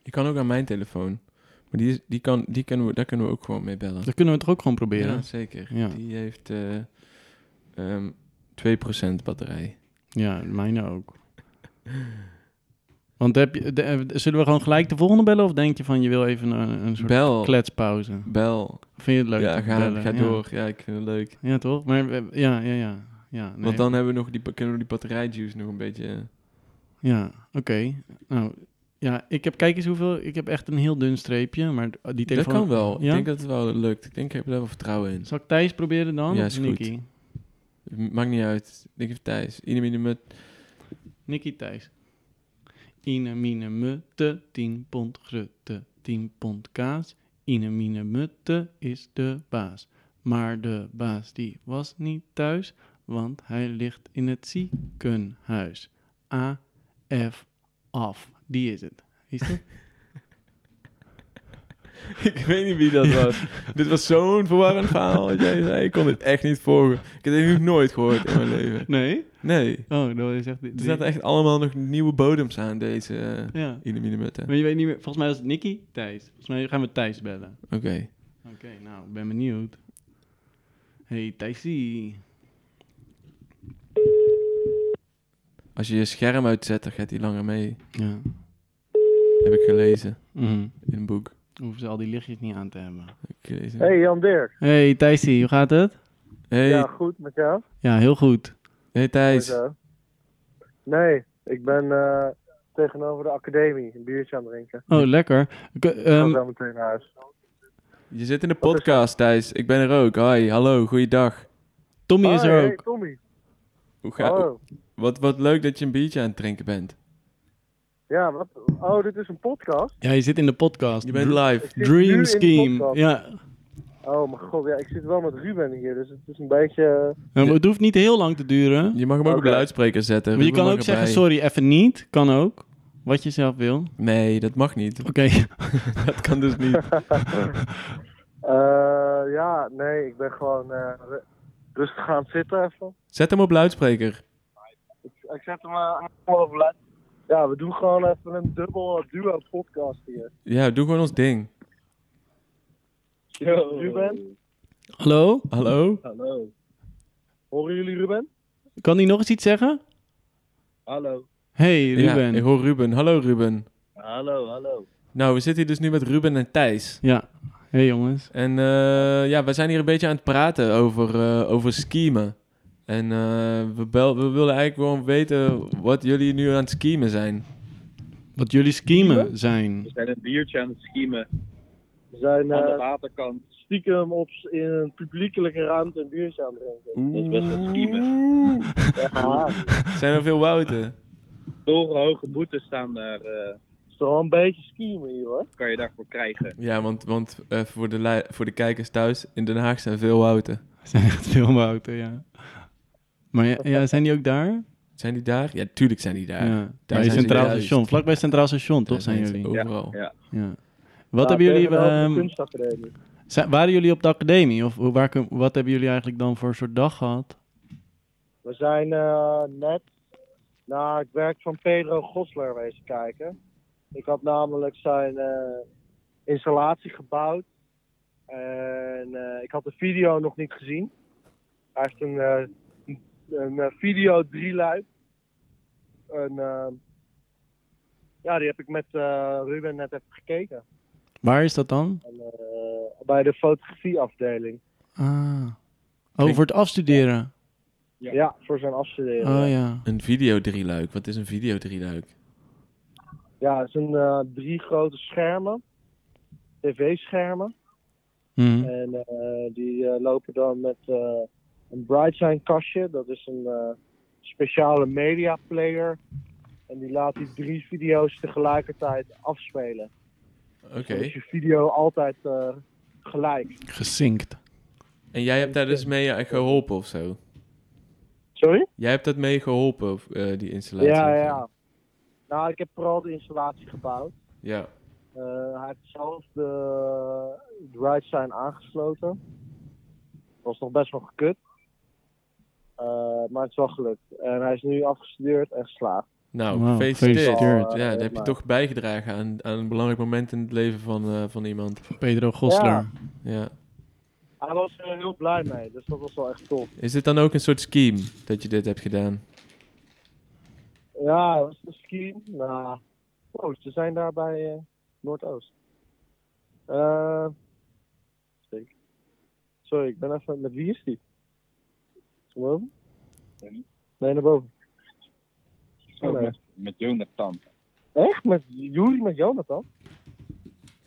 [SPEAKER 3] Je kan ook aan mijn telefoon. Maar die, is, die, kan, die kunnen we, daar kunnen we ook gewoon mee bellen.
[SPEAKER 1] Dan kunnen we het toch ook gewoon
[SPEAKER 3] Ja,
[SPEAKER 1] proberen.
[SPEAKER 3] zeker.
[SPEAKER 1] Ja.
[SPEAKER 3] Die heeft eh ehm 2% batterij.
[SPEAKER 1] Ja, mijne ook. Want heb je, de- eh, zullen we gewoon gelijk de volgende bellen? Of denk je van je wil even een, een soort
[SPEAKER 3] Bel.
[SPEAKER 1] kletspauze?
[SPEAKER 3] Bel.
[SPEAKER 1] Vind je het leuk?
[SPEAKER 3] ja,
[SPEAKER 1] om te
[SPEAKER 3] ga,
[SPEAKER 1] bellen?
[SPEAKER 3] ga
[SPEAKER 1] Ja.
[SPEAKER 3] door. Ja. ik vind het leuk.
[SPEAKER 1] Ja, toch? Maar we- ja, ja, ja. ja nee.
[SPEAKER 3] Want dan hebben we nog die, pa- kunnen we die batterijjuice nog een beetje...
[SPEAKER 1] Ja, oké. Nou, ja, ik heb, kijk eens hoeveel. Ik heb echt een heel dun streepje, maar d- die telefoon.
[SPEAKER 3] Dat kan wel.
[SPEAKER 1] Ja?
[SPEAKER 3] Ik denk dat het wel lukt. Ik denk, ik heb er wel vertrouwen in.
[SPEAKER 1] Zal ik Thijs proberen dan?
[SPEAKER 3] Ja,
[SPEAKER 1] of
[SPEAKER 3] is goed.
[SPEAKER 1] Nicky?
[SPEAKER 3] Maakt niet uit. Ik denk even Thijs. Ieder minimum.
[SPEAKER 1] Nicky Thijs. Ine mine mutte, 10 pond grutte, 10 pond kaas. Ine mine mutte is de baas. Maar de baas die was niet thuis, want hij ligt in het ziekenhuis. A, F, af. Die is het. Is dat?
[SPEAKER 3] ik weet niet wie dat was. Dit was zo'n verwarrend verhaal. wat Jij zei, ik kon dit echt niet volgen. Ik heb dit nog nooit gehoord in mijn leven.
[SPEAKER 1] Nee?
[SPEAKER 3] Nee.
[SPEAKER 1] Oh, dat is echt...
[SPEAKER 3] Er zaten echt allemaal nog nieuwe bodems aan deze eh
[SPEAKER 1] Ja.
[SPEAKER 3] illuminemutten.
[SPEAKER 1] Maar je weet niet meer... Volgens mij was het Nicky? Thijs. Volgens mij gaan we Thijs bellen.
[SPEAKER 3] Oké.
[SPEAKER 1] Oké, nou, ik ben benieuwd. Hey, Thijsie.
[SPEAKER 3] Als je je scherm uitzet, dan gaat hij langer mee.
[SPEAKER 1] Ja.
[SPEAKER 3] Heb ik gelezen
[SPEAKER 1] Mhm.
[SPEAKER 3] in een boek.
[SPEAKER 1] Hoeven ze al die lichtjes niet aan te hebben.
[SPEAKER 3] Heb ik gelezen.
[SPEAKER 4] Hey Jan Dirk.
[SPEAKER 1] Hey, Thijsie, hoe gaat het?
[SPEAKER 3] Hey,
[SPEAKER 4] Ja, eh. goed met jou.
[SPEAKER 1] Ja, heel goed.
[SPEAKER 3] hey
[SPEAKER 4] Met
[SPEAKER 3] Thijs.
[SPEAKER 4] jou. Nee, ik ben eh, tegenover de academie een biertje aan het drinken.
[SPEAKER 1] Oh, lekker. K-
[SPEAKER 4] Ik
[SPEAKER 1] ehm,
[SPEAKER 4] ga zo meteen naar huis.
[SPEAKER 3] Je zit in de podcast, Thijs. Ik ben er ook. Hoi, hallo, goeiedag.
[SPEAKER 1] Tommy is
[SPEAKER 4] Hoi,
[SPEAKER 1] er
[SPEAKER 4] hey,
[SPEAKER 1] ook.
[SPEAKER 4] Tommy.
[SPEAKER 3] Hoe gaat
[SPEAKER 4] Oh.
[SPEAKER 3] wat, wat leuk dat je een biertje aan het drinken bent.
[SPEAKER 4] Ja, wat? Oh, dit is een podcast?
[SPEAKER 1] Ja, je zit in de podcast.
[SPEAKER 3] Je bent
[SPEAKER 1] Dr-
[SPEAKER 3] live.
[SPEAKER 4] zit nu in
[SPEAKER 1] Dream
[SPEAKER 4] de
[SPEAKER 1] Scheme.
[SPEAKER 4] podcast.
[SPEAKER 1] Ja,
[SPEAKER 4] Oh mijn god, ja, ik zit wel met Ruben hier, dus het is een beetje...
[SPEAKER 1] Nou, maar het hoeft niet heel lang te duren.
[SPEAKER 3] Je mag hem ook op
[SPEAKER 4] Oké.
[SPEAKER 3] de luidspreker zetten.
[SPEAKER 1] Maar je
[SPEAKER 3] Ruben
[SPEAKER 1] kan
[SPEAKER 3] mag
[SPEAKER 1] ook zeggen,
[SPEAKER 3] erbij.
[SPEAKER 1] sorry, even niet. Kan ook. Wat je zelf wil. Oké.
[SPEAKER 3] Nee, dat mag niet. Dat kan dus niet.
[SPEAKER 4] eh, ja, nee, ik ben gewoon eh, ru- rustig aan het zitten even.
[SPEAKER 3] Zet hem op luidspreker.
[SPEAKER 4] Ik, ik zet hem eh, aan op laat. Ja, we doen gewoon even een dubbel eh, duo podcast hier.
[SPEAKER 3] Ja, doe gewoon ons ding.
[SPEAKER 4] Ruben,
[SPEAKER 1] Hallo?
[SPEAKER 3] Hallo?
[SPEAKER 4] Hallo. Horen jullie Ruben?
[SPEAKER 1] Kan hij nog eens iets zeggen?
[SPEAKER 4] Hallo.
[SPEAKER 1] Hey, Ruben.
[SPEAKER 3] Ja, ik hoor Ruben. Hallo Ruben.
[SPEAKER 4] Hallo, hallo.
[SPEAKER 3] Nou, we zitten hier dus nu met Ruben en Thijs.
[SPEAKER 1] Ja. Hey jongens.
[SPEAKER 3] En eh, ja, we zijn hier een beetje aan het praten over, eh, over schemen. En eh, we, bel we willen eigenlijk gewoon weten wat jullie nu aan het schemen zijn.
[SPEAKER 1] Wat jullie schemen zijn.
[SPEAKER 5] zijn een biertje aan het schiemen
[SPEAKER 4] We zijn
[SPEAKER 5] aan de
[SPEAKER 4] eh,
[SPEAKER 5] waterkant.
[SPEAKER 4] stiekem op, s- in een publiekelijke ruimte een biertje aan het drinken.
[SPEAKER 5] Dat is best wel schiemen.
[SPEAKER 4] Ja, het
[SPEAKER 3] Zijn er veel wouten?
[SPEAKER 5] Torenhoge boetes staan daar, eh,
[SPEAKER 4] is toch wel een beetje schiemen hier hoor.
[SPEAKER 5] kan je daarvoor krijgen.
[SPEAKER 3] Ja, want, want eh, voor, de lui- voor de kijkers thuis, in Den Haag zijn veel wouten.
[SPEAKER 1] Er zijn echt veel mouten, ja. Maar ja, ja, zijn die ook daar?
[SPEAKER 3] Zijn die daar? Ja, tuurlijk zijn die daar.
[SPEAKER 1] Ja.
[SPEAKER 3] zijn
[SPEAKER 1] Bij
[SPEAKER 3] ze
[SPEAKER 1] Centraal
[SPEAKER 3] juist.
[SPEAKER 1] Station. Vlakbij Centraal Station, toch
[SPEAKER 3] Daar
[SPEAKER 1] zijn
[SPEAKER 3] ze
[SPEAKER 1] jullie?
[SPEAKER 3] Overal.
[SPEAKER 5] Ja, ja.
[SPEAKER 1] Ja. Wat hebben jullie... ehm,
[SPEAKER 4] de kunstacademie.
[SPEAKER 1] zijn- waren jullie op de academie? Of hoe- waar, kun- wat hebben jullie eigenlijk dan voor soort dag gehad?
[SPEAKER 4] We zijn eh, net naar het werk van Pedro Gosler wezen kijken. Ik had namelijk zijn eh, installatie gebouwd. En eh, ik had de video nog niet gezien. Hij heeft een, eh, een, eh, video drieluik. En, eh, ja, die heb ik met eh, Ruben net even gekeken.
[SPEAKER 1] Waar is dat dan?
[SPEAKER 4] En, eh, bij de fotografieafdeling.
[SPEAKER 1] Ah. Oh, voor het afstuderen.
[SPEAKER 4] Ja, voor zijn afstuderen.
[SPEAKER 1] Oh ja.
[SPEAKER 3] Een video drieluik. Wat is een video drieluik?
[SPEAKER 4] Ja, het zijn eh, drie grote schermen. TV-schermen.
[SPEAKER 1] Mhm.
[SPEAKER 4] En eh, die eh, lopen dan met eh, een Brightsign kastje. Dat is een eh, speciale media player. En die laat die drie video's tegelijkertijd afspelen.
[SPEAKER 3] Oké.
[SPEAKER 4] Dan is je video altijd eh, gelijk.
[SPEAKER 1] Gesinkt.
[SPEAKER 3] En jij hebt daar dus mee eh, geholpen of zo?
[SPEAKER 4] Sorry?
[SPEAKER 3] Jij hebt dat mee geholpen, of, eh, die installatie?
[SPEAKER 4] Ja,
[SPEAKER 3] of zo?
[SPEAKER 4] ja. Nou, ik heb vooral de installatie gebouwd.
[SPEAKER 3] Ja.
[SPEAKER 4] Eh, hij heeft zelf de, de right sign aangesloten. Was nog best wel gekut. Eh, maar het is wel gelukt. En hij is nu afgestudeerd en geslaagd.
[SPEAKER 3] Nou,
[SPEAKER 1] Wauw,
[SPEAKER 3] gefeliciteerd.
[SPEAKER 1] gefeliciteerd.
[SPEAKER 4] Oh,
[SPEAKER 3] Ja, dat heb je
[SPEAKER 4] maar.
[SPEAKER 3] toch bijgedragen aan, aan een belangrijk moment in het leven van, eh, van iemand.
[SPEAKER 1] Pedro Gosler.
[SPEAKER 4] Ja.
[SPEAKER 3] Ja.
[SPEAKER 4] Hij was er heel blij mee, dus dat was wel echt tof.
[SPEAKER 3] Is dit dan ook een soort scheme dat je dit hebt gedaan?
[SPEAKER 4] Ja, het was een scheme. Nou, oh, ze zijn daar bij eh, Noordoost. Eh, zeker. sorry, ik ben even... Met wie is die? Is hij boven? Nee, naar boven.
[SPEAKER 5] Ook
[SPEAKER 4] nee.
[SPEAKER 5] met, met Jonathan.
[SPEAKER 4] Echt? Met Juri, met Jonathan?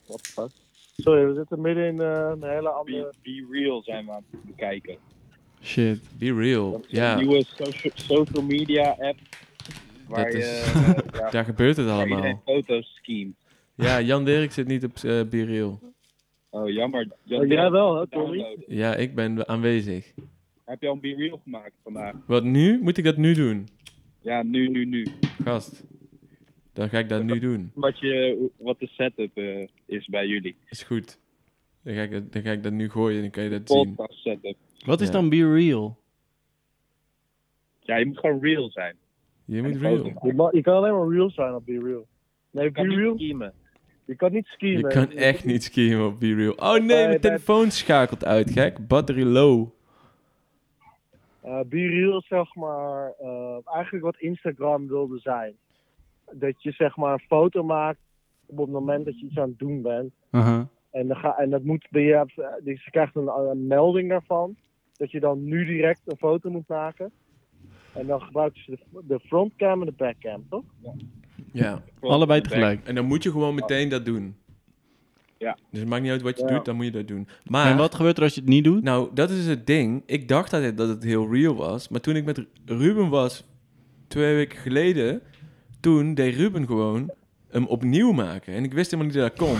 [SPEAKER 4] What the fuck? Sorry, we zitten midden in eh, een hele andere...
[SPEAKER 5] Be, Be Real zijn we aan het bekijken.
[SPEAKER 1] Shit.
[SPEAKER 3] Be real.
[SPEAKER 5] Dat is
[SPEAKER 3] Ja,
[SPEAKER 5] een nieuwe socia- social media app waar
[SPEAKER 3] Dat
[SPEAKER 5] je
[SPEAKER 3] is-
[SPEAKER 5] eh, ja,
[SPEAKER 3] daar gebeurt het
[SPEAKER 5] waar iedereen
[SPEAKER 3] allemaal.
[SPEAKER 5] foto's schemt.
[SPEAKER 3] Ja, Jan Dirk zit niet op eh Be real.
[SPEAKER 5] Oh, jammer. Jan,
[SPEAKER 4] Oh, jij wel, hè, Tommy?
[SPEAKER 5] downloaden.
[SPEAKER 3] Ja, ik ben aanwezig.
[SPEAKER 5] Heb je al een Be Real gemaakt vandaag?
[SPEAKER 3] Wat nu? Moet ik dat nu doen?
[SPEAKER 5] Ja, nu, nu, nu.
[SPEAKER 3] Gast. Dan ga ik dat nu doen.
[SPEAKER 5] Wat, je, wat de setup eh, is bij jullie.
[SPEAKER 3] Is goed. Dan ga ik dat, dan ga ik dat nu gooien en dan kan je dat zien.
[SPEAKER 5] Podcast setup.
[SPEAKER 1] Wat is
[SPEAKER 3] Ja.
[SPEAKER 1] dan Be Real?
[SPEAKER 5] Ja, je moet gewoon real zijn.
[SPEAKER 3] Je
[SPEAKER 5] En
[SPEAKER 3] moet
[SPEAKER 5] foto
[SPEAKER 3] real.
[SPEAKER 5] maken.
[SPEAKER 4] Je, ma- je kan alleen maar real zijn op Be Real. Nee,
[SPEAKER 5] Je kan
[SPEAKER 4] Be
[SPEAKER 5] niet
[SPEAKER 4] Real,
[SPEAKER 5] schemen.
[SPEAKER 4] je kan niet skiën.
[SPEAKER 3] Je kan echt niet skiën op Be Real. Oh nee,
[SPEAKER 4] Nee,
[SPEAKER 3] mijn
[SPEAKER 4] dat-
[SPEAKER 3] telefoon schakelt uit, gek. Battery low.
[SPEAKER 4] eh be real, zeg maar, eh, eigenlijk wat Instagram wilde zijn. Dat je zeg maar een foto maakt op het moment dat je iets aan het doen bent.
[SPEAKER 3] Uh-huh.
[SPEAKER 4] En, dan ga, en dat moet, je hebt, eh, dus je krijgt een, een melding daarvan. Dat je dan nu direct een foto moet maken. En dan gebruiken ze de, de frontcam en de backcam, toch?
[SPEAKER 3] Ja.
[SPEAKER 1] Allebei tegelijk.
[SPEAKER 3] En dan moet je gewoon meteen dat doen.
[SPEAKER 5] Ja.
[SPEAKER 3] Dus het maakt niet uit wat je
[SPEAKER 4] Ja.
[SPEAKER 3] doet, dan moet je dat doen. Maar,
[SPEAKER 1] En wat gebeurt er als je het niet doet?
[SPEAKER 3] Ah. nou, dat is het ding. Ik dacht altijd dat het heel real was. Maar toen ik met Ru- Ruben was, twee weken geleden, toen deed Ruben gewoon hem opnieuw maken. En ik wist helemaal niet dat dat kon.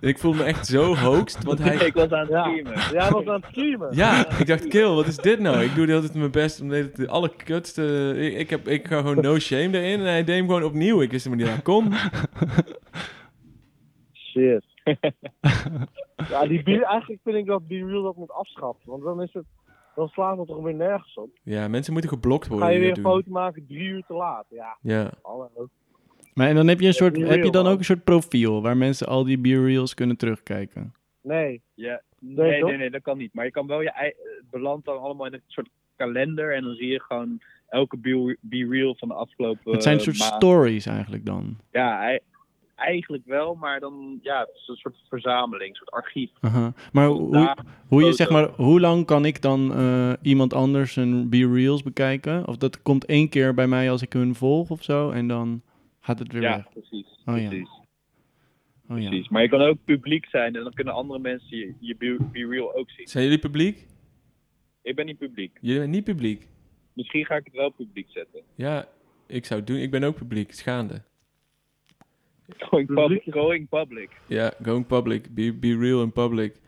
[SPEAKER 3] en ik voelde me echt zo hoogst, want hij...
[SPEAKER 5] Ik was aan het
[SPEAKER 4] Ja.
[SPEAKER 5] schemen.
[SPEAKER 4] Jij was aan het streamen.
[SPEAKER 3] Ja, ik dacht, kill, wat is dit nou? Ik doe de hele tijd mijn best om de, hele- de allerkutste... Ik, ik, heb, ik ga gewoon no shame erin en hij deed hem gewoon opnieuw. Ik wist helemaal niet dat dat kon.
[SPEAKER 4] Shit. ja, die be- eigenlijk vind ik dat Be Real dat moet afschaffen. Want dan is het, dan slaat het toch weer nergens op.
[SPEAKER 3] Ja, mensen moeten geblokt worden.
[SPEAKER 4] Ga je
[SPEAKER 3] die
[SPEAKER 4] weer een
[SPEAKER 3] dat doen.
[SPEAKER 4] foto maken drie uur te laat. Ja,
[SPEAKER 3] Ja.
[SPEAKER 4] hallo.
[SPEAKER 1] Maar en dan heb je, een soort,
[SPEAKER 4] Be
[SPEAKER 1] heb je
[SPEAKER 4] Real,
[SPEAKER 1] dan
[SPEAKER 4] man.
[SPEAKER 1] ook een soort profiel waar mensen al die Be Reals kunnen terugkijken.
[SPEAKER 4] Nee.
[SPEAKER 5] Ja.
[SPEAKER 4] Nee,
[SPEAKER 5] Nee,
[SPEAKER 4] toch?
[SPEAKER 5] nee, nee, dat kan niet. Maar je kan wel je ei- het belandt dan allemaal in een soort kalender en dan zie je gewoon elke be, be real van de afgelopen. eh,
[SPEAKER 1] het zijn een soort
[SPEAKER 5] maand.
[SPEAKER 1] stories eigenlijk dan.
[SPEAKER 5] Ja, ei- eigenlijk wel, maar dan ja, het is een soort verzameling, een soort archief.
[SPEAKER 1] Aha. Uh-huh. Maar hoe,
[SPEAKER 5] Ja,
[SPEAKER 1] hoe, je,
[SPEAKER 5] foto.
[SPEAKER 1] zeg maar, hoe lang kan ik dan eh, iemand anders een Be Reals bekijken? Of dat komt één keer bij mij als ik hun volg of zo en dan gaat het weer
[SPEAKER 5] ja,
[SPEAKER 1] weg.
[SPEAKER 5] precies.
[SPEAKER 1] Oh ja.
[SPEAKER 5] precies.
[SPEAKER 1] Oh ja.
[SPEAKER 5] Precies. Maar je kan ook publiek zijn en dan kunnen andere mensen je, je be, be real ook zien.
[SPEAKER 3] Zijn jullie publiek?
[SPEAKER 5] Ik ben niet publiek.
[SPEAKER 3] Jullie bent niet publiek.
[SPEAKER 5] Misschien ga ik het wel publiek zetten.
[SPEAKER 3] Ja, ik zou het doen. Ik ben ook publiek. Schaande.
[SPEAKER 5] Going
[SPEAKER 4] Publiek
[SPEAKER 5] public. Going public.
[SPEAKER 3] Ja, going public. Be, be real in public.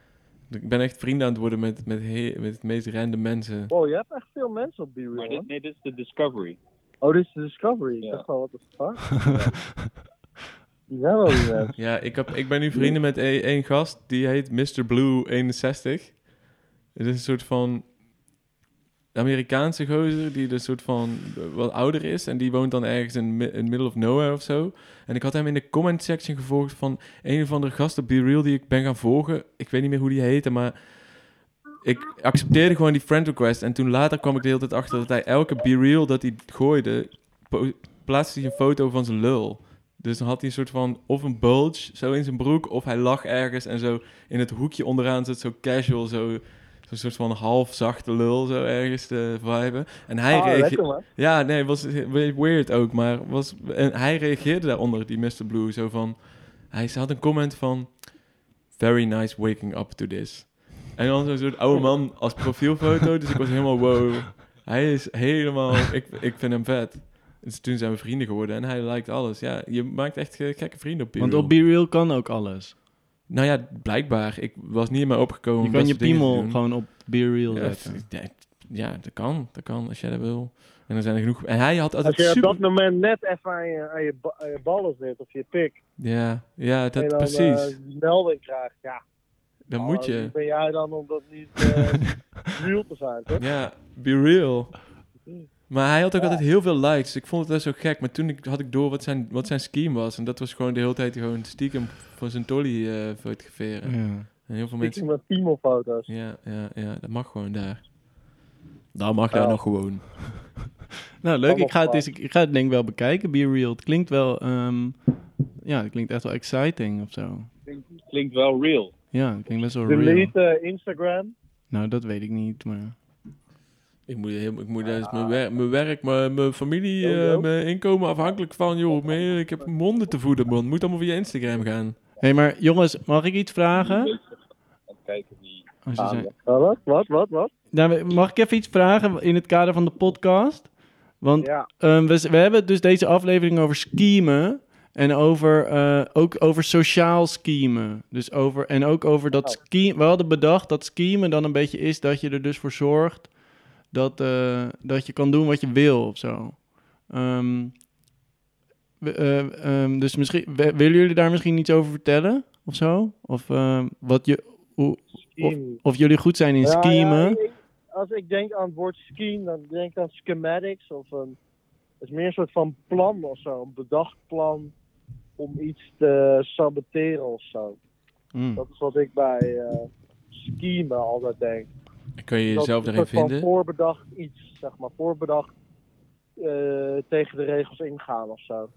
[SPEAKER 3] Ik ben echt vrienden aan het worden met, met, he- met het meest random mensen.
[SPEAKER 4] Oh, je hebt echt veel mensen op Be Real.
[SPEAKER 5] Maar
[SPEAKER 4] hè?
[SPEAKER 5] dit, nee, dit is de discovery.
[SPEAKER 4] Oh, dit is de Discovery.
[SPEAKER 5] Ja.
[SPEAKER 4] Ik dacht wel, what the fuck? Die zijn wel die mensen.
[SPEAKER 3] Ja, ik, heb, ik ben nu vrienden met e- één gast. Die heet Mr. Blue 61. Het is een soort van Amerikaanse gozer die een soort van wat ouder is. En die woont dan ergens in, mi- in middle of nowhere of zo. En ik had hem in de comment section gevolgd van een of andere gast op BeReal die ik ben gaan volgen. Ik weet niet meer hoe die heette, maar ik accepteerde gewoon die friend request. En toen later kwam ik de hele tijd achter dat hij elke BeReal dat hij gooide, po- plaatste hij een foto van zijn lul. Dus dan had hij een soort van, of een bulge zo in zijn broek, of hij lag ergens en zo in het hoekje onderaan zit zo casual, zo... Zo'n soort van half zachte lul zo ergens te viben. En hij
[SPEAKER 4] Ah,
[SPEAKER 3] reageerde...
[SPEAKER 4] lekker man.
[SPEAKER 3] Ja, nee, was weird ook, maar was, en hij reageerde daaronder, die Mr. Blue, zo van... Hij had een comment van... Very nice waking up to this. En dan zo'n soort oude man als profielfoto, dus ik was helemaal wow. Hij is helemaal... Ik, ik vind hem vet. Dus toen zijn we vrienden geworden en hij liked alles. Ja, je maakt echt eh, gekke vrienden op Be
[SPEAKER 1] Want
[SPEAKER 3] Real.
[SPEAKER 1] op Be Real kan ook alles.
[SPEAKER 3] Nou ja, blijkbaar. Ik was niet in mij opgekomen
[SPEAKER 1] Je
[SPEAKER 3] om
[SPEAKER 1] kan
[SPEAKER 3] dat
[SPEAKER 1] je
[SPEAKER 3] soort dingen te
[SPEAKER 1] piemel
[SPEAKER 3] doen.
[SPEAKER 1] gewoon op Be Real
[SPEAKER 3] Ja,
[SPEAKER 1] zetten.
[SPEAKER 3] het- ja, ja, dat kan. Dat kan, als jij dat wil. En er zijn er genoeg... En hij had
[SPEAKER 4] Als
[SPEAKER 3] altijd
[SPEAKER 4] je op
[SPEAKER 3] super...
[SPEAKER 4] dat moment net even aan je, aan je, ba- aan je ballen zit of je pik.
[SPEAKER 3] Ja, ja dat,
[SPEAKER 4] en dan,
[SPEAKER 3] precies.
[SPEAKER 4] eh, die melding krijgt, ja.
[SPEAKER 3] Dan
[SPEAKER 4] Oh,
[SPEAKER 3] moet
[SPEAKER 4] wie
[SPEAKER 3] je.
[SPEAKER 4] Ben jij dan om dat niet eh, real te zijn, toch?
[SPEAKER 3] Ja, be real. Maar hij had ook altijd heel veel likes. dus Ik vond het best zo gek. Maar toen ik, had ik door wat zijn, wat zijn scheme was. En dat was gewoon de hele tijd gewoon stiekem voor zijn tolly eh fotograferen.
[SPEAKER 1] Ja.
[SPEAKER 3] En heel veel
[SPEAKER 4] Ik zie
[SPEAKER 3] mensen...
[SPEAKER 4] met Timo-foto's.
[SPEAKER 3] Ja, ja, ja, dat mag gewoon daar. Dat mag daar
[SPEAKER 4] Ja.
[SPEAKER 3] nog gewoon.
[SPEAKER 1] Nou, leuk. Ik ga, het
[SPEAKER 4] Allemaal
[SPEAKER 1] eens, ik ga het denk ik wel bekijken, Be Real. Het klinkt wel... ehm, ja, het klinkt echt wel exciting of zo.
[SPEAKER 5] Klinkt, klinkt wel real.
[SPEAKER 1] Ja, het klinkt best wel real.
[SPEAKER 4] Delete eh, Instagram.
[SPEAKER 1] Nou, dat weet ik niet, maar...
[SPEAKER 3] Ik moet, heel- ik moet dat is mijn, wer- mijn werk, mijn, mijn familie, eh,
[SPEAKER 4] Jojo.
[SPEAKER 3] mijn inkomen afhankelijk van... Joh, mijn- ik heb monden te voeden, man. Moet allemaal via Instagram gaan.
[SPEAKER 1] Hé, hey, maar jongens, mag ik iets vragen?
[SPEAKER 5] Even kijken wie.
[SPEAKER 1] Als je
[SPEAKER 5] Ah,
[SPEAKER 1] zei-
[SPEAKER 5] ja.
[SPEAKER 4] Oh, wat? Wat? Wat? Wat?
[SPEAKER 1] Nou, mag ik even iets vragen in het kader van de podcast? Want
[SPEAKER 4] Ja.
[SPEAKER 1] ehm, we, z- we hebben dus deze aflevering over schiemen. En over, eh, ook over sociaal schiemen. Dus over, en ook over
[SPEAKER 4] Oh.
[SPEAKER 1] dat schie- We hadden bedacht dat schiemen dan een beetje is dat je er dus voor zorgt dat, eh, dat je kan doen wat je wil of zo. Ehm, we- eh, ehm, dus misschien, we- willen jullie daar misschien iets over vertellen of zo? Of, ehm, wat je, hoe-
[SPEAKER 4] Scheme.
[SPEAKER 1] of jullie goed zijn in
[SPEAKER 4] Ja, ja,
[SPEAKER 1] schemen?
[SPEAKER 4] ik- als ik denk aan het woord scheme, dan denk ik aan schematics of een. Het is meer een soort van plan of zo, een bedacht plan om iets te saboteren of zo.
[SPEAKER 1] Mm.
[SPEAKER 4] Dat is wat ik bij eh schemen altijd denk.
[SPEAKER 3] En Kun je jezelf
[SPEAKER 4] dat
[SPEAKER 3] daarin
[SPEAKER 4] het een soort van
[SPEAKER 3] vinden?
[SPEAKER 4] voorbedacht iets, zeg maar, voorbedacht eh, tegen de regels ingaan of zo.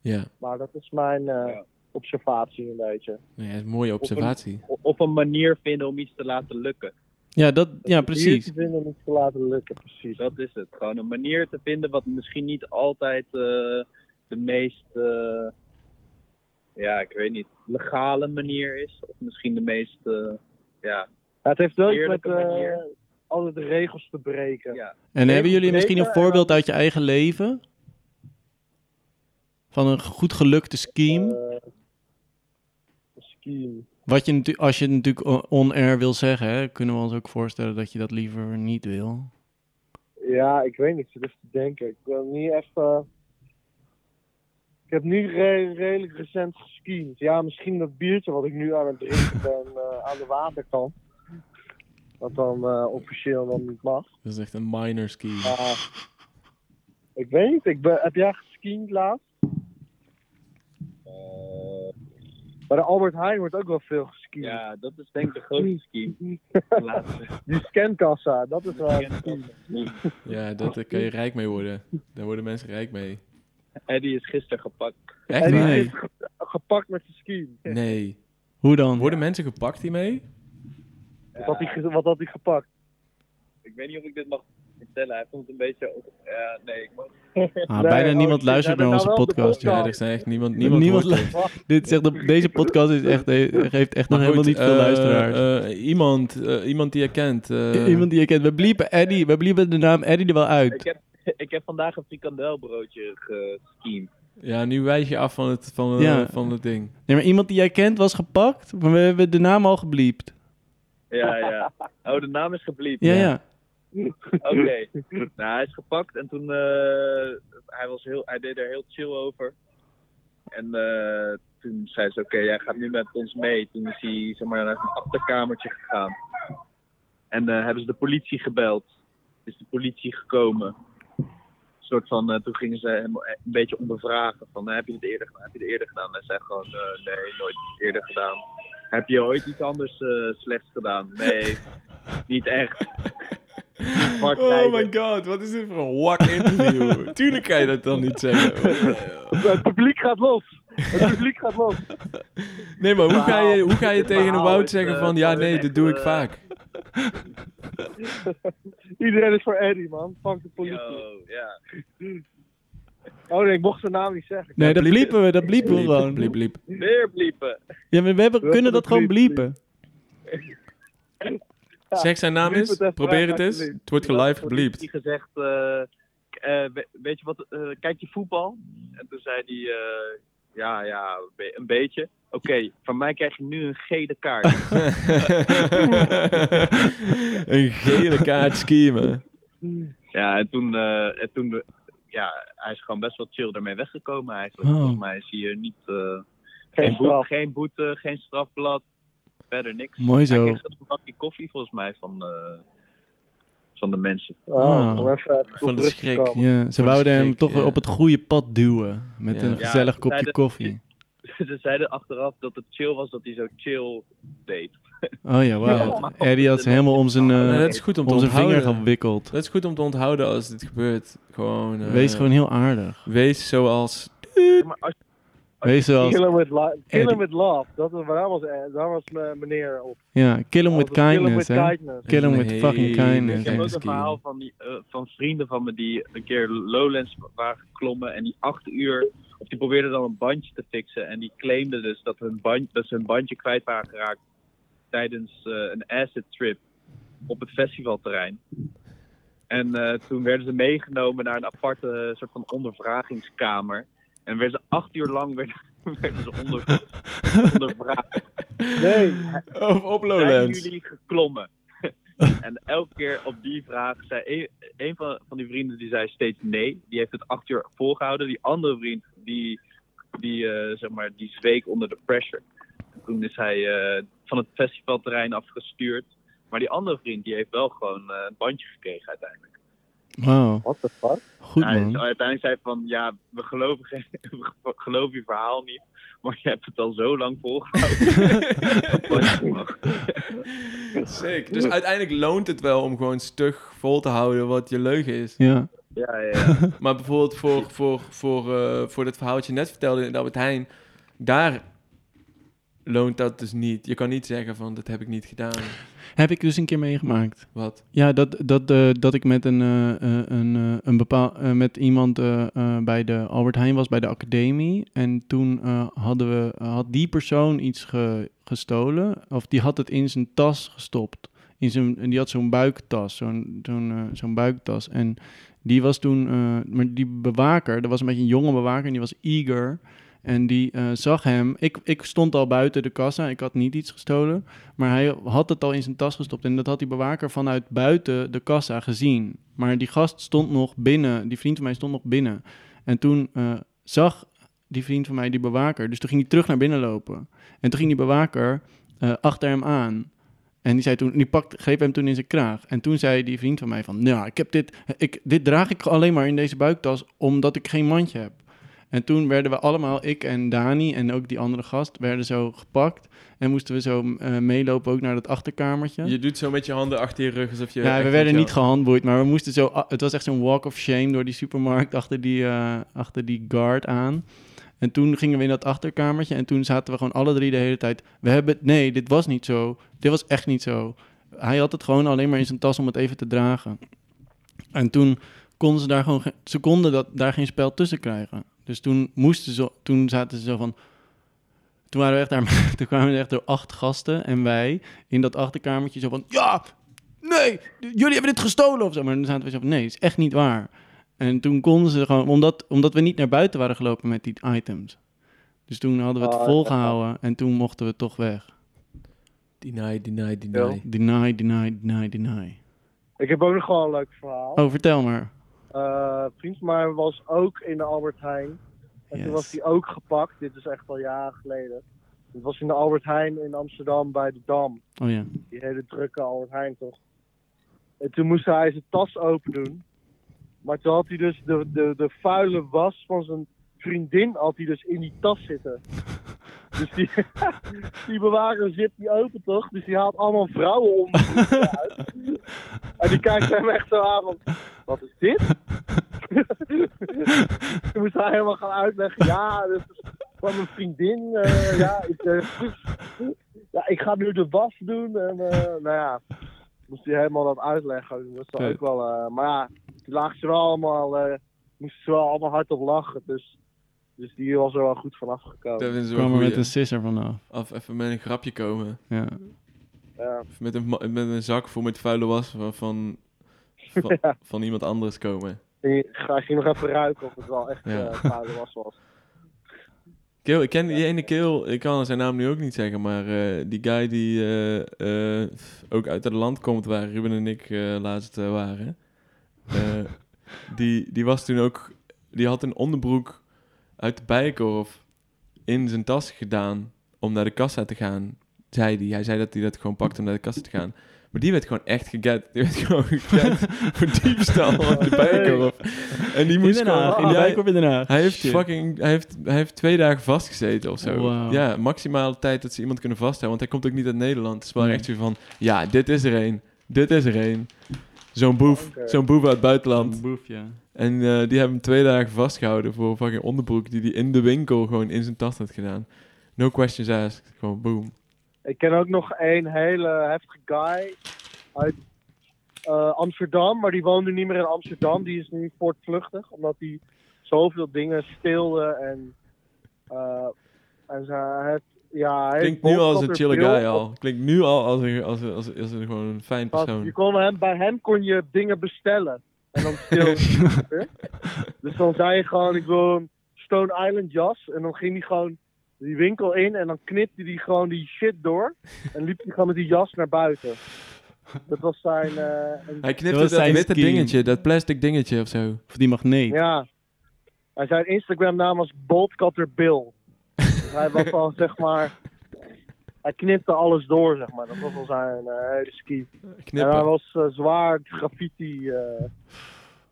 [SPEAKER 3] Ja.
[SPEAKER 4] Maar dat is mijn eh,
[SPEAKER 5] Ja.
[SPEAKER 4] observatie een beetje.
[SPEAKER 3] Nee, dat is een mooie observatie.
[SPEAKER 5] O- Of een manier vinden om iets te laten lukken.
[SPEAKER 1] Ja, dat, ja,
[SPEAKER 4] Hier
[SPEAKER 1] precies.
[SPEAKER 4] te vinden om iets te laten lukken, precies.
[SPEAKER 5] Dat is het. Gewoon een manier te vinden wat misschien niet altijd eh, de meest, eh, ja, ik weet niet, legale manier is. Of misschien de meest, eh, ja,
[SPEAKER 4] Ja, het heeft wel iets met
[SPEAKER 5] Eerlijke manier.
[SPEAKER 4] eh, altijd de regels te breken.
[SPEAKER 5] ja.
[SPEAKER 1] En hebben jullie
[SPEAKER 4] breken
[SPEAKER 1] misschien een
[SPEAKER 4] en
[SPEAKER 1] voorbeeld uit je eigen leven? Van een goed gelukte scheme?
[SPEAKER 4] Eh, misschien.
[SPEAKER 1] Wat je natu- als je het natuurlijk o- on-air wil zeggen, hè, kunnen we ons ook voorstellen dat je dat liever niet wil.
[SPEAKER 4] Ja, ik weet niet. Ik zit even te denken. Ik ben niet echt... eh, Ik heb nu re- redelijk recent geskiend. Ja, misschien dat biertje wat ik nu aan het drinken ben eh, aan de waterkant. Wat dan eh, officieel dan niet mag.
[SPEAKER 3] Dat is echt een minor scheme.
[SPEAKER 4] Maar ik weet niet. Ik ben, heb jij geskiend laatst? Bij de Albert Heijn wordt ook wel veel geskiend.
[SPEAKER 5] Eh, ja, dat is denk ik de grootste scheme. De laatste.
[SPEAKER 4] Die scankassa, dat is wel... een scheme.
[SPEAKER 3] Ja, dat, daar kun je rijk mee worden. Daar worden mensen rijk mee.
[SPEAKER 5] Eddie is gisteren gepakt.
[SPEAKER 3] Echt
[SPEAKER 4] En die
[SPEAKER 3] waar?
[SPEAKER 1] Nee.
[SPEAKER 4] is ge- gepakt met zijn ski.
[SPEAKER 3] Nee.
[SPEAKER 1] Hoe dan?
[SPEAKER 3] Worden mensen gepakt hiermee?
[SPEAKER 4] Wat, had hij, ge- wat had hij gepakt?
[SPEAKER 5] Ik weet niet of ik dit mag vertellen. Hij vond het een beetje. Op... Ja, nee, ik mag.
[SPEAKER 1] Ah,
[SPEAKER 4] Nee,
[SPEAKER 1] bijna
[SPEAKER 4] oh
[SPEAKER 1] niemand
[SPEAKER 4] shit,
[SPEAKER 1] luistert
[SPEAKER 4] hebben
[SPEAKER 1] naar onze
[SPEAKER 4] we nou wel de
[SPEAKER 1] podcast.
[SPEAKER 4] podcast?
[SPEAKER 1] Ja.
[SPEAKER 3] Ja, er zijn echt niemand. Niemand,
[SPEAKER 1] Niemand
[SPEAKER 3] hoort dit.
[SPEAKER 1] luistert. Dit is echt de, deze podcast is echt, he- heeft echt nog
[SPEAKER 3] Maar
[SPEAKER 1] helemaal
[SPEAKER 3] goed,
[SPEAKER 1] niet veel
[SPEAKER 3] eh,
[SPEAKER 1] luisteraars.
[SPEAKER 3] eh, iemand, eh, iemand die je kent. eh,
[SPEAKER 1] Iemand die je kent. We bliepen Eddie. We bliepen de naam Eddie er wel
[SPEAKER 5] Ik
[SPEAKER 1] uit.
[SPEAKER 5] heb, ik heb vandaag een frikandelbroodje gescheemd.
[SPEAKER 3] Ja, nu wijs je af van het, van, eh,
[SPEAKER 1] Ja.
[SPEAKER 3] van het ding.
[SPEAKER 1] Nee, maar iemand die jij kent was gepakt, maar we hebben de naam al gebliept.
[SPEAKER 5] Ja, ja. Oh, de naam is gebliept.
[SPEAKER 1] Ja, ja.
[SPEAKER 5] Oké. Nou, hij is gepakt en toen. eh, hij, was heel, hij deed er heel chill over. En eh, toen zei ze: Oké, jij gaat nu met ons mee. Toen is hij zeg maar, naar een achterkamertje gegaan. En eh, hebben ze de politie gebeld. Is de politie gekomen? Een soort van, eh, toen gingen ze hem een beetje ondervragen van, eh, heb je het eerder gedaan? Heb je het eerder gedaan? Hij zei gewoon, eh, nee, nooit eerder gedaan. Heb je ooit iets anders eh, slechts gedaan? Nee, niet echt. Zwart
[SPEAKER 3] Oh
[SPEAKER 5] lijden.
[SPEAKER 3] my god, wat is dit voor een wak interview? Tuurlijk kan je dat dan niet zeggen.
[SPEAKER 4] Het publiek gaat los. Het publiek gaat los.
[SPEAKER 3] Nee, maar hoe ga je, hoe ga je
[SPEAKER 5] Dit
[SPEAKER 3] tegen een
[SPEAKER 5] verhaal
[SPEAKER 3] Wout
[SPEAKER 5] is,
[SPEAKER 3] zeggen
[SPEAKER 5] eh,
[SPEAKER 3] van ja,
[SPEAKER 5] van hun
[SPEAKER 3] nee,
[SPEAKER 5] echt,
[SPEAKER 3] dat doe ik
[SPEAKER 5] eh,
[SPEAKER 3] vaak?
[SPEAKER 4] Iedereen is voor Eddie, man. Fuck de politie.
[SPEAKER 5] Yo, ja.
[SPEAKER 4] Oh nee, ik mocht zijn naam niet zeggen.
[SPEAKER 1] Nee, dat
[SPEAKER 3] bliep-
[SPEAKER 1] bliepen we. Dat bliepen we
[SPEAKER 3] Bliep,
[SPEAKER 1] gewoon.
[SPEAKER 3] bliep, bliep.
[SPEAKER 5] Weer bliepen.
[SPEAKER 1] Ja, maar we hebben, kunnen dat gewoon bliepen.
[SPEAKER 3] Zeg zijn naam
[SPEAKER 4] bliep
[SPEAKER 3] eens,
[SPEAKER 4] het even
[SPEAKER 3] probeer
[SPEAKER 4] uit,
[SPEAKER 3] het eens.
[SPEAKER 4] alsjeblieft.
[SPEAKER 3] Het wordt gelive gebliept.
[SPEAKER 5] Die gezegd, eh, k- eh, we- weet je wat, eh, kijk je voetbal? En toen zei hij, eh, ja, ja, een be- een beetje. Oké, van mij krijg je nu een gele kaart.
[SPEAKER 3] een gele kaart schiemen.
[SPEAKER 5] Ja, en toen, eh, en toen eh, ja, hij is gewoon best wel chill daarmee weggekomen eigenlijk.
[SPEAKER 1] Oh.
[SPEAKER 5] Volgens mij is hij er niet, eh,
[SPEAKER 4] Geen
[SPEAKER 5] geen, boete,
[SPEAKER 4] straf.
[SPEAKER 5] geen boete, geen strafblad, verder niks.
[SPEAKER 1] Mooi
[SPEAKER 5] Hij
[SPEAKER 1] zo.
[SPEAKER 5] kreeg zelfs een bakje koffie volgens mij van, eh, van de mensen.
[SPEAKER 1] Ah.
[SPEAKER 4] Oh, om even uit
[SPEAKER 3] Van de
[SPEAKER 4] rust te
[SPEAKER 3] schrik.
[SPEAKER 4] komen.
[SPEAKER 1] Ja, ze
[SPEAKER 3] Voor de
[SPEAKER 1] wouden hem
[SPEAKER 3] schrik,
[SPEAKER 1] toch
[SPEAKER 3] ja.
[SPEAKER 1] op het goede pad duwen. Met
[SPEAKER 3] Ja.
[SPEAKER 1] een
[SPEAKER 3] Ja,
[SPEAKER 1] gezellig
[SPEAKER 5] ze
[SPEAKER 1] kopje
[SPEAKER 5] zeiden-
[SPEAKER 1] koffie.
[SPEAKER 5] Ze zeiden achteraf dat het chill was dat hij zo chill deed.
[SPEAKER 1] Oh ja, wauw.
[SPEAKER 5] Ja.
[SPEAKER 1] Eddie had ze helemaal om zijn, eh,
[SPEAKER 5] Ja,
[SPEAKER 3] Nou, dat is goed om te
[SPEAKER 1] om zijn vinger
[SPEAKER 3] onthouden.
[SPEAKER 1] gewikkeld.
[SPEAKER 3] Dat is goed om te onthouden als dit gebeurt. Gewoon, eh,
[SPEAKER 1] Wees gewoon heel aardig.
[SPEAKER 3] Wees zoals...
[SPEAKER 5] Maar als
[SPEAKER 1] Wees zoals...
[SPEAKER 4] Kill him with, li- kill
[SPEAKER 1] Eddie.
[SPEAKER 4] him with love. Dat was, daar was, eh, daar was eh, meneer op.
[SPEAKER 1] Ja, kill him with
[SPEAKER 4] Kill him
[SPEAKER 1] kindness,
[SPEAKER 4] with
[SPEAKER 1] hè.
[SPEAKER 4] kindness.
[SPEAKER 1] Kill him with
[SPEAKER 3] Nee,
[SPEAKER 1] fucking kindness.
[SPEAKER 5] Ik heb
[SPEAKER 3] nee.
[SPEAKER 5] ook een verhaal van, die, eh, van vrienden van me die een keer Lowlands waren geklommen en die acht uur, of die probeerden dan een bandje te fixen en die claimden dus dat, hun band, dat ze hun bandje kwijt waren geraakt tijdens eh, een acid trip op het festivalterrein. En eh, toen werden ze meegenomen naar een aparte eh, soort van ondervragingskamer. En werden ze acht uur lang werden, werden ze onder, ondervraagd.
[SPEAKER 4] Nee,
[SPEAKER 3] Of op
[SPEAKER 5] Zijn
[SPEAKER 3] Lowlands.
[SPEAKER 5] jullie geklommen? en elke keer op die vraag zei een, een van, van die vrienden die zei steeds nee. Die heeft het acht uur volgehouden. Die andere vriend die die, eh, zeg maar, die zweek onder de pressure. En toen is hij eh, van het festivalterrein afgestuurd. Maar die andere vriend die heeft wel gewoon eh, een bandje gekregen uiteindelijk.
[SPEAKER 1] Wauw,
[SPEAKER 4] What the fuck?
[SPEAKER 1] goed
[SPEAKER 5] Hij is-
[SPEAKER 1] man.
[SPEAKER 5] uiteindelijk zei hij van ja, we geloven, geen, we geloven je verhaal niet. Maar je hebt het al zo lang volgehouden.
[SPEAKER 3] Sick. Dus uiteindelijk loont het wel om gewoon stug vol te houden wat je leugen is.
[SPEAKER 1] Ja,
[SPEAKER 5] ja, ja, ja.
[SPEAKER 3] Maar bijvoorbeeld voor, voor, voor, eh, voor dat verhaal wat je net vertelde in de Albert Heijn, daar loont dat dus niet. Je kan niet zeggen van, dat heb ik niet gedaan.
[SPEAKER 1] heb ik dus een keer meegemaakt.
[SPEAKER 3] Wat?
[SPEAKER 1] Ja, dat, dat, eh, dat ik met, een, eh, eh, een, eh, een bepaal, eh, met iemand eh, eh, bij de Albert Heijn was, bij de academie. En toen eh, hadden we, had die persoon iets ge- gestolen. Of die had het in zijn tas gestopt. In zijn, en die had zo'n buiktas, zo'n zo'n eh, zo'n buiktas. En die was toen, eh, maar die bewaker, dat was een beetje een jonge bewaker en die was eager. En die eh, zag hem. Ik, ik stond al buiten de kassa, ik had niet iets gestolen. Maar hij had het al in zijn tas gestopt. En dat had die bewaker vanuit buiten de kassa gezien. Maar die gast stond nog binnen. Die vriend van mij stond nog binnen. En toen eh, zag die vriend van mij die bewaker. Dus toen ging hij terug naar binnen lopen. En toen ging die bewaker eh, achter hem aan. En die, zei toen, die pakte, greep hem toen in zijn kraag. En toen zei die vriend van mij van... Nou, ik heb dit, ik, dit draag ik alleen maar in deze buiktas... omdat ik geen mandje heb. En toen werden we allemaal, ik en Dani en ook die andere gast... werden zo gepakt. En moesten we zo eh, meelopen ook naar dat achterkamertje.
[SPEAKER 3] Je doet zo met je handen achter je rug alsof je...
[SPEAKER 1] Ja,
[SPEAKER 3] echt
[SPEAKER 1] Nou, we werden
[SPEAKER 3] met
[SPEAKER 1] niet
[SPEAKER 3] jou-
[SPEAKER 1] gehandboeid, maar we moesten zo... a- Het was echt zo'n walk of shame door die supermarkt achter die, eh, achter die guard aan. En toen gingen we in dat achterkamertje en toen zaten we gewoon alle drie de hele tijd... We hebben het... Nee, dit was niet zo. Dit was echt niet zo. Hij had het gewoon alleen maar in zijn tas om het even te dragen. En toen konden ze daar gewoon... ge- Ze konden dat, daar geen spel tussen krijgen. Dus toen moesten ze... Toen zaten ze zo van... Toen, waren we echt daar, toen kwamen er echt door acht gasten en wij in dat achterkamertje zo van... Ja, nee, jullie hebben dit gestolen of zo. Maar dan zaten we zo van, nee, het is echt niet waar. En toen konden ze gewoon, omdat, omdat we niet naar buiten waren gelopen met die items. Dus toen hadden we het
[SPEAKER 4] Oh,
[SPEAKER 1] volgehouden en toen mochten we toch weg.
[SPEAKER 3] Deny, deny, deny.
[SPEAKER 4] Ja.
[SPEAKER 1] Deny, deny, deny, deny.
[SPEAKER 4] Ik heb ook nog wel een leuk verhaal.
[SPEAKER 1] Oh, vertel maar.
[SPEAKER 4] Eh, vriend van mij was ook in de Albert Heijn. En
[SPEAKER 1] Yes.
[SPEAKER 4] toen was hij ook gepakt. Dit is echt al jaren geleden. Het was in de Albert Heijn in Amsterdam bij de Dam.
[SPEAKER 1] Oh ja.
[SPEAKER 4] Die hele drukke Albert Heijn toch. En toen moest hij zijn tas open doen. Maar toen had hij dus de, de, de vuile was van zijn vriendin had hij dus in die tas zitten. Dus die, die bewaker zit die open toch? Dus die haalt allemaal vrouwen om. uit. En die kijkt hem echt zo aan van, wat is dit? Toen moest hij helemaal gaan uitleggen, ja, dat is van mijn vriendin. eh, ja, ik, eh, ja, ik ga nu de was doen. En eh, nou ja, moest hij helemaal dat uitleggen. Dus Dat was
[SPEAKER 1] Vet.
[SPEAKER 4] ook wel, eh, maar ja, toen lagen ze wel allemaal, eh, moesten ze wel allemaal hard op lachen. Dus, dus die was er wel goed van
[SPEAKER 3] Dat
[SPEAKER 4] afgekomen.
[SPEAKER 3] is
[SPEAKER 1] Ik
[SPEAKER 3] wel
[SPEAKER 1] kwam er met
[SPEAKER 3] goed.
[SPEAKER 1] een sisser vanaf.
[SPEAKER 3] Of even met een grapje komen.
[SPEAKER 1] Ja.
[SPEAKER 4] Ja.
[SPEAKER 3] Of met een, ma- met een zak vol met vuile was van, van, van, van iemand anders komen.
[SPEAKER 4] En je- ga ik nog even ruiken of het wel echt
[SPEAKER 3] Ja.
[SPEAKER 4] eh vuile was was.
[SPEAKER 3] Keel, ik ken die ene Keel, ik kan zijn naam nu ook niet zeggen, maar eh, die guy die eh, eh, ook uit het land komt waar Ruben en ik eh, laatst eh, waren, eh, die, die was toen ook, die had een onderbroek uit de Bijenkorf in zijn tas gedaan om naar de kassa te gaan, zei hij. Hij zei dat hij dat gewoon pakte om naar de kassa te gaan. Maar die werd gewoon echt geget. Die werd gewoon geget voor diefstal op de Bijenkorf. En die
[SPEAKER 1] In
[SPEAKER 3] moest
[SPEAKER 1] Den
[SPEAKER 3] gewoon...
[SPEAKER 1] Haag, in de
[SPEAKER 3] Ja,
[SPEAKER 1] wijk op in Den Haag.
[SPEAKER 3] hij heeft,
[SPEAKER 1] Shit.
[SPEAKER 3] fucking, hij, heeft, hij heeft twee dagen vastgezeten of zo.
[SPEAKER 1] Wauw.
[SPEAKER 3] Ja, maximale tijd dat ze iemand kunnen vasthouden. Want hij komt ook niet uit Nederland. Het is wel
[SPEAKER 1] Nee.
[SPEAKER 3] echt zo van... Ja, dit is er een. Dit is er een. Zo'n boef.
[SPEAKER 4] Oké.
[SPEAKER 3] Zo'n boef uit het
[SPEAKER 1] Een
[SPEAKER 3] buitenland.
[SPEAKER 1] boef, ja.
[SPEAKER 3] En eh, die hebben hem twee dagen vastgehouden voor een fucking onderbroek... die hij in de winkel gewoon in zijn tas had gedaan. No questions asked. Gewoon boom.
[SPEAKER 4] Ik ken ook nog een hele heftige guy uit eh, Amsterdam, maar die woont nu niet meer in Amsterdam. Die is nu voortvluchtig, omdat hij zoveel dingen stilde en, eh, en ze, hij heeft, ja, hij
[SPEAKER 3] Klinkt
[SPEAKER 4] heeft
[SPEAKER 3] nu al als een
[SPEAKER 4] Bolstadter
[SPEAKER 3] chille guy
[SPEAKER 4] veel
[SPEAKER 3] al. Klinkt nu al als een, als een, als een, als een gewoon een fijn
[SPEAKER 4] gehad.
[SPEAKER 3] persoon.
[SPEAKER 4] Je kon hem, bij hem kon je dingen bestellen. En dan stil. dus dan zei je gewoon, ik wil een Stone Island jas. En dan ging hij gewoon die winkel in en dan knipte hij gewoon die shit door. En liep hij gewoon met die jas naar buiten. Dat was zijn... eh, een-
[SPEAKER 3] Hij knipte
[SPEAKER 1] Dat was
[SPEAKER 3] dat
[SPEAKER 1] zijn
[SPEAKER 3] witte
[SPEAKER 1] scheme.
[SPEAKER 3] dingetje, dat plastic dingetje of zo.
[SPEAKER 1] Of die magneet.
[SPEAKER 4] ja. En zijn Instagram naam was Boltcutter Bill. Dus hij was al zeg maar... Hij knipte alles door, zeg maar. Dat was al zijn eh, hele ski. En hij
[SPEAKER 3] Knippen.
[SPEAKER 4] was eh, zwaar graffiti... eh,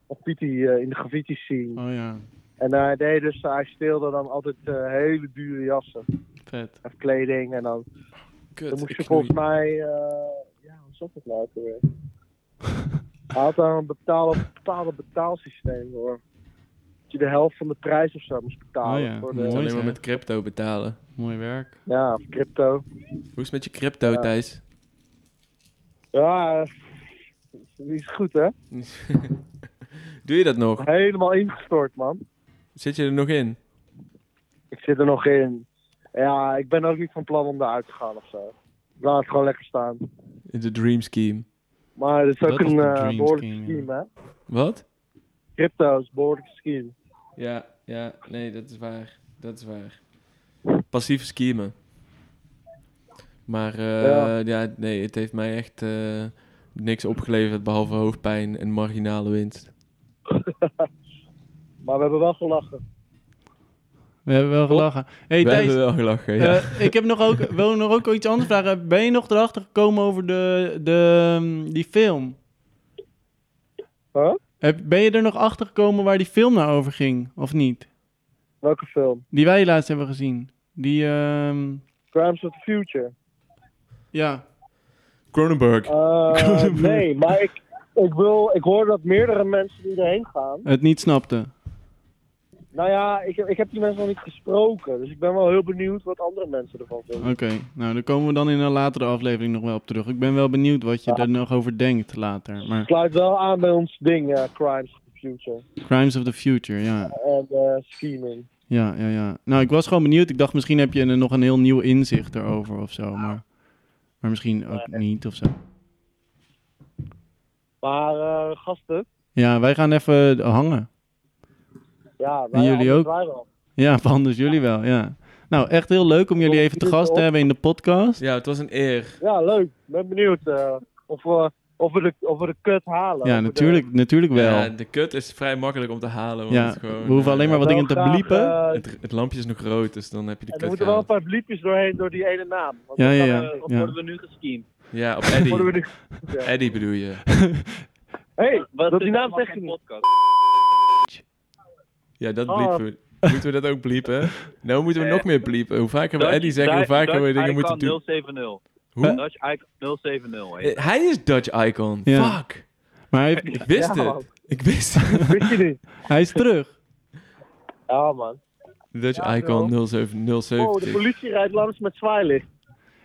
[SPEAKER 4] graffiti eh, in de graffiti scene.
[SPEAKER 1] Oh ja,
[SPEAKER 4] En hij deed dus, hij steelde dan altijd eh, hele dure jassen
[SPEAKER 1] vet.
[SPEAKER 4] en kleding. En dan,
[SPEAKER 3] Kut,
[SPEAKER 4] dan moest
[SPEAKER 3] ik
[SPEAKER 4] je
[SPEAKER 3] knoei.
[SPEAKER 4] volgens mij, eh, ja, hoe zat het nou ook alweer? Hij had daar een betaalde, betaalde betaalsysteem voor. Dat je de helft van de prijs of zo moest betalen.
[SPEAKER 1] Oh ja,
[SPEAKER 3] Je
[SPEAKER 4] voor
[SPEAKER 3] moet
[SPEAKER 4] de,
[SPEAKER 1] mooi.
[SPEAKER 3] alleen maar
[SPEAKER 1] zeg.
[SPEAKER 3] met crypto betalen.
[SPEAKER 1] Mooi werk.
[SPEAKER 4] ja, of crypto.
[SPEAKER 3] Hoe is het met je crypto,
[SPEAKER 4] Ja.
[SPEAKER 3] Thijs?
[SPEAKER 4] Ja, eh, die is goed hè.
[SPEAKER 3] Doe je dat nog?
[SPEAKER 4] Helemaal ingestort man.
[SPEAKER 3] Zit je er nog in?
[SPEAKER 4] Ik zit er nog in. Ja, ik ben ook niet van plan om eruit te gaan of zo. Ik Laat het gewoon lekker staan.
[SPEAKER 3] In de dream scheme.
[SPEAKER 4] Maar het is ook
[SPEAKER 1] Dat is
[SPEAKER 4] een
[SPEAKER 1] de
[SPEAKER 4] eh,
[SPEAKER 1] dream
[SPEAKER 4] behoorlijk
[SPEAKER 1] scheme,
[SPEAKER 4] scheme, hè?
[SPEAKER 3] Wat?
[SPEAKER 4] Crypto is behoorlijk scheme.
[SPEAKER 3] Ja, ja, nee, dat is waar. Dat is waar. Passief schemen. Maar eh,
[SPEAKER 4] Ja.
[SPEAKER 3] ja. nee, het heeft mij echt eh, niks opgeleverd behalve hoofdpijn en marginale winst.
[SPEAKER 4] Maar we hebben wel gelachen.
[SPEAKER 1] We hebben wel gelachen. hey,
[SPEAKER 3] We
[SPEAKER 1] Thijs,
[SPEAKER 3] hebben wel gelachen, ja.
[SPEAKER 1] eh, ik heb nog ook, wil nog ook iets anders vragen. Ben je nog erachter gekomen over de, de, ehm, die film?
[SPEAKER 4] Huh?
[SPEAKER 1] Heb, ben je er nog achter gekomen waar die film nou over ging, of niet?
[SPEAKER 4] Welke film?
[SPEAKER 1] Die wij laatst hebben gezien. Die, ehm,
[SPEAKER 4] Crimes of the Future.
[SPEAKER 1] ja.
[SPEAKER 3] Cronenberg.
[SPEAKER 4] Eh, nee, maar ik, ik, wil, ik hoor dat meerdere mensen die erheen gaan.
[SPEAKER 1] het niet snapte.
[SPEAKER 4] Nou ja, ik, heb- ik heb die mensen nog niet gesproken. Dus ik ben wel heel benieuwd wat andere mensen ervan vinden.
[SPEAKER 1] Oké, nou daar komen we dan in een latere aflevering nog wel op terug. Ik ben wel benieuwd wat je
[SPEAKER 4] Ja.
[SPEAKER 1] daar nog over denkt later.
[SPEAKER 4] Het
[SPEAKER 1] Maar
[SPEAKER 4] sluit wel aan bij ons ding, ja, Crimes of the Future.
[SPEAKER 1] Crimes of the Future, ja.
[SPEAKER 4] En eh, scheming.
[SPEAKER 1] Ja, ja, ja. Nou, ik was gewoon benieuwd. Ik dacht misschien heb je er nog een heel nieuw inzicht erover of zo. Maar, maar misschien ook niet of zo.
[SPEAKER 4] Maar eh, gasten,
[SPEAKER 1] Ja, wij gaan even eh, hangen.
[SPEAKER 4] ja,
[SPEAKER 1] En
[SPEAKER 4] wij
[SPEAKER 1] jullie
[SPEAKER 4] anders
[SPEAKER 1] ook?
[SPEAKER 4] wij wel.
[SPEAKER 1] Ja, van dus jullie wel, ja. Nou, echt heel leuk om jullie
[SPEAKER 4] Tot
[SPEAKER 1] even te
[SPEAKER 4] ziens,
[SPEAKER 1] gast te
[SPEAKER 4] hoor.
[SPEAKER 1] hebben in de podcast.
[SPEAKER 3] Ja, het was een eer.
[SPEAKER 4] Ja, leuk. Ik ben benieuwd eh, of, we, of, we de, of we de kut halen.
[SPEAKER 1] Ja,
[SPEAKER 4] Of we de-
[SPEAKER 1] natuurlijk, natuurlijk
[SPEAKER 3] Ja,
[SPEAKER 1] wel.
[SPEAKER 3] de kut is vrij makkelijk om te halen. Want
[SPEAKER 1] Ja,
[SPEAKER 3] het gewoon,
[SPEAKER 1] we hoeven
[SPEAKER 3] eh,
[SPEAKER 1] alleen maar wat
[SPEAKER 4] Wel
[SPEAKER 1] dingen te
[SPEAKER 4] graag,
[SPEAKER 1] bliepen.
[SPEAKER 4] eh,
[SPEAKER 3] Het, het lampje is nog rood, dus dan heb je de
[SPEAKER 4] En er
[SPEAKER 3] kut
[SPEAKER 4] moeten wel een
[SPEAKER 3] gehaald.
[SPEAKER 4] paar bliepjes doorheen door die ene naam. Want
[SPEAKER 1] Ja,
[SPEAKER 4] dan
[SPEAKER 1] ja,
[SPEAKER 4] gaan
[SPEAKER 1] ja.
[SPEAKER 4] we-
[SPEAKER 5] Of worden we nu gescheemd?
[SPEAKER 3] Ja, op
[SPEAKER 4] worden we
[SPEAKER 3] Eddie.
[SPEAKER 4] nu-
[SPEAKER 3] Eddie bedoel je.
[SPEAKER 4] Hé,
[SPEAKER 5] Wat
[SPEAKER 4] dat
[SPEAKER 5] is
[SPEAKER 4] die naam
[SPEAKER 5] allemaal
[SPEAKER 4] zeg je
[SPEAKER 5] geen
[SPEAKER 4] niet.
[SPEAKER 5] podcast?
[SPEAKER 3] Ja, dat
[SPEAKER 4] Oh.
[SPEAKER 3] bliepen we. Moeten we dat ook bliepen? Nou moeten we
[SPEAKER 5] Eh,
[SPEAKER 3] nog meer bliepen. Hoe vaker we
[SPEAKER 5] Dutch-
[SPEAKER 3] Eddie zeggen, hoe
[SPEAKER 5] Dutch-
[SPEAKER 3] vaker we
[SPEAKER 5] Dutch
[SPEAKER 3] dingen moeten
[SPEAKER 5] Icon
[SPEAKER 3] doen.
[SPEAKER 5] 070.
[SPEAKER 3] Hoe?
[SPEAKER 5] Dutch Icon 070. heet
[SPEAKER 3] Eh, Hij is Dutch Icon.
[SPEAKER 1] Ja.
[SPEAKER 3] Fuck.
[SPEAKER 1] Maar hij, heeft-
[SPEAKER 3] Ik wist
[SPEAKER 4] Ja, man.
[SPEAKER 3] het. Ik wist het.
[SPEAKER 4] Wist je niet?
[SPEAKER 1] hij is terug.
[SPEAKER 4] Ja, man.
[SPEAKER 3] Dutch
[SPEAKER 4] Ja,
[SPEAKER 3] Icon 07
[SPEAKER 4] Oh, de
[SPEAKER 3] 070.
[SPEAKER 4] politie rijdt langs met zwaailicht.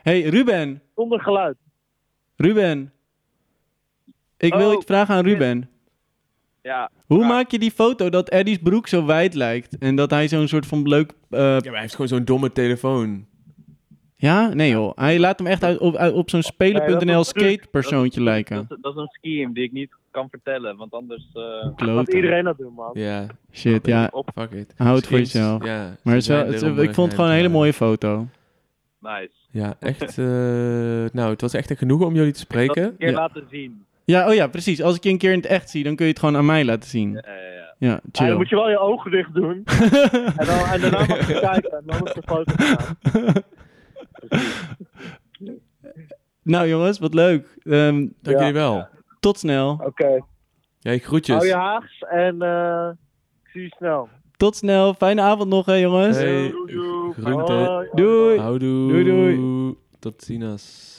[SPEAKER 1] hey, Ruben.
[SPEAKER 4] Zonder geluid.
[SPEAKER 1] Ruben. Ik wil
[SPEAKER 5] Oh,
[SPEAKER 1] iets vragen aan Ruben.
[SPEAKER 5] Ja,
[SPEAKER 1] Hoe
[SPEAKER 5] vraag.
[SPEAKER 1] maak je die foto dat Eddie's broek zo wijd lijkt en dat hij zo'n soort van leuk... eh,
[SPEAKER 3] Ja, maar hij heeft gewoon zo'n domme telefoon.
[SPEAKER 1] ja? Nee joh. Hij laat hem echt uit, op, uit- op zo'n
[SPEAKER 4] Nee, dat
[SPEAKER 1] spelen.nl
[SPEAKER 4] is een truc.
[SPEAKER 1] skatepersoontje lijken.
[SPEAKER 5] dat, dat is een scheme die ik niet kan vertellen, want anders... eh,
[SPEAKER 4] Laat
[SPEAKER 1] Kloten.
[SPEAKER 4] iedereen dat doen, man.
[SPEAKER 3] Ja,
[SPEAKER 1] Shit, ja.
[SPEAKER 3] fuck it.
[SPEAKER 1] Hou het voor
[SPEAKER 3] Schemes,
[SPEAKER 1] jezelf.
[SPEAKER 3] Ja,
[SPEAKER 1] Maar
[SPEAKER 3] ze
[SPEAKER 1] het is wel-
[SPEAKER 3] zijn
[SPEAKER 1] het is-
[SPEAKER 3] er om, eh,
[SPEAKER 1] ik vond het gewoon een hele
[SPEAKER 3] geheim te
[SPEAKER 1] mooie foto.
[SPEAKER 5] nice.
[SPEAKER 3] houden. Ja, echt. eh, nou, het was echt een genoegen om jullie te
[SPEAKER 5] Dat
[SPEAKER 3] spreken.
[SPEAKER 5] een keer
[SPEAKER 1] Ja.
[SPEAKER 5] laten zien.
[SPEAKER 1] Ja, oh ja, precies. Als ik je een keer in het echt zie, dan kun je het gewoon aan mij laten zien.
[SPEAKER 5] Ja, ja, ja.
[SPEAKER 1] Ja,
[SPEAKER 4] Ja, dan
[SPEAKER 1] chill.
[SPEAKER 4] moet Ah, je wel je ogen dicht doen. en, dan, en daarna mag je kijken. En dan moet je foto gaan.
[SPEAKER 1] Nou jongens, wat leuk. Ehm,
[SPEAKER 3] Dank
[SPEAKER 4] Ja. Oh,
[SPEAKER 3] jullie wel.
[SPEAKER 1] tot snel.
[SPEAKER 4] Oké.
[SPEAKER 3] Ja, ik groetjes.
[SPEAKER 4] Hou je haags en eh, ik zie je snel.
[SPEAKER 1] Tot snel. Fijne avond nog, hè jongens.
[SPEAKER 3] Hey,
[SPEAKER 4] Doei, doei.
[SPEAKER 3] groente.
[SPEAKER 4] Hoi.
[SPEAKER 1] Doei.
[SPEAKER 3] Houdoe.
[SPEAKER 1] Doei, doei.
[SPEAKER 3] Tot ziens.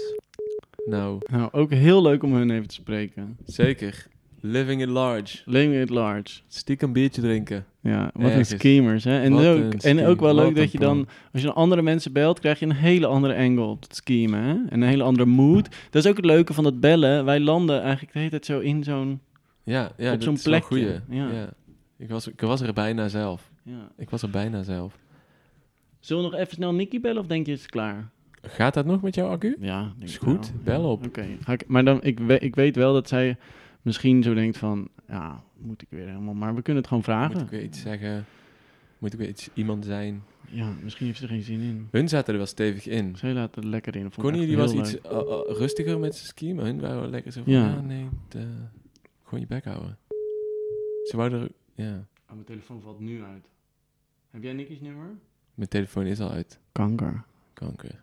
[SPEAKER 3] Nou,
[SPEAKER 1] Nou, ook heel leuk om hun even te spreken.
[SPEAKER 3] zeker. Living it large.
[SPEAKER 1] Living at large.
[SPEAKER 3] Stiekem biertje drinken.
[SPEAKER 1] Ja, wat
[SPEAKER 3] Ergens.
[SPEAKER 1] een schemers, hè? En,
[SPEAKER 3] Wat
[SPEAKER 1] ook,
[SPEAKER 3] een
[SPEAKER 1] en
[SPEAKER 3] scheme,
[SPEAKER 1] ook wel
[SPEAKER 3] wat
[SPEAKER 1] leuk dat
[SPEAKER 3] een
[SPEAKER 1] je dan, als je dan andere mensen belt, krijg je een hele andere angle op het schemen, hè? En een hele andere mood. Dat is ook het leuke van dat bellen. Wij landen eigenlijk de hele tijd zo in zo'n...
[SPEAKER 3] Ja, ja
[SPEAKER 1] Op
[SPEAKER 3] dat
[SPEAKER 1] zo'n
[SPEAKER 3] is wel een
[SPEAKER 1] plekje,
[SPEAKER 3] goeie.
[SPEAKER 1] ja.
[SPEAKER 3] Ja. Ik, was, ik was er bijna zelf.
[SPEAKER 1] Ja.
[SPEAKER 3] Ik was er bijna zelf.
[SPEAKER 1] Zullen we nog even snel Nicky bellen of denk je is het klaar?
[SPEAKER 3] Gaat dat nog met jouw accu?
[SPEAKER 1] Ja, denk
[SPEAKER 3] Is
[SPEAKER 1] ik
[SPEAKER 3] goed.
[SPEAKER 1] wel.
[SPEAKER 3] Bel op.
[SPEAKER 1] Oké, ga ik- maar dan, ik, we- ik weet wel dat zij misschien zo denkt van... Ja, moet ik weer helemaal... Maar we kunnen het gewoon
[SPEAKER 3] Moet
[SPEAKER 1] vragen.
[SPEAKER 3] ik weer iets zeggen? Moet ik weer iets, iemand zijn?
[SPEAKER 1] Ja, misschien heeft ze er geen zin in.
[SPEAKER 3] Hun zaten er wel stevig in.
[SPEAKER 1] Zij laat het lekker in. Vond ik
[SPEAKER 3] Connie
[SPEAKER 1] echt
[SPEAKER 3] die
[SPEAKER 1] heel
[SPEAKER 3] was iets
[SPEAKER 1] leuk.
[SPEAKER 3] eh, eh, rustiger met zijn ski, maar hun waren wel lekker zo van... "Ah,
[SPEAKER 1] Ja.
[SPEAKER 3] Ja, nee, de- gewoon je bek houden. Ze wouden er... Ja.
[SPEAKER 1] Oh, mijn telefoon valt nu uit. Heb jij Nicky's nummer?
[SPEAKER 3] Mijn telefoon is al uit.
[SPEAKER 1] Kanker.
[SPEAKER 3] Kanker.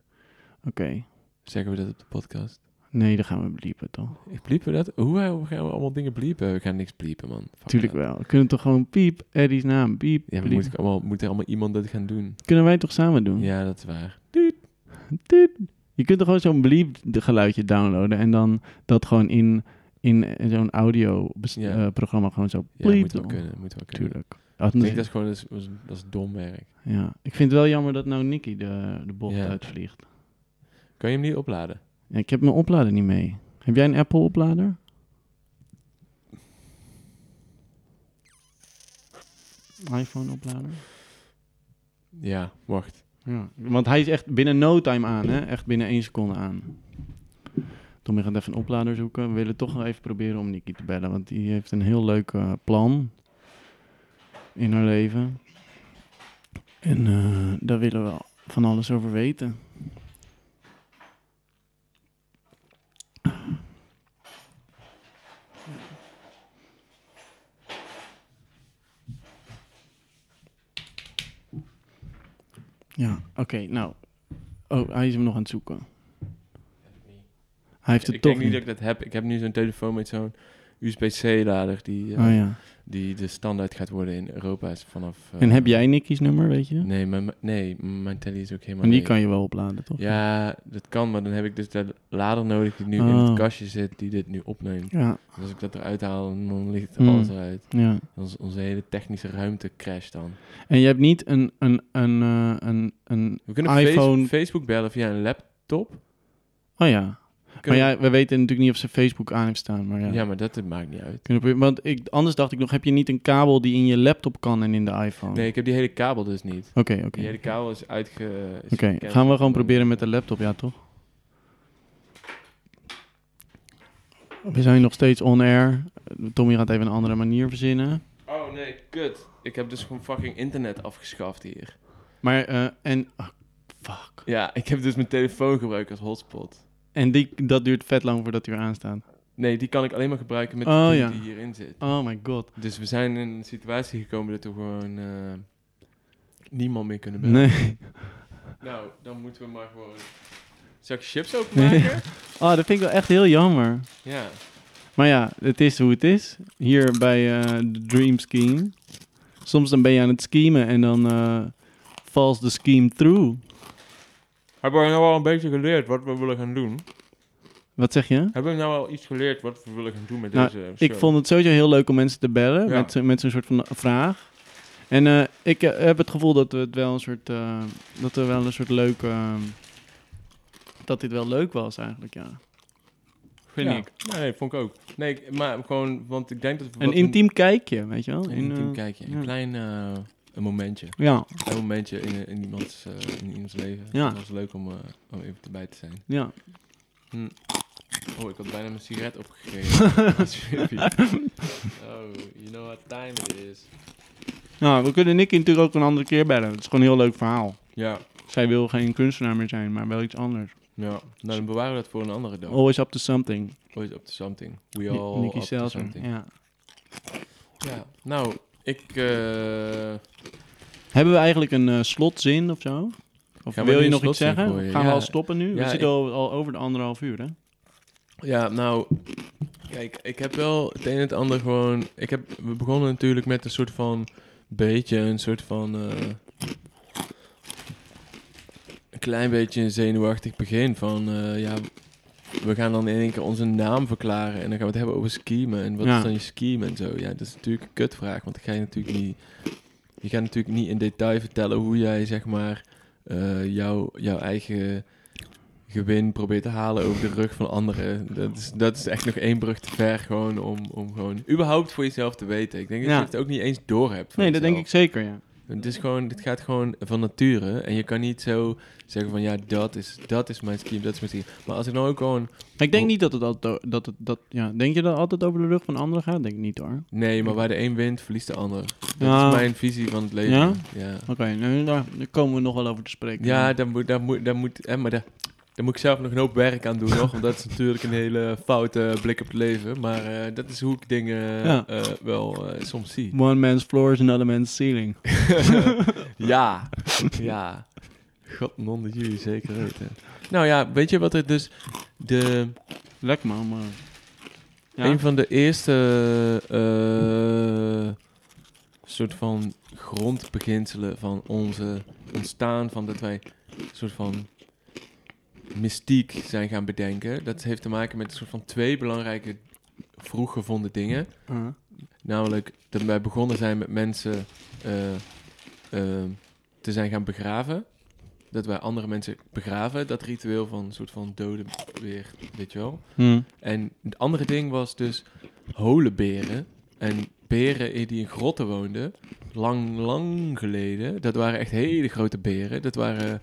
[SPEAKER 1] Oké.
[SPEAKER 3] Zeggen we dat op de podcast?
[SPEAKER 1] Nee, dan gaan we bliepen toch?
[SPEAKER 3] Bliepen we dat? Hoe hoe gaan we allemaal dingen bliepen? We gaan niks bliepen, man. Fuck
[SPEAKER 1] Tuurlijk
[SPEAKER 3] that.
[SPEAKER 1] wel. We kunnen toch gewoon piep, Eddie's naam, piep.
[SPEAKER 3] Ja, maar
[SPEAKER 1] bliep.
[SPEAKER 3] moet, ik allemaal, moet er allemaal iemand dat gaan doen?
[SPEAKER 1] Kunnen wij toch samen doen?
[SPEAKER 3] Ja, dat is waar.
[SPEAKER 1] Tuut. Je kunt er gewoon zo'n bleep geluidje downloaden en dan dat gewoon in, in eh, zo'n audio bes-
[SPEAKER 3] Ja.
[SPEAKER 1] eh, programma gewoon zo
[SPEAKER 3] Ja, dat
[SPEAKER 1] bleep.
[SPEAKER 3] moet wel
[SPEAKER 1] doen.
[SPEAKER 3] kunnen. Moet wel kunnen.
[SPEAKER 1] Tuurlijk.
[SPEAKER 3] Ik
[SPEAKER 1] Anders-
[SPEAKER 3] denk dat is gewoon dat is, dat is, dat is dom werk.
[SPEAKER 1] ja. Ik vind het wel jammer dat nou Nicky de, de bocht
[SPEAKER 3] Ja.
[SPEAKER 1] uitvliegt.
[SPEAKER 3] Kan je hem niet opladen?
[SPEAKER 1] Ja, ik heb mijn oplader niet mee. Heb jij een Apple oplader? iPhone oplader?
[SPEAKER 3] Ja, wacht.
[SPEAKER 1] Ja, want hij is echt binnen no time aan, hè? Echt binnen één seconde aan. Tommy gaat even een oplader zoeken. We willen toch nog even proberen om Nikki te bellen, want die heeft een heel leuk eh, plan in haar leven. En eh, daar willen we wel van alles over weten. Ja, oké, nou. Oh, hij is hem nog aan het zoeken. Hij heeft het
[SPEAKER 3] Ik
[SPEAKER 1] toch
[SPEAKER 3] denk niet dat ik dat heb. Ik heb nu zo'n telefoon met zo'n USB-C-lader die, eh,
[SPEAKER 1] Oh ja.
[SPEAKER 3] die de standaard gaat worden in Europa is vanaf... eh,
[SPEAKER 1] En heb jij Nicky's nummer, weet je?
[SPEAKER 3] Nee, mijn, nee, mijn telly is ook helemaal
[SPEAKER 1] en die
[SPEAKER 3] leeg.
[SPEAKER 1] kan je wel opladen, toch?
[SPEAKER 3] Ja, dat kan, maar dan heb ik dus de lader nodig die nu in
[SPEAKER 1] Oh.
[SPEAKER 3] het kastje zit, die dit nu opneemt.
[SPEAKER 1] Ja,
[SPEAKER 3] En als ik dat eruit haal, dan ligt
[SPEAKER 1] Hmm.
[SPEAKER 3] alles eruit.
[SPEAKER 1] ja.
[SPEAKER 3] Ons, onze hele technische ruimte crasht dan.
[SPEAKER 1] En je hebt niet een, een, een, eh, een, een
[SPEAKER 3] We kunnen face-
[SPEAKER 1] iPhone-
[SPEAKER 3] Facebook bellen via een laptop.
[SPEAKER 1] oh ja. Maar
[SPEAKER 3] Kunnen-
[SPEAKER 1] ja, we weten natuurlijk niet of ze Facebook aan heeft staan, maar ja.
[SPEAKER 3] ja, maar dat maakt niet uit.
[SPEAKER 1] Kunnen we- want ik, anders dacht ik nog, heb je niet een kabel die in je laptop kan en in de iPhone?
[SPEAKER 3] Nee, ik heb die hele kabel dus niet.
[SPEAKER 1] Oh. Oké, oké.
[SPEAKER 3] Die hele kabel is uitge... is
[SPEAKER 1] Oké,
[SPEAKER 3] gecanceld.
[SPEAKER 1] gaan we gewoon proberen met de laptop, ja toch? We zijn nog steeds on air. Tommy gaat even een andere manier verzinnen.
[SPEAKER 3] Oh nee, kut. Ik heb dus gewoon fucking internet afgeschaft hier.
[SPEAKER 1] Maar, eh, en... ah, fuck.
[SPEAKER 3] Ja, ik heb dus mijn telefoon gebruikt als hotspot.
[SPEAKER 1] En die, dat duurt vet lang voordat die weer aanstaat.
[SPEAKER 3] Nee, die kan ik alleen maar gebruiken met
[SPEAKER 1] Oh,
[SPEAKER 3] de
[SPEAKER 1] ja.
[SPEAKER 3] die hierin zit.
[SPEAKER 1] Oh my god.
[SPEAKER 3] Dus we zijn in een situatie gekomen dat we gewoon eh, niemand meer kunnen bellen.
[SPEAKER 1] Nee.
[SPEAKER 3] Nou, dan moeten we maar gewoon... Zal ik chips
[SPEAKER 1] Nee.
[SPEAKER 3] openmaken?
[SPEAKER 1] Oh, dat vind ik wel echt heel jammer.
[SPEAKER 3] Ja.
[SPEAKER 1] Maar ja, het is hoe het is. Hier bij eh de Dream Scheme. Soms dan ben je aan het schemen en dan eh falls the scheme through.
[SPEAKER 3] Hebben we nou al een beetje geleerd wat we willen gaan doen?
[SPEAKER 1] Wat zeg je?
[SPEAKER 3] Hebben we nou al iets geleerd wat we willen gaan doen met
[SPEAKER 1] Nou,
[SPEAKER 3] deze show?
[SPEAKER 1] Ik vond het sowieso heel leuk om mensen te bellen
[SPEAKER 3] Ja.
[SPEAKER 1] met, zo- met zo'n soort van vraag. En eh, ik eh, heb het gevoel dat we het wel een soort, eh, dat we wel een soort leuk, eh, dat dit wel leuk was eigenlijk, ja. Vind
[SPEAKER 3] Ja.
[SPEAKER 1] ik.
[SPEAKER 3] Ja, nee, vond ik ook. Nee, ik- maar gewoon, want ik denk dat... we
[SPEAKER 1] Een
[SPEAKER 3] wat
[SPEAKER 1] intiem kijkje, weet je wel?
[SPEAKER 3] Een,
[SPEAKER 1] In,
[SPEAKER 3] intiem
[SPEAKER 1] eh,
[SPEAKER 3] kijkje. Een
[SPEAKER 1] ja.
[SPEAKER 3] klein eh, een momentje.
[SPEAKER 1] Ja,
[SPEAKER 3] Een klein momentje in, in, iemands, eh, in iemands leven.
[SPEAKER 1] Ja.
[SPEAKER 3] Het was leuk om, eh, om even erbij te zijn.
[SPEAKER 1] ja.
[SPEAKER 3] Oh, ik had bijna mijn sigaret opgegeven. Chippy. oh, you know what time it is.
[SPEAKER 1] Nou, we kunnen Nicky natuurlijk ook een andere keer bellen. Het is gewoon een heel leuk verhaal.
[SPEAKER 3] Ja,
[SPEAKER 1] Zij wil geen kunstenaar meer zijn, maar wel iets anders.
[SPEAKER 3] ja. Nou, dan bewaren we dat voor een andere dag.
[SPEAKER 1] Always up to something.
[SPEAKER 3] Ooit up to something. We
[SPEAKER 1] Ni-
[SPEAKER 3] all
[SPEAKER 1] Nicky
[SPEAKER 3] up to
[SPEAKER 1] Selzer.
[SPEAKER 3] something.
[SPEAKER 1] Ja.
[SPEAKER 3] Ja, nou, ik... eh,
[SPEAKER 1] Hebben we eigenlijk een eh, slotzin of zo? Of
[SPEAKER 3] Gaan we
[SPEAKER 1] wil
[SPEAKER 3] nu
[SPEAKER 1] je
[SPEAKER 3] een
[SPEAKER 1] nog iets
[SPEAKER 3] slotzin
[SPEAKER 1] zeggen?
[SPEAKER 3] gooien?
[SPEAKER 1] Gaan we
[SPEAKER 3] Ja.
[SPEAKER 1] al stoppen nu? we
[SPEAKER 3] Ja,
[SPEAKER 1] zitten al, al over de anderhalf uur, hè?
[SPEAKER 3] Ja, nou, kijk, ik heb wel het een en het ander gewoon. Ik heb, we begonnen natuurlijk met een soort van. Beetje een soort van. eh, een klein beetje een zenuwachtig begin van. eh, ja, we gaan dan in één keer onze naam verklaren en dan gaan we het hebben over schemen. En wat
[SPEAKER 1] Ja.
[SPEAKER 3] is dan je scheme en zo? Ja, dat is natuurlijk een kutvraag, want ik ga je natuurlijk niet. Je gaat natuurlijk niet in detail vertellen hoe jij, zeg maar, eh, jouw, jouw eigen gewin probeert te halen over de rug van anderen. Dat is, dat is echt nog één brug te ver gewoon om, om gewoon überhaupt voor jezelf te weten. Ik denk dat
[SPEAKER 1] Ja.
[SPEAKER 3] je het ook niet eens door hebt.
[SPEAKER 1] Nee, dat denk ik zeker, ja.
[SPEAKER 3] Het, is gewoon, het gaat gewoon van nature en je kan niet zo zeggen van ja, dat is, dat is mijn scheme, dat is mijn scheme. Maar als ik nou ook gewoon,
[SPEAKER 1] Ik denk
[SPEAKER 3] Oh.
[SPEAKER 1] niet dat het altijd... o- Dat het, dat, ja. Denk je dat het altijd over de rug van anderen gaat? Denk ik niet, hoor.
[SPEAKER 3] nee, maar waar de een wint, verliest de ander. Dat
[SPEAKER 1] Ja.
[SPEAKER 3] is mijn visie van het leven.
[SPEAKER 1] Ja?
[SPEAKER 3] ja.
[SPEAKER 1] Oké, nou, daar daar nou, komen we nog wel over te spreken.
[SPEAKER 3] Ja, daar moet, daar moet, daar moet, hè, maar daar, daar Daar moet ik zelf nog een hoop werk aan doen nog. Want dat is natuurlijk een hele foute blik op het leven. Maar eh, dat is hoe ik dingen
[SPEAKER 1] Ja.
[SPEAKER 3] eh, wel eh, soms zie.
[SPEAKER 1] One man's floor is another man's ceiling.
[SPEAKER 3] ja, ja. God, non dat jullie zeker weten. Nou ja, weet je wat er dus... De,
[SPEAKER 1] Lekker man, maar... Ja?
[SPEAKER 3] Een van de eerste eh, soort van grondbeginselen van onze ontstaan, van dat wij een soort van mystiek zijn gaan bedenken. Dat heeft te maken met een soort van twee belangrijke vroeg gevonden dingen.
[SPEAKER 1] Ah.
[SPEAKER 3] Namelijk dat wij begonnen zijn met mensen eh, eh, te zijn gaan begraven. Dat wij andere mensen begraven. Dat ritueel van een soort van doden weer, weet je wel.
[SPEAKER 1] Hm.
[SPEAKER 3] En het andere ding was dus holenberen. En beren in- die in grotten woonden, lang, lang geleden. Dat waren echt hele grote beren. Dat waren,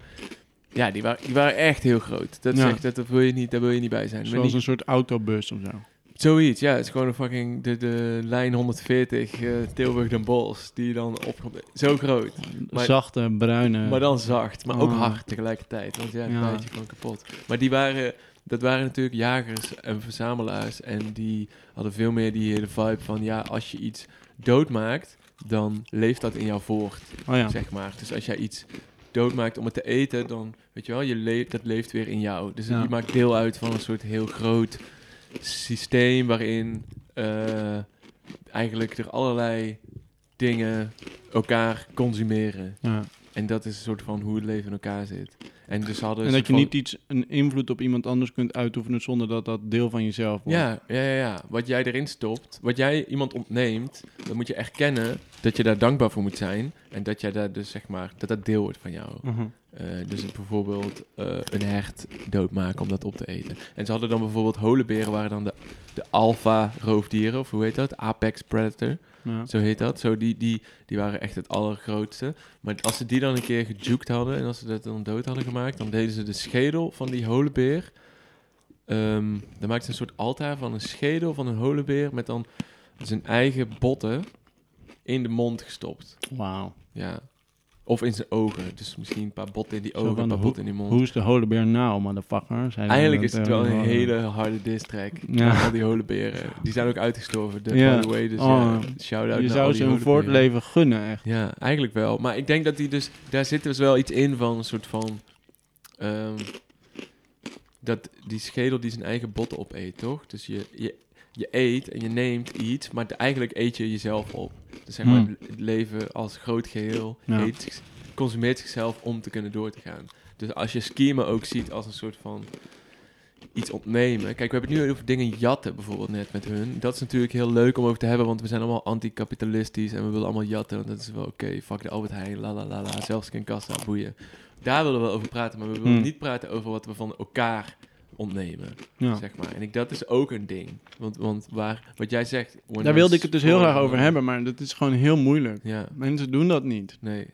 [SPEAKER 3] ja, die waren, die waren echt heel groot. Dat
[SPEAKER 1] Ja.
[SPEAKER 3] is echt, dat, dat wil je niet, daar wil je niet bij zijn. Maar
[SPEAKER 1] Zoals
[SPEAKER 3] niet-
[SPEAKER 1] een soort autobus of zo.
[SPEAKER 3] Zoiets, ja. Het is gewoon een fucking, de, de lijn 140, eh, Tilburg Den Bosch, die dan opkomt. Zo groot. Maar-
[SPEAKER 1] Zachte, bruine...
[SPEAKER 3] Maar dan zacht, maar ook
[SPEAKER 1] Oh.
[SPEAKER 3] hard tegelijkertijd. Want ja,
[SPEAKER 1] Ja.
[SPEAKER 3] dan bijt je gewoon kapot. Maar die waren, dat waren natuurlijk jagers en verzamelaars. En die hadden veel meer die hele vibe van... Ja, als je iets doodmaakt, dan leeft dat in jou voort,
[SPEAKER 1] Oh ja.
[SPEAKER 3] zeg maar. Dus als jij iets doodmaakt om het te eten, dan... Weet je wel, je leeft, dat leeft weer in jou. Dus
[SPEAKER 1] Ja.
[SPEAKER 3] je maakt deel uit van een soort heel groot systeem... waarin eh, eigenlijk er allerlei dingen elkaar consumeren.
[SPEAKER 1] ja.
[SPEAKER 3] En dat is een soort van hoe het leven in elkaar zit. En dus hadden
[SPEAKER 1] En
[SPEAKER 3] ze
[SPEAKER 1] dat je
[SPEAKER 3] van-
[SPEAKER 1] niet iets, een invloed op iemand anders kunt uitoefenen zonder dat dat deel van jezelf wordt.
[SPEAKER 3] Ja, ja, ja, ja. Wat jij erin stopt, wat jij iemand ontneemt, dan moet je erkennen dat je daar dankbaar voor moet zijn. En dat jij daar dus zeg maar, dat dat deel wordt van jou.
[SPEAKER 1] Mhm.
[SPEAKER 3] Eh, dus bijvoorbeeld eh, een hert doodmaken om dat op te eten. En ze hadden dan bijvoorbeeld holenberen, waren dan de, de alfa roofdieren, of hoe heet dat? Apex predator.
[SPEAKER 1] Ja.
[SPEAKER 3] Zo heet dat. Zo, die, die, die waren echt het allergrootste. Maar als ze die dan een keer gejukt hadden en als ze dat dan dood hadden gemaakt, dan deden ze de schedel van die holenbeer. ehm dan maakten ze een soort altaar van een schedel van een holenbeer met dan zijn eigen botten in de mond gestopt.
[SPEAKER 1] Wauw.
[SPEAKER 3] Ja. Of in zijn ogen. Dus misschien een paar botten in die
[SPEAKER 1] Zo
[SPEAKER 3] ogen,
[SPEAKER 1] van
[SPEAKER 3] een paar
[SPEAKER 1] de
[SPEAKER 3] botten in die mond.
[SPEAKER 1] Hoe is de Holy Bear nou, motherfucker? Zeiden
[SPEAKER 3] Eigenlijk
[SPEAKER 1] dat,
[SPEAKER 3] is het
[SPEAKER 1] eh,
[SPEAKER 3] wel een
[SPEAKER 1] wel, eh,
[SPEAKER 3] hele harde diss track.
[SPEAKER 1] Ja.
[SPEAKER 3] Van al die holenberen. Die zijn ook uitgestorven. De,
[SPEAKER 1] Ja.
[SPEAKER 3] By the way, dus
[SPEAKER 1] Oh,
[SPEAKER 3] ja, shout-out
[SPEAKER 1] Je
[SPEAKER 3] naar
[SPEAKER 1] zou
[SPEAKER 3] al
[SPEAKER 1] ze
[SPEAKER 3] die
[SPEAKER 1] een
[SPEAKER 3] holenberen.
[SPEAKER 1] voortleven gunnen, echt.
[SPEAKER 3] Ja, eigenlijk wel. Maar ik denk dat die dus... Daar zit dus wel iets in van een soort van... ehm, dat die schedel die zijn eigen botten opeet, toch? Dus je, je, je eet en je neemt iets, maar de- eigenlijk eet je jezelf op. Dus zeg maar,
[SPEAKER 1] Hmm.
[SPEAKER 3] het leven als groot geheel
[SPEAKER 1] Ja.
[SPEAKER 3] eet, zich- consumeert zichzelf om te kunnen door te gaan. Dus als je schema ook ziet als een soort van iets ontnemen. Kijk, we hebben het nu over dingen jatten bijvoorbeeld net met hun. Dat is natuurlijk heel leuk om over te hebben, want we zijn allemaal anticapitalistisch en we willen allemaal jatten. En dat is wel oké, fuck de Albert Heijn, la la la la, zelfs geen kassa, boeien. Daar willen we over praten, maar we willen
[SPEAKER 1] Hmm.
[SPEAKER 3] niet praten over wat we van elkaar ontnemen,
[SPEAKER 1] Ja.
[SPEAKER 3] zeg maar. En ik, dat is ook een ding. Want, want waar, wat jij zegt... when
[SPEAKER 1] Daar
[SPEAKER 3] I
[SPEAKER 1] wilde ik het dus heel
[SPEAKER 3] saw
[SPEAKER 1] graag
[SPEAKER 3] you-
[SPEAKER 1] over hebben, maar dat is gewoon heel moeilijk.
[SPEAKER 3] Ja,
[SPEAKER 1] Mensen doen dat niet.
[SPEAKER 3] nee.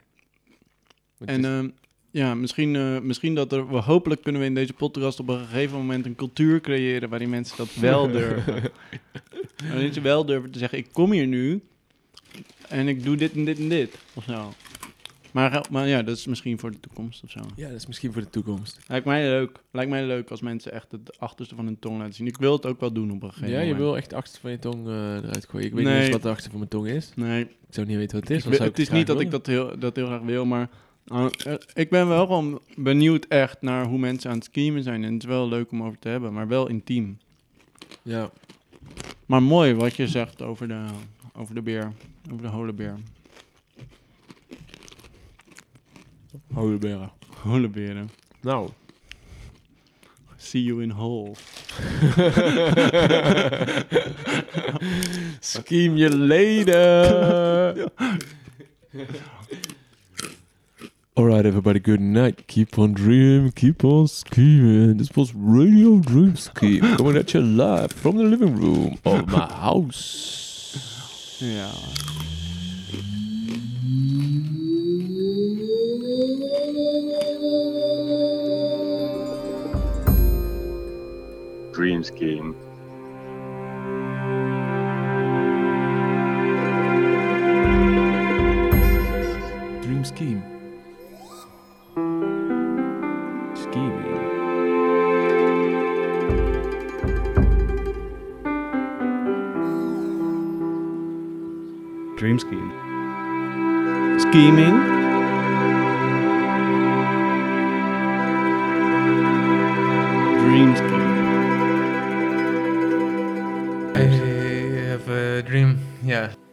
[SPEAKER 3] Want
[SPEAKER 1] En
[SPEAKER 3] het is-
[SPEAKER 1] ehm, ja, misschien, eh, misschien dat er, we hopelijk kunnen we in deze podcast op een gegeven moment een cultuur creëren waarin mensen dat wel durven. waarin ze wel durven te zeggen, ik kom hier nu en ik doe dit en dit en dit, of zo. Maar, ga- maar ja, dat is misschien voor de toekomst of zo.
[SPEAKER 3] ja, dat is misschien voor de toekomst.
[SPEAKER 1] Lijkt mij leuk, lijkt mij leuk als mensen echt het achterste van hun tong laten zien. Ik wil het ook wel doen op een gegeven
[SPEAKER 3] ja, je
[SPEAKER 1] moment.
[SPEAKER 3] wil echt de achterste van je tong eh, eruit gooien. Ik weet
[SPEAKER 1] Nee.
[SPEAKER 3] niet eens wat de achterste van mijn tong is.
[SPEAKER 1] Nee,
[SPEAKER 3] Ik zou niet weten wat het
[SPEAKER 1] ik
[SPEAKER 3] is.
[SPEAKER 1] wil-
[SPEAKER 3] dan zou
[SPEAKER 1] het is
[SPEAKER 3] graag
[SPEAKER 1] niet dat ik
[SPEAKER 3] willen.
[SPEAKER 1] dat heel, dat heel graag wil, maar eh, eh, ik ben wel gewoon benieuwd echt naar hoe mensen aan het skiemen zijn. En het is wel leuk om over te hebben, maar wel intiem.
[SPEAKER 3] Ja,
[SPEAKER 1] Maar mooi wat je zegt over de, over de beer, over de holebeer.
[SPEAKER 3] holenberen.
[SPEAKER 1] Holeberen.
[SPEAKER 3] Nou.
[SPEAKER 1] See you in hole.
[SPEAKER 3] Scheme je leden. Alright everybody, good night. Keep on dream, keep on scheming. This was Radio Dream Scheme coming at you live from the living room of my house.
[SPEAKER 1] Ja.
[SPEAKER 6] dream scheme.
[SPEAKER 3] Dream Scheme. Scheming.
[SPEAKER 1] Scheming. Dream scheming.
[SPEAKER 3] I have a dream. Yeah.